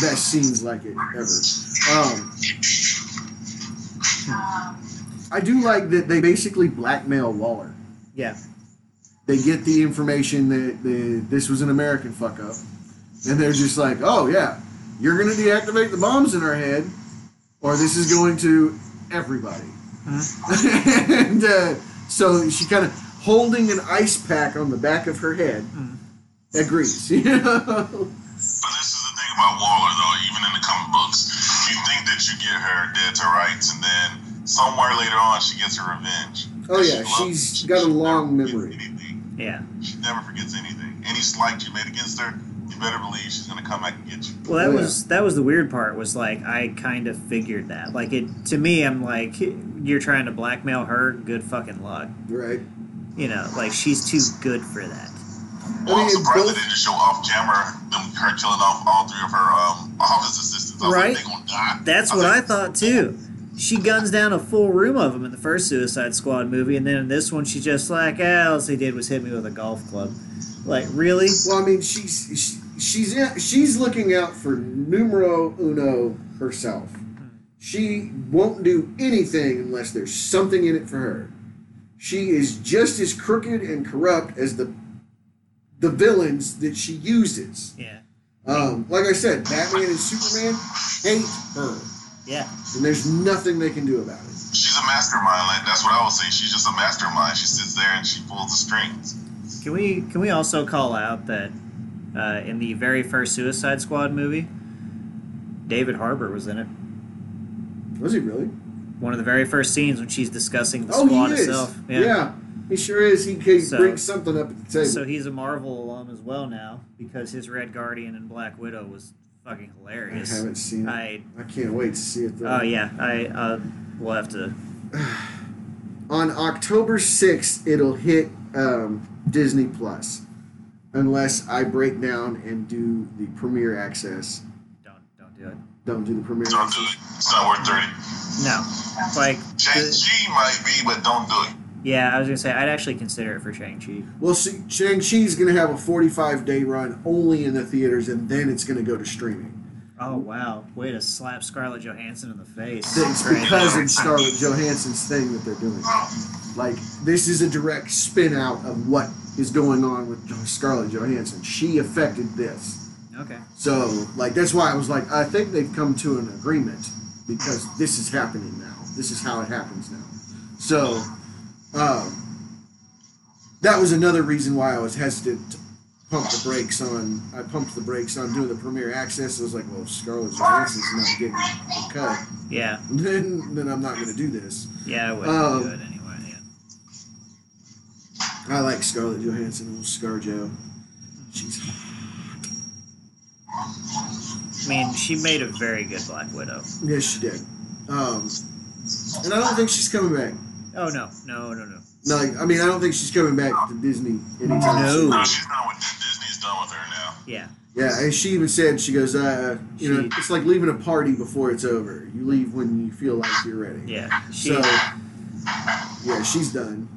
Speaker 3: best scenes like it ever. Um, I do like that they basically blackmail Waller
Speaker 2: yeah,
Speaker 3: they get the information that the, this was an American fuck up, and they're just like, oh yeah, you're gonna deactivate the bombs in our head, or this is going to everybody. *laughs* and uh, so she kind of holding an ice pack on the back of her head agrees. *laughs* You know?
Speaker 1: But this is the thing about Waller, though. Even in the comic books, you think that you get her dead to rights, and then somewhere later on, she gets her revenge.
Speaker 3: Oh yeah,
Speaker 1: She loves
Speaker 3: she's
Speaker 1: you.
Speaker 3: got a
Speaker 1: She
Speaker 3: long
Speaker 1: never forgets
Speaker 3: memory.
Speaker 1: Anything.
Speaker 2: Yeah.
Speaker 1: She never forgets anything. Any slight you made against her, you better believe she's gonna come back and get you.
Speaker 2: Well, that
Speaker 3: Oh, Yeah.
Speaker 2: was that was the weird part. Was like I kind of figured that. Like it to me, I'm like, you're trying to blackmail her. Good fucking luck.
Speaker 3: Right.
Speaker 2: You know, like she's too good for that.
Speaker 1: Well, I'm
Speaker 3: mean,
Speaker 1: surprised
Speaker 3: both-
Speaker 1: they didn't show off Jammer, them, her killing off all three of her um, office assistants. I was
Speaker 2: Right.
Speaker 1: Like, they gonna die.
Speaker 2: That's
Speaker 1: was
Speaker 2: what I
Speaker 1: like,
Speaker 2: thought too. She guns down a full room of them in the first Suicide Squad movie, and then in this one, she just like, ah, all they did was hit me with a golf club. Like, really?
Speaker 3: Well, I mean, she's she, she's in- she's looking out for numero uno herself. She won't do anything unless there's something in it for her. She is just as crooked and corrupt as the the villains that she uses.
Speaker 2: Yeah.
Speaker 3: Um, like I said, Batman and Superman hate her,
Speaker 2: Yeah.
Speaker 3: and there's nothing they can do about it.
Speaker 1: She's a mastermind. Like that's what I would say. She's just a mastermind. She sits there and she pulls the strings.
Speaker 2: Can we can we also call out that uh, in the very first Suicide Squad movie, David Harbour was in it.
Speaker 3: Was he really?
Speaker 2: One of the very first scenes when she's discussing the
Speaker 3: oh,
Speaker 2: squad
Speaker 3: he is.
Speaker 2: itself.
Speaker 3: Yeah. he sure is. He can
Speaker 2: So-
Speaker 3: bring something up at the table.
Speaker 2: So he's a Marvel alum as well now because his Red Guardian and Black Widow was fucking
Speaker 3: I
Speaker 2: hilarious.
Speaker 3: haven't seen it.
Speaker 2: I
Speaker 3: I can't wait to see it though.
Speaker 2: oh yeah I uh, we'll have to
Speaker 3: On October 6th, it'll hit um, Disney Plus. Unless I break down and do the premiere access.
Speaker 2: don't don't do it.
Speaker 3: Don't do the premiere
Speaker 1: Don't do
Speaker 3: access.
Speaker 1: it. It's not worth thirty.
Speaker 2: No, like
Speaker 1: Shang
Speaker 2: the,
Speaker 1: Chi might be, but don't do it.
Speaker 2: yeah I was gonna say I'd actually consider it for Shang Chi.
Speaker 3: Well, see, Shang-Chi's going to have a 45 day run only in the theaters and then it's going to go to streaming.
Speaker 2: Oh wow, way to slap Scarlett Johansson in the face.
Speaker 3: It's
Speaker 2: Great.
Speaker 3: because it's Scarlett Johansson's thing that they're doing. Like, this is a direct spin out of what is going on with Jo- Scarlett Johansson. She affected this.
Speaker 2: Okay.
Speaker 3: So, like, that's why I was like, I think they've come to an agreement because this is happening now. This is how it happens now. So, um, that was another reason why I was hesitant to pump the brakes on. I pumped the brakes on doing the premiere access. I was like, well, if Scarlett Johansson's not getting a cut, *laughs*
Speaker 2: Yeah,
Speaker 3: then, then I'm not going to do this.
Speaker 2: yeah, I wouldn't
Speaker 3: Um,
Speaker 2: do it anyway. Yeah.
Speaker 3: I like Scarlett Johansson, little ScarJo. She's
Speaker 2: I mean, she made a very good Black Widow.
Speaker 3: yes, she did. Um, and I don't think she's coming back.
Speaker 2: Oh no, no, no, no.
Speaker 3: No, like, I mean, I don't think she's coming back to Disney anytime soon.
Speaker 1: No,
Speaker 2: No.
Speaker 1: she's done with Disney's done with her now.
Speaker 2: Yeah,
Speaker 3: Yeah, and she even said, she goes, uh, you know,
Speaker 2: She-
Speaker 3: it's like leaving a party before it's over. You leave when you feel like you're ready.
Speaker 2: yeah. She
Speaker 3: so, yeah, she's done.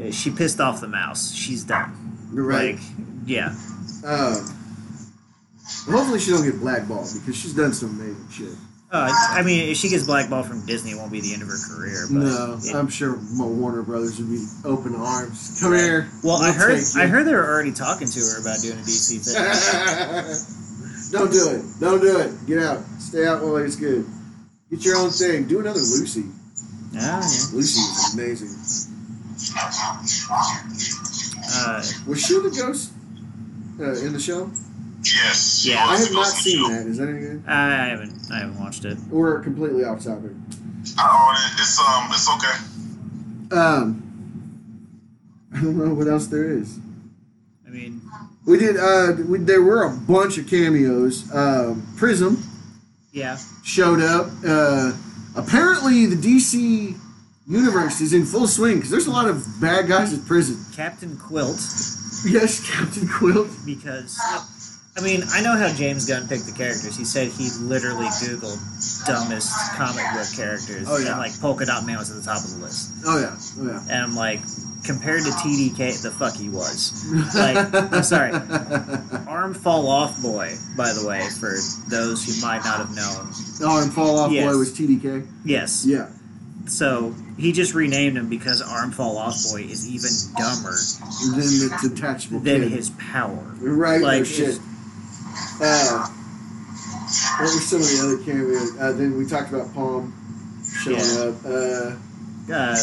Speaker 2: uh, she pissed off the mouse. She's done.
Speaker 3: You're right.
Speaker 2: Like, yeah,
Speaker 3: um, hopefully she don't get blackballed because she's done some amazing shit.
Speaker 2: Uh, I mean, if she gets blackballed from Disney, it won't be the end of her career. But
Speaker 3: No,
Speaker 2: it-
Speaker 3: I'm sure my Warner Brothers would be open arms. Come here.
Speaker 2: well, I
Speaker 3: we'll
Speaker 2: heard
Speaker 3: take you.
Speaker 2: I heard they were already talking to her about doing a DC thing.
Speaker 3: *laughs* don't do it. Don't do it. Get out. Stay out while it's good. Get your own thing. Do another Lucy.
Speaker 2: oh,
Speaker 3: Lucy was amazing.
Speaker 2: yeah. Uh,
Speaker 3: Was she the ghost uh, in the show?
Speaker 1: Yes. she
Speaker 2: Yeah.
Speaker 1: wants to
Speaker 3: I have
Speaker 1: go
Speaker 3: not
Speaker 1: see
Speaker 3: seen
Speaker 1: you.
Speaker 3: that. Is that any good?
Speaker 2: I haven't I haven't watched it.
Speaker 3: We're completely off topic.
Speaker 1: I own it. It's um, it's okay.
Speaker 3: Um, I don't know what else there is.
Speaker 2: I mean,
Speaker 3: We did. Uh, we, there were a bunch of cameos. Um, Prism
Speaker 2: yeah,
Speaker 3: showed up. Uh, apparently, the DC universe is in full swing because there's a lot of bad guys in prison.
Speaker 2: Captain Quilt
Speaker 3: Yes, Captain Quilt.
Speaker 2: because. I mean, I know how James Gunn picked the characters. He said he literally Googled dumbest comic book characters,
Speaker 3: Oh, yeah.
Speaker 2: and like Polka Dot Man was at the top of the list.
Speaker 3: Oh yeah, oh yeah.
Speaker 2: And I'm like, compared to TDK, the fuck he was.
Speaker 3: *laughs*
Speaker 2: Like, I'm sorry.
Speaker 3: Oh,
Speaker 2: Arm Fall Off Boy, by the way, for those who might not have known.
Speaker 3: Oh, and Fall Off
Speaker 2: Yes.
Speaker 3: Boy was TDK.
Speaker 2: Yes.
Speaker 3: Yeah.
Speaker 2: So he just renamed him because Arm Fall Off Boy is even dumber
Speaker 3: And then the detachable
Speaker 2: than
Speaker 3: kid.
Speaker 2: his power.
Speaker 3: Right,
Speaker 2: Like,
Speaker 3: no shit.
Speaker 2: it's-
Speaker 3: Uh, what were some of the other cameos? Uh, then we talked about Palm showing
Speaker 2: Yeah.
Speaker 3: up. Uh,
Speaker 2: Uh,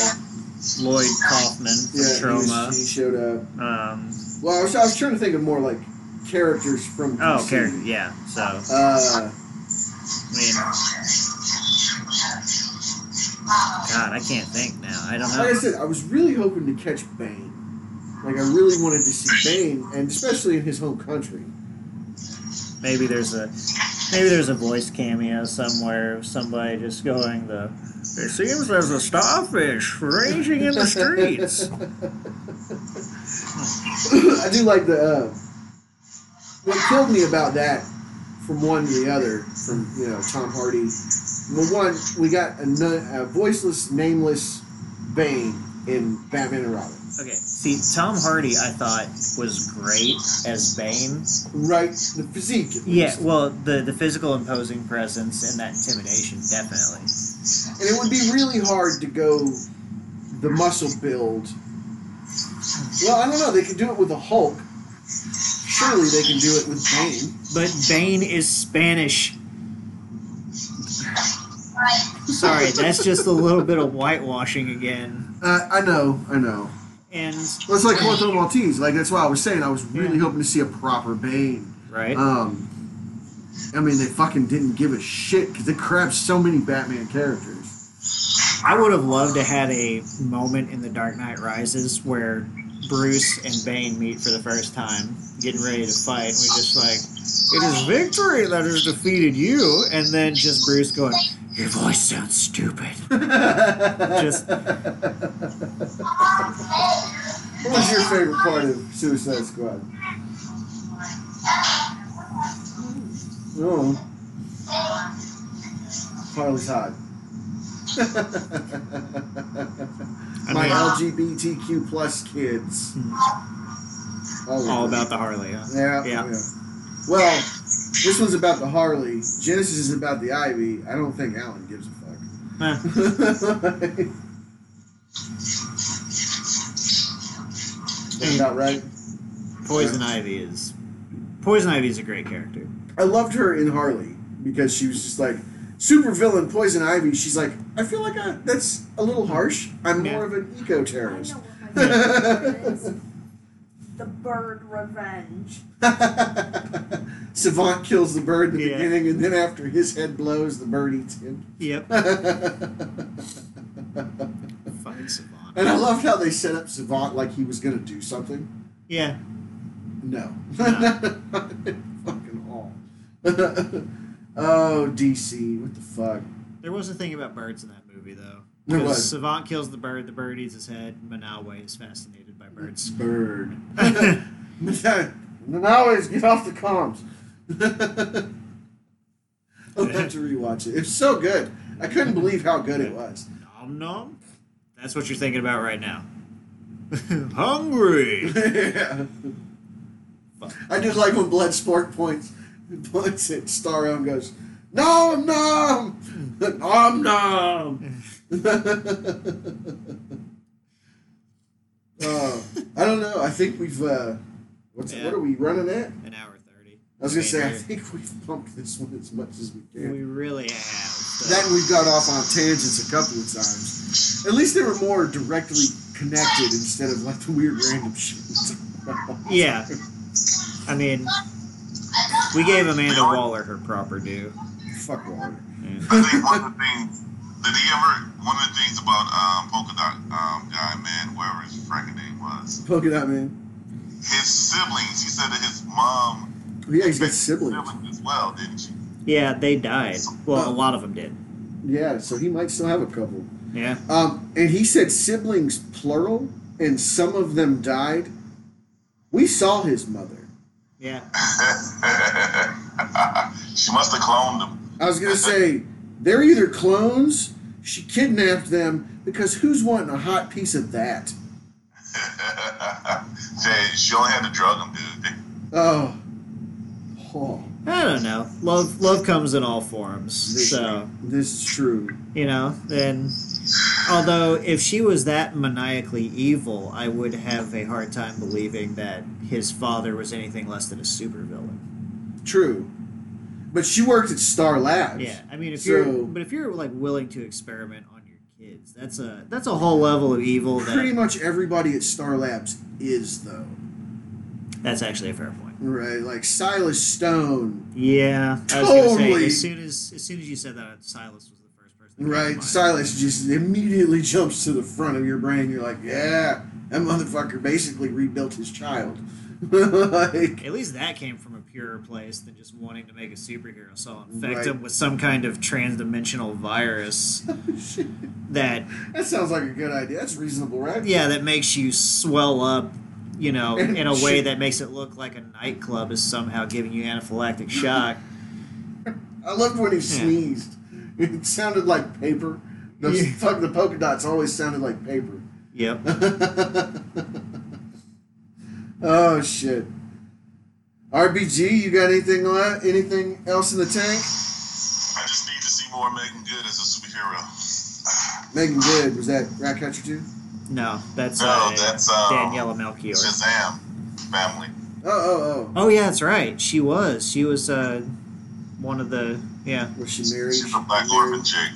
Speaker 2: Lloyd Kaufman from
Speaker 3: yeah, he, was-
Speaker 2: Troma.
Speaker 3: he showed up.
Speaker 2: um,
Speaker 3: Well, I was, I was trying to think of more like characters from.
Speaker 2: oh,
Speaker 3: DC.
Speaker 2: character. Yeah. So, I
Speaker 3: Uh,
Speaker 2: mean, God, I can't think now. I don't
Speaker 3: Like I
Speaker 2: know.
Speaker 3: said, I was really hoping to catch Bane. Like I really wanted to see Bane, and especially in his home country.
Speaker 2: Maybe there's a maybe there's a voice cameo somewhere of somebody just going the. It seems there's a starfish raging in the streets.
Speaker 3: *laughs* I do like the. Uh, what killed me about that, from one to the other, from you know Tom Hardy. Well, one we got a, nun- a voiceless, nameless Bane in Batman and Robin.
Speaker 2: Okay, see, Tom Hardy, I thought was great as Bane.
Speaker 3: Right, the physique. at
Speaker 2: Yeah,
Speaker 3: least.
Speaker 2: well, the the physical imposing presence and that intimidation, definitely.
Speaker 3: and it would be really hard to go the muscle build. Well, I don't know. They could do it with a Hulk. Surely they can do it with Bane.
Speaker 2: But Bane is Spanish. Sorry, that's just a little bit of whitewashing again.
Speaker 3: Uh, I know, I know.
Speaker 2: And
Speaker 3: Well, it's like Corto Maltese. Like that's why I was saying I was really hoping to see a proper Bane.
Speaker 2: right,
Speaker 3: Um, I mean, they fucking didn't give a shit because they grabbed so many Batman characters.
Speaker 2: I would have loved to had a moment in The Dark Knight Rises where Bruce and Bane meet for the first time, getting ready to fight. and We're just like, it is victory that has defeated you, and then just Bruce going, your voice sounds stupid.
Speaker 3: Just.
Speaker 2: *laughs* Just-
Speaker 3: What was your favorite part of Suicide Squad?
Speaker 2: Oh.
Speaker 3: No. Harley's hot.
Speaker 2: I
Speaker 3: My
Speaker 2: mean-
Speaker 3: LGBTQ plus kids.
Speaker 2: Hmm.
Speaker 3: All,
Speaker 2: All
Speaker 3: of them.
Speaker 2: about the Harley, huh?
Speaker 3: Yeah,
Speaker 2: Yeah.
Speaker 3: Well, this one's about the Harley. Genesis is about the Ivy. I don't think Alan gives a
Speaker 2: Huh.
Speaker 3: fuck. That's *laughs* about right.
Speaker 2: Poison Ivy is. Poison Ivy is a great character.
Speaker 3: I loved her in Harley because she was just like super villain Poison Ivy. She's like, I feel like I, that's a little harsh. I'm more of an eco
Speaker 4: I know
Speaker 3: terrorist.
Speaker 4: what my favorite is. The bird revenge.
Speaker 3: *laughs* Savant kills the bird in the
Speaker 2: Yeah.
Speaker 3: beginning, and then after his head blows, the bird eats him. *laughs*
Speaker 2: Yep.
Speaker 3: and
Speaker 2: Fucking savant.
Speaker 3: I loved how they set up Savant like he was going to do something.
Speaker 2: Yeah.
Speaker 3: No. *laughs*
Speaker 2: No.
Speaker 3: Fucking all. *laughs* oh, DC. What the fuck?
Speaker 2: There was a thing about birds in that movie, though.
Speaker 3: There
Speaker 2: Because
Speaker 3: was.
Speaker 2: Savant kills the bird, the bird eats his head, Manawa is fascinated by birds. *laughs*
Speaker 3: Bird. *laughs* always get off the comms. *laughs* I'll have to rewatch it. It's so good. I couldn't believe how good it was.
Speaker 2: Nom nom. That's what you're thinking about right now. *laughs*
Speaker 3: *laughs*
Speaker 2: Hungry!
Speaker 3: yeah.
Speaker 2: Fuck.
Speaker 3: I just like when Bloodsport points points at Starro and goes, Nom nom! nom nom! *laughs* oh, I don't know. I think we've uh, what's
Speaker 2: Yeah.
Speaker 3: what are we running at?
Speaker 2: An hour 30.
Speaker 3: I was gonna say I
Speaker 2: Maybe.
Speaker 3: think we've pumped this one as much as we can.
Speaker 2: We really have. so-
Speaker 3: That we've got off on tangents a couple of times. At least they were more directly connected instead of like the weird random shit.
Speaker 2: yeah. I mean, we gave Amanda Waller her proper due.
Speaker 3: Fuck Waller.
Speaker 1: I think one of the things did he ever one of the things about um polka dot um guy man, wherever his freaking name was,
Speaker 3: Polka dot man.
Speaker 1: his siblings, he said that his mom
Speaker 3: Yeah, he's got
Speaker 1: his
Speaker 3: siblings.
Speaker 1: as well, didn't she? *laughs*
Speaker 2: Yeah, they died. Well, a lot of them did.
Speaker 3: Yeah, so he might still have a couple.
Speaker 2: Yeah.
Speaker 3: Um, and he said siblings plural, and some of them died. We saw his mother.
Speaker 2: Yeah.
Speaker 1: she must have cloned him.
Speaker 3: I was gonna say they're either clones. She kidnapped them because who's wanting a hot piece of that?
Speaker 1: Say, *laughs* she only had to drug him, dude.
Speaker 3: Oh, oh
Speaker 2: I don't know. Love love comes in all forms.
Speaker 3: this,
Speaker 2: So,
Speaker 3: this is true.
Speaker 2: you know, then although if she was that maniacally evil, I would have a hard time believing that his father was anything less than a supervillain.
Speaker 3: True. But she worked at Star Labs.
Speaker 2: Yeah. I mean, if
Speaker 3: So-
Speaker 2: you're but if you're like willing to experiment on your kids, that's a that's a whole level of evil
Speaker 3: Pretty
Speaker 2: that
Speaker 3: much everybody at Star Labs is though.
Speaker 2: that's actually a fair point.
Speaker 3: Right? Like Silas Stone.
Speaker 2: Yeah. I was gonna say
Speaker 3: Totally.
Speaker 2: as soon as as soon as you said that Silas was the first person
Speaker 5: is the
Speaker 3: Right,
Speaker 5: landmine.
Speaker 3: Silas just immediately *laughs* jumps to the front of your brain. You're like, yeah, that motherfucker basically rebuilt his child. *laughs* like, *laughs*
Speaker 2: At least that came from a purer place than just wanting to make a superhero. So I'll infect
Speaker 3: Right.
Speaker 2: him with some kind of transdimensional virus
Speaker 3: shit,
Speaker 2: that,
Speaker 3: that sounds like a good idea. That's reasonable, right?
Speaker 2: yeah, that makes you swell up, you
Speaker 3: *laughs*
Speaker 2: know, in a way
Speaker 3: Shit.
Speaker 2: that makes it look like a nightclub is somehow giving you anaphylactic shock.
Speaker 3: I loved when he
Speaker 2: Yeah.
Speaker 3: sneezed. *laughs* It sounded like paper. Those
Speaker 2: Yeah.
Speaker 3: *laughs* fuck the polka dots always sounded like paper. *laughs*
Speaker 2: Yep.
Speaker 3: oh shit. RBG, you got anything left? Anything else in the tank?
Speaker 1: I just need to see more Megan Good as a superhero.
Speaker 3: Megan Good was that Ratcatcher too?
Speaker 2: No, that's,
Speaker 1: No,
Speaker 2: uh,
Speaker 1: that's, uh,
Speaker 2: Daniela Melchior.
Speaker 1: Shazam family.
Speaker 3: Oh oh
Speaker 2: Oh yeah, that's right. She was. She was uh, one of the yeah.
Speaker 3: oh. Was she married?
Speaker 1: She's a black
Speaker 3: Married?
Speaker 1: orphan chick.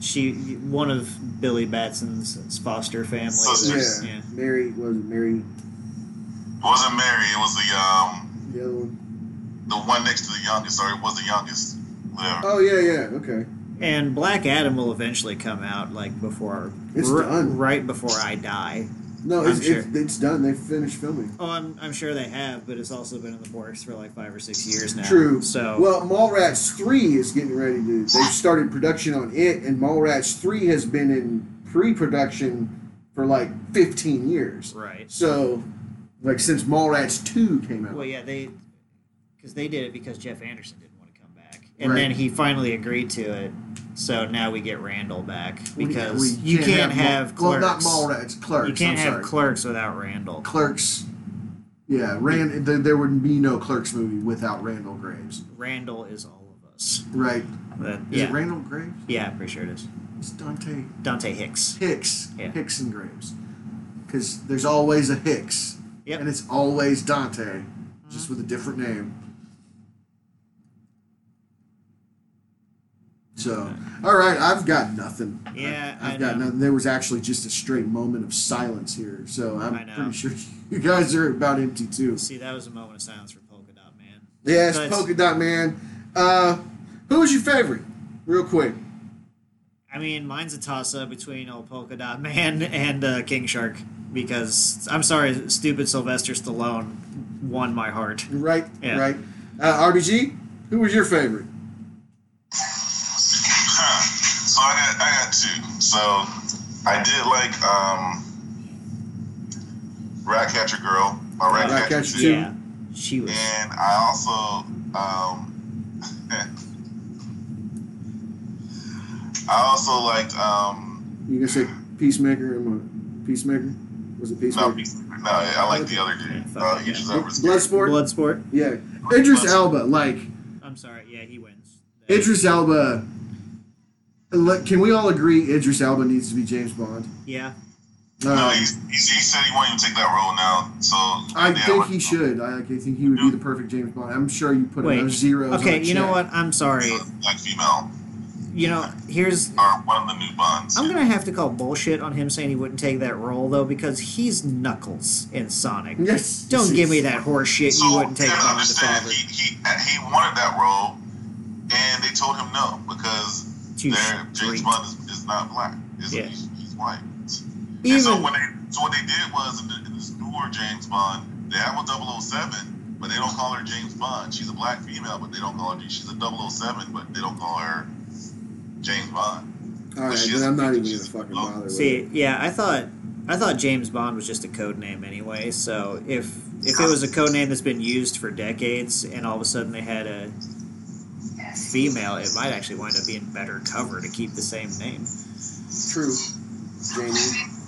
Speaker 2: She one of Billy Batson's foster family.
Speaker 1: Sisters.
Speaker 3: Yeah.
Speaker 2: Yeah.
Speaker 3: Mary was it Mary
Speaker 1: It wasn't Mary. It was the um
Speaker 3: the other one?
Speaker 1: the one next to the youngest, or it was the youngest. Whatever.
Speaker 3: Oh yeah, yeah, okay.
Speaker 2: And Black Adam will eventually come out like before
Speaker 3: It's
Speaker 2: r-
Speaker 3: done.
Speaker 2: right before I die.
Speaker 3: No,
Speaker 2: I'm
Speaker 3: it's,
Speaker 2: sure.
Speaker 3: it's, it's done. They finished filming.
Speaker 2: Oh, I'm, I'm sure they have, but it's also been in the works for like five or six years now.
Speaker 3: True.
Speaker 2: So
Speaker 3: well, Mallrats three is getting ready to. They've started production on it, and Mallrats three has been in pre-production for like fifteen years.
Speaker 2: right.
Speaker 3: So, like since Mallrats two came out,
Speaker 2: Well, yeah, they because they did it because Jeff Anderson didn't want to come back, and
Speaker 3: Right.
Speaker 2: then he finally agreed to it. So now we get Randall back
Speaker 3: We-
Speaker 2: because
Speaker 3: we
Speaker 2: you can't
Speaker 3: Mall-
Speaker 2: have,
Speaker 3: well,
Speaker 2: clerks.
Speaker 3: not Mallrats, clerks.
Speaker 2: You can't
Speaker 3: I'm
Speaker 2: have
Speaker 3: sorry.
Speaker 2: clerks without Randall.
Speaker 3: clerks. Yeah, Rand. There, there would be no Clerks movie without Randall Graves,
Speaker 2: Randall is all of us.
Speaker 3: right?
Speaker 2: That-
Speaker 3: Is
Speaker 2: yeah,
Speaker 3: it Randall Graves?
Speaker 2: yeah, pretty sure it is.
Speaker 3: It's Dante
Speaker 2: Dante Hicks.
Speaker 3: Hicks,
Speaker 2: Yeah.
Speaker 3: Hicks and Graves, because there's always a Hicks,
Speaker 2: Yep.
Speaker 3: and it's always Dante, just with a different name. So, all right, I've got nothing.
Speaker 2: Yeah,
Speaker 3: I, have
Speaker 2: I
Speaker 3: got
Speaker 2: know.
Speaker 3: nothing. There was actually just a straight moment of silence here, so I'm
Speaker 2: I know.
Speaker 3: pretty sure *laughs* you guys are about empty too.
Speaker 2: See, that was a moment of silence for Polka Dot Man.
Speaker 3: Yes,
Speaker 2: But-
Speaker 3: polka dot man. Uh, who was your favorite? Real quick.
Speaker 2: I mean, mine's a toss up between old Polka Dot Man *laughs* and uh, King Shark because I'm sorry, stupid Sylvester Stallone won my heart.
Speaker 3: Right,
Speaker 2: Yeah.
Speaker 3: right. Uh, RBG, who was your favorite?
Speaker 1: so I got I got two. So I did like um Ratcatcher Girl or Ratcatcher,
Speaker 3: Ratcatcher
Speaker 1: Two.
Speaker 3: Two.
Speaker 2: Yeah, she was.
Speaker 1: And I also, um, *laughs* I also liked, um,
Speaker 3: You gonna say Peacemaker? Am I Peacemaker? Was it
Speaker 1: no,
Speaker 3: Peacemaker?
Speaker 1: no, I liked the other dude. Uh, he just over
Speaker 3: Bloodsport.
Speaker 2: Bloodsport.
Speaker 3: yeah, Idris
Speaker 1: Bloodsport.
Speaker 3: Elba. Like
Speaker 2: I'm sorry. Yeah, he wins.
Speaker 3: Idris Elba. Look, Can we all agree Idris Elba needs to be James Bond?
Speaker 2: Yeah,
Speaker 1: No,
Speaker 3: Uh,
Speaker 1: he's, he's, he said he won't even take that role now. So
Speaker 3: I
Speaker 1: yeah,
Speaker 3: think
Speaker 1: what-
Speaker 3: he should. I, I think he would be the perfect James Bond. I'm sure you put
Speaker 2: Wait.
Speaker 3: enough zeros. on
Speaker 2: Okay,
Speaker 3: a
Speaker 2: you know
Speaker 3: check.
Speaker 2: what? I'm sorry.
Speaker 1: Black female
Speaker 2: You know, here's
Speaker 1: or one of the new bonds.
Speaker 2: I'm gonna have to call bullshit on him saying he wouldn't take that role though because he's Knuckles in Sonic.
Speaker 3: Yes. Oh,
Speaker 2: Don't
Speaker 3: yes,
Speaker 2: give me
Speaker 3: yes.
Speaker 2: that horse shit.
Speaker 1: so
Speaker 2: You wouldn't take
Speaker 1: you gotta
Speaker 2: Bond to
Speaker 1: understand,
Speaker 2: Father.
Speaker 1: he, he he wanted that role, and they told him no because
Speaker 2: Too
Speaker 1: their James
Speaker 2: straight.
Speaker 1: Bond is, is not black. It's-
Speaker 2: Yeah.
Speaker 1: he's, he's white. And so
Speaker 2: Even
Speaker 1: when they, so what they did was in, the, in this newer James Bond, they have a 007, but they don't call her James Bond. She's a black female, but they don't call her. She's a 007, but they don't call her James Bond.
Speaker 3: All right, then I'm not even gonna fucking
Speaker 1: Oh.
Speaker 3: bother. With it.
Speaker 2: see, yeah, I thought I thought James Bond was just a code name anyway. So if if it was a code name that's been used for decades and all of a sudden they had a female, it might actually wind up being better cover to keep the same name.
Speaker 3: True. Jamie.
Speaker 2: *laughs*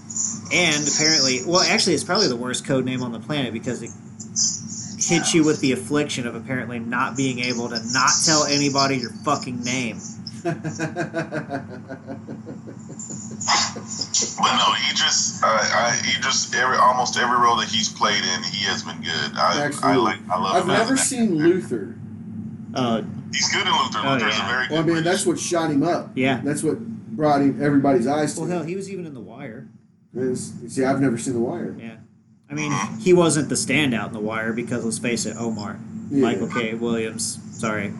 Speaker 2: And apparently, well, actually, it's probably the worst code name on the planet because it hits you with the affliction of apparently not being able to not tell anybody your fucking name.
Speaker 1: But no, Idris, uh, I, Idris, every almost every role that he's played in, he has been good. I, I
Speaker 3: Absolutely.
Speaker 1: like, I love
Speaker 3: I've
Speaker 1: him as
Speaker 3: never
Speaker 1: an
Speaker 3: seen
Speaker 1: actor.
Speaker 3: Luther.
Speaker 2: Uh,
Speaker 1: He's good in Luther.
Speaker 2: Oh,
Speaker 1: Luther's
Speaker 2: yeah.
Speaker 1: a very good.
Speaker 3: Well, I mean,
Speaker 1: British-
Speaker 3: that's what shot him up.
Speaker 2: yeah.
Speaker 3: That's what brought him, everybody's eyes to
Speaker 2: Well,
Speaker 3: him.
Speaker 2: hell, he was even in The Wire.
Speaker 3: Is- See, I've never seen The Wire.
Speaker 2: Yeah. I mean, he wasn't the standout in The Wire because let's face it, Omar,
Speaker 3: Yeah.
Speaker 2: Michael K. Williams, sorry,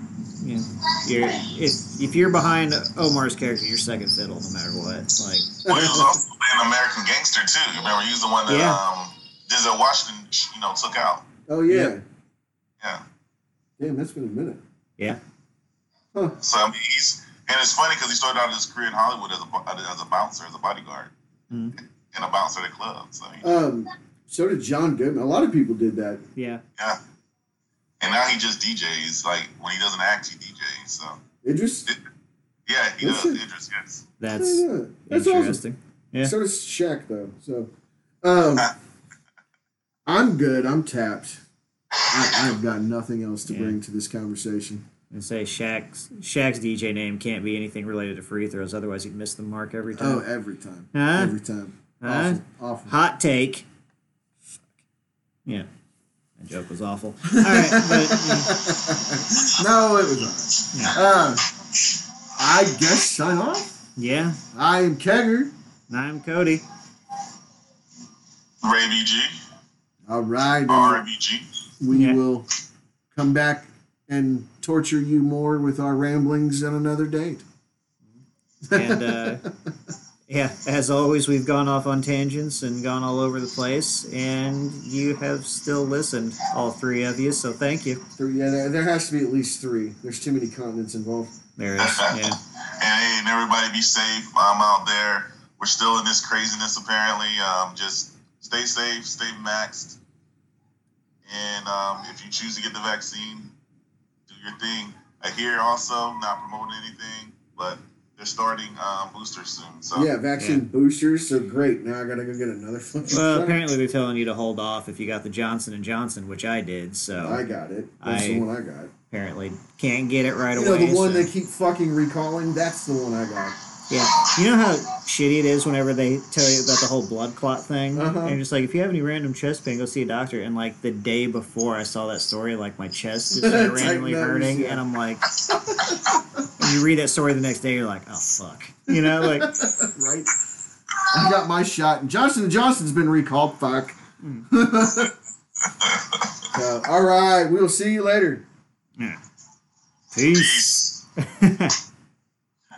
Speaker 2: you know, you're if if you're behind Omar's character, you're second fiddle no matter what. Like
Speaker 1: Well, he was also an American Gangster too. You remember he was the one that
Speaker 2: Yeah.
Speaker 1: um, Denzel Washington, you know, took out.
Speaker 3: Oh yeah.
Speaker 2: Yeah.
Speaker 1: Yeah.
Speaker 3: Damn, that's been a minute.
Speaker 2: yeah,
Speaker 1: So I mean, he's and it's funny because he started out his career in Hollywood as a bo- as a bouncer, as a bodyguard,
Speaker 3: Mm-hmm.
Speaker 2: Mhm.
Speaker 1: and a bouncer at a club. So he-
Speaker 3: Um, so did John Goodman. A lot of people did that.
Speaker 2: yeah.
Speaker 1: yeah. And now he just DJs. Like when he doesn't act, he DJs. So
Speaker 3: Idris.
Speaker 1: yeah, he
Speaker 3: That's
Speaker 1: does.
Speaker 3: it.
Speaker 1: Idris, yes.
Speaker 2: That's
Speaker 3: Yeah, that's awesome.
Speaker 2: interesting. Yeah.
Speaker 3: So does Shaq though. So, um, I'm good. I'm tapped. I, I've got nothing else to
Speaker 2: Yeah.
Speaker 3: bring to this conversation.
Speaker 2: And say Shaq's Shaq's DJ name can't be anything related to free throws, otherwise he'd miss the mark every
Speaker 3: Oh,
Speaker 2: time.
Speaker 3: every time.
Speaker 2: Huh?
Speaker 3: Every time.
Speaker 2: Huh?
Speaker 3: Awful. Awful.
Speaker 2: Hot take. Yeah, that joke was awful. All right, but
Speaker 3: No, it was not. Uh, I guess sign off.
Speaker 2: yeah,
Speaker 3: I am Kegger.
Speaker 2: I'm Cody.
Speaker 1: Ray BG,
Speaker 3: All right. and
Speaker 1: RBG.
Speaker 3: We
Speaker 2: Yeah.
Speaker 3: will come back and torture you more with our ramblings on another date.
Speaker 2: and uh, yeah, as always, we've gone off on tangents and gone all over the place, and you have still listened, all three of you. So thank you.
Speaker 3: There, yeah, there, there has to be at least three. There's too many continents involved.
Speaker 2: There is, yeah,
Speaker 1: And hey, and everybody be safe. I'm out there. We're still in this craziness apparently. Um, just stay safe, stay maxed. And um, if you choose to get the vaccine, do your thing. I hear also, not promoting anything, but they're starting um, boosters soon. So
Speaker 3: yeah, vaccine boosters. So great. Now I gotta go get another fucking.
Speaker 2: Well,
Speaker 3: shot.
Speaker 2: apparently they're telling you to hold off if you got the Johnson and Johnson, which I did.
Speaker 3: I
Speaker 2: So
Speaker 3: got it. That's
Speaker 2: I-
Speaker 3: the one I got.
Speaker 2: apparently can't get it right
Speaker 3: You know
Speaker 2: away.
Speaker 3: the one
Speaker 2: so-
Speaker 3: they keep fucking recalling. That's the one I got.
Speaker 2: Yeah, you know how shitty it is whenever they tell you about the whole blood clot thing,
Speaker 3: Uh-huh.
Speaker 2: and you're just like, if you have any random chest pain, go see a doctor. And like the day before, I saw that story, like my chest is
Speaker 3: Tighten *laughs*
Speaker 2: like, randomly
Speaker 3: up,
Speaker 2: hurting,
Speaker 3: yeah.
Speaker 2: and I'm like, and you read that story the next day, you're like, oh fuck, you know, like
Speaker 3: *laughs* right? I got my shot. and Johnson and Johnson's been recalled. Fuck. *laughs* Uh, all right, we'll see you later.
Speaker 2: yeah.
Speaker 1: peace.
Speaker 2: peace.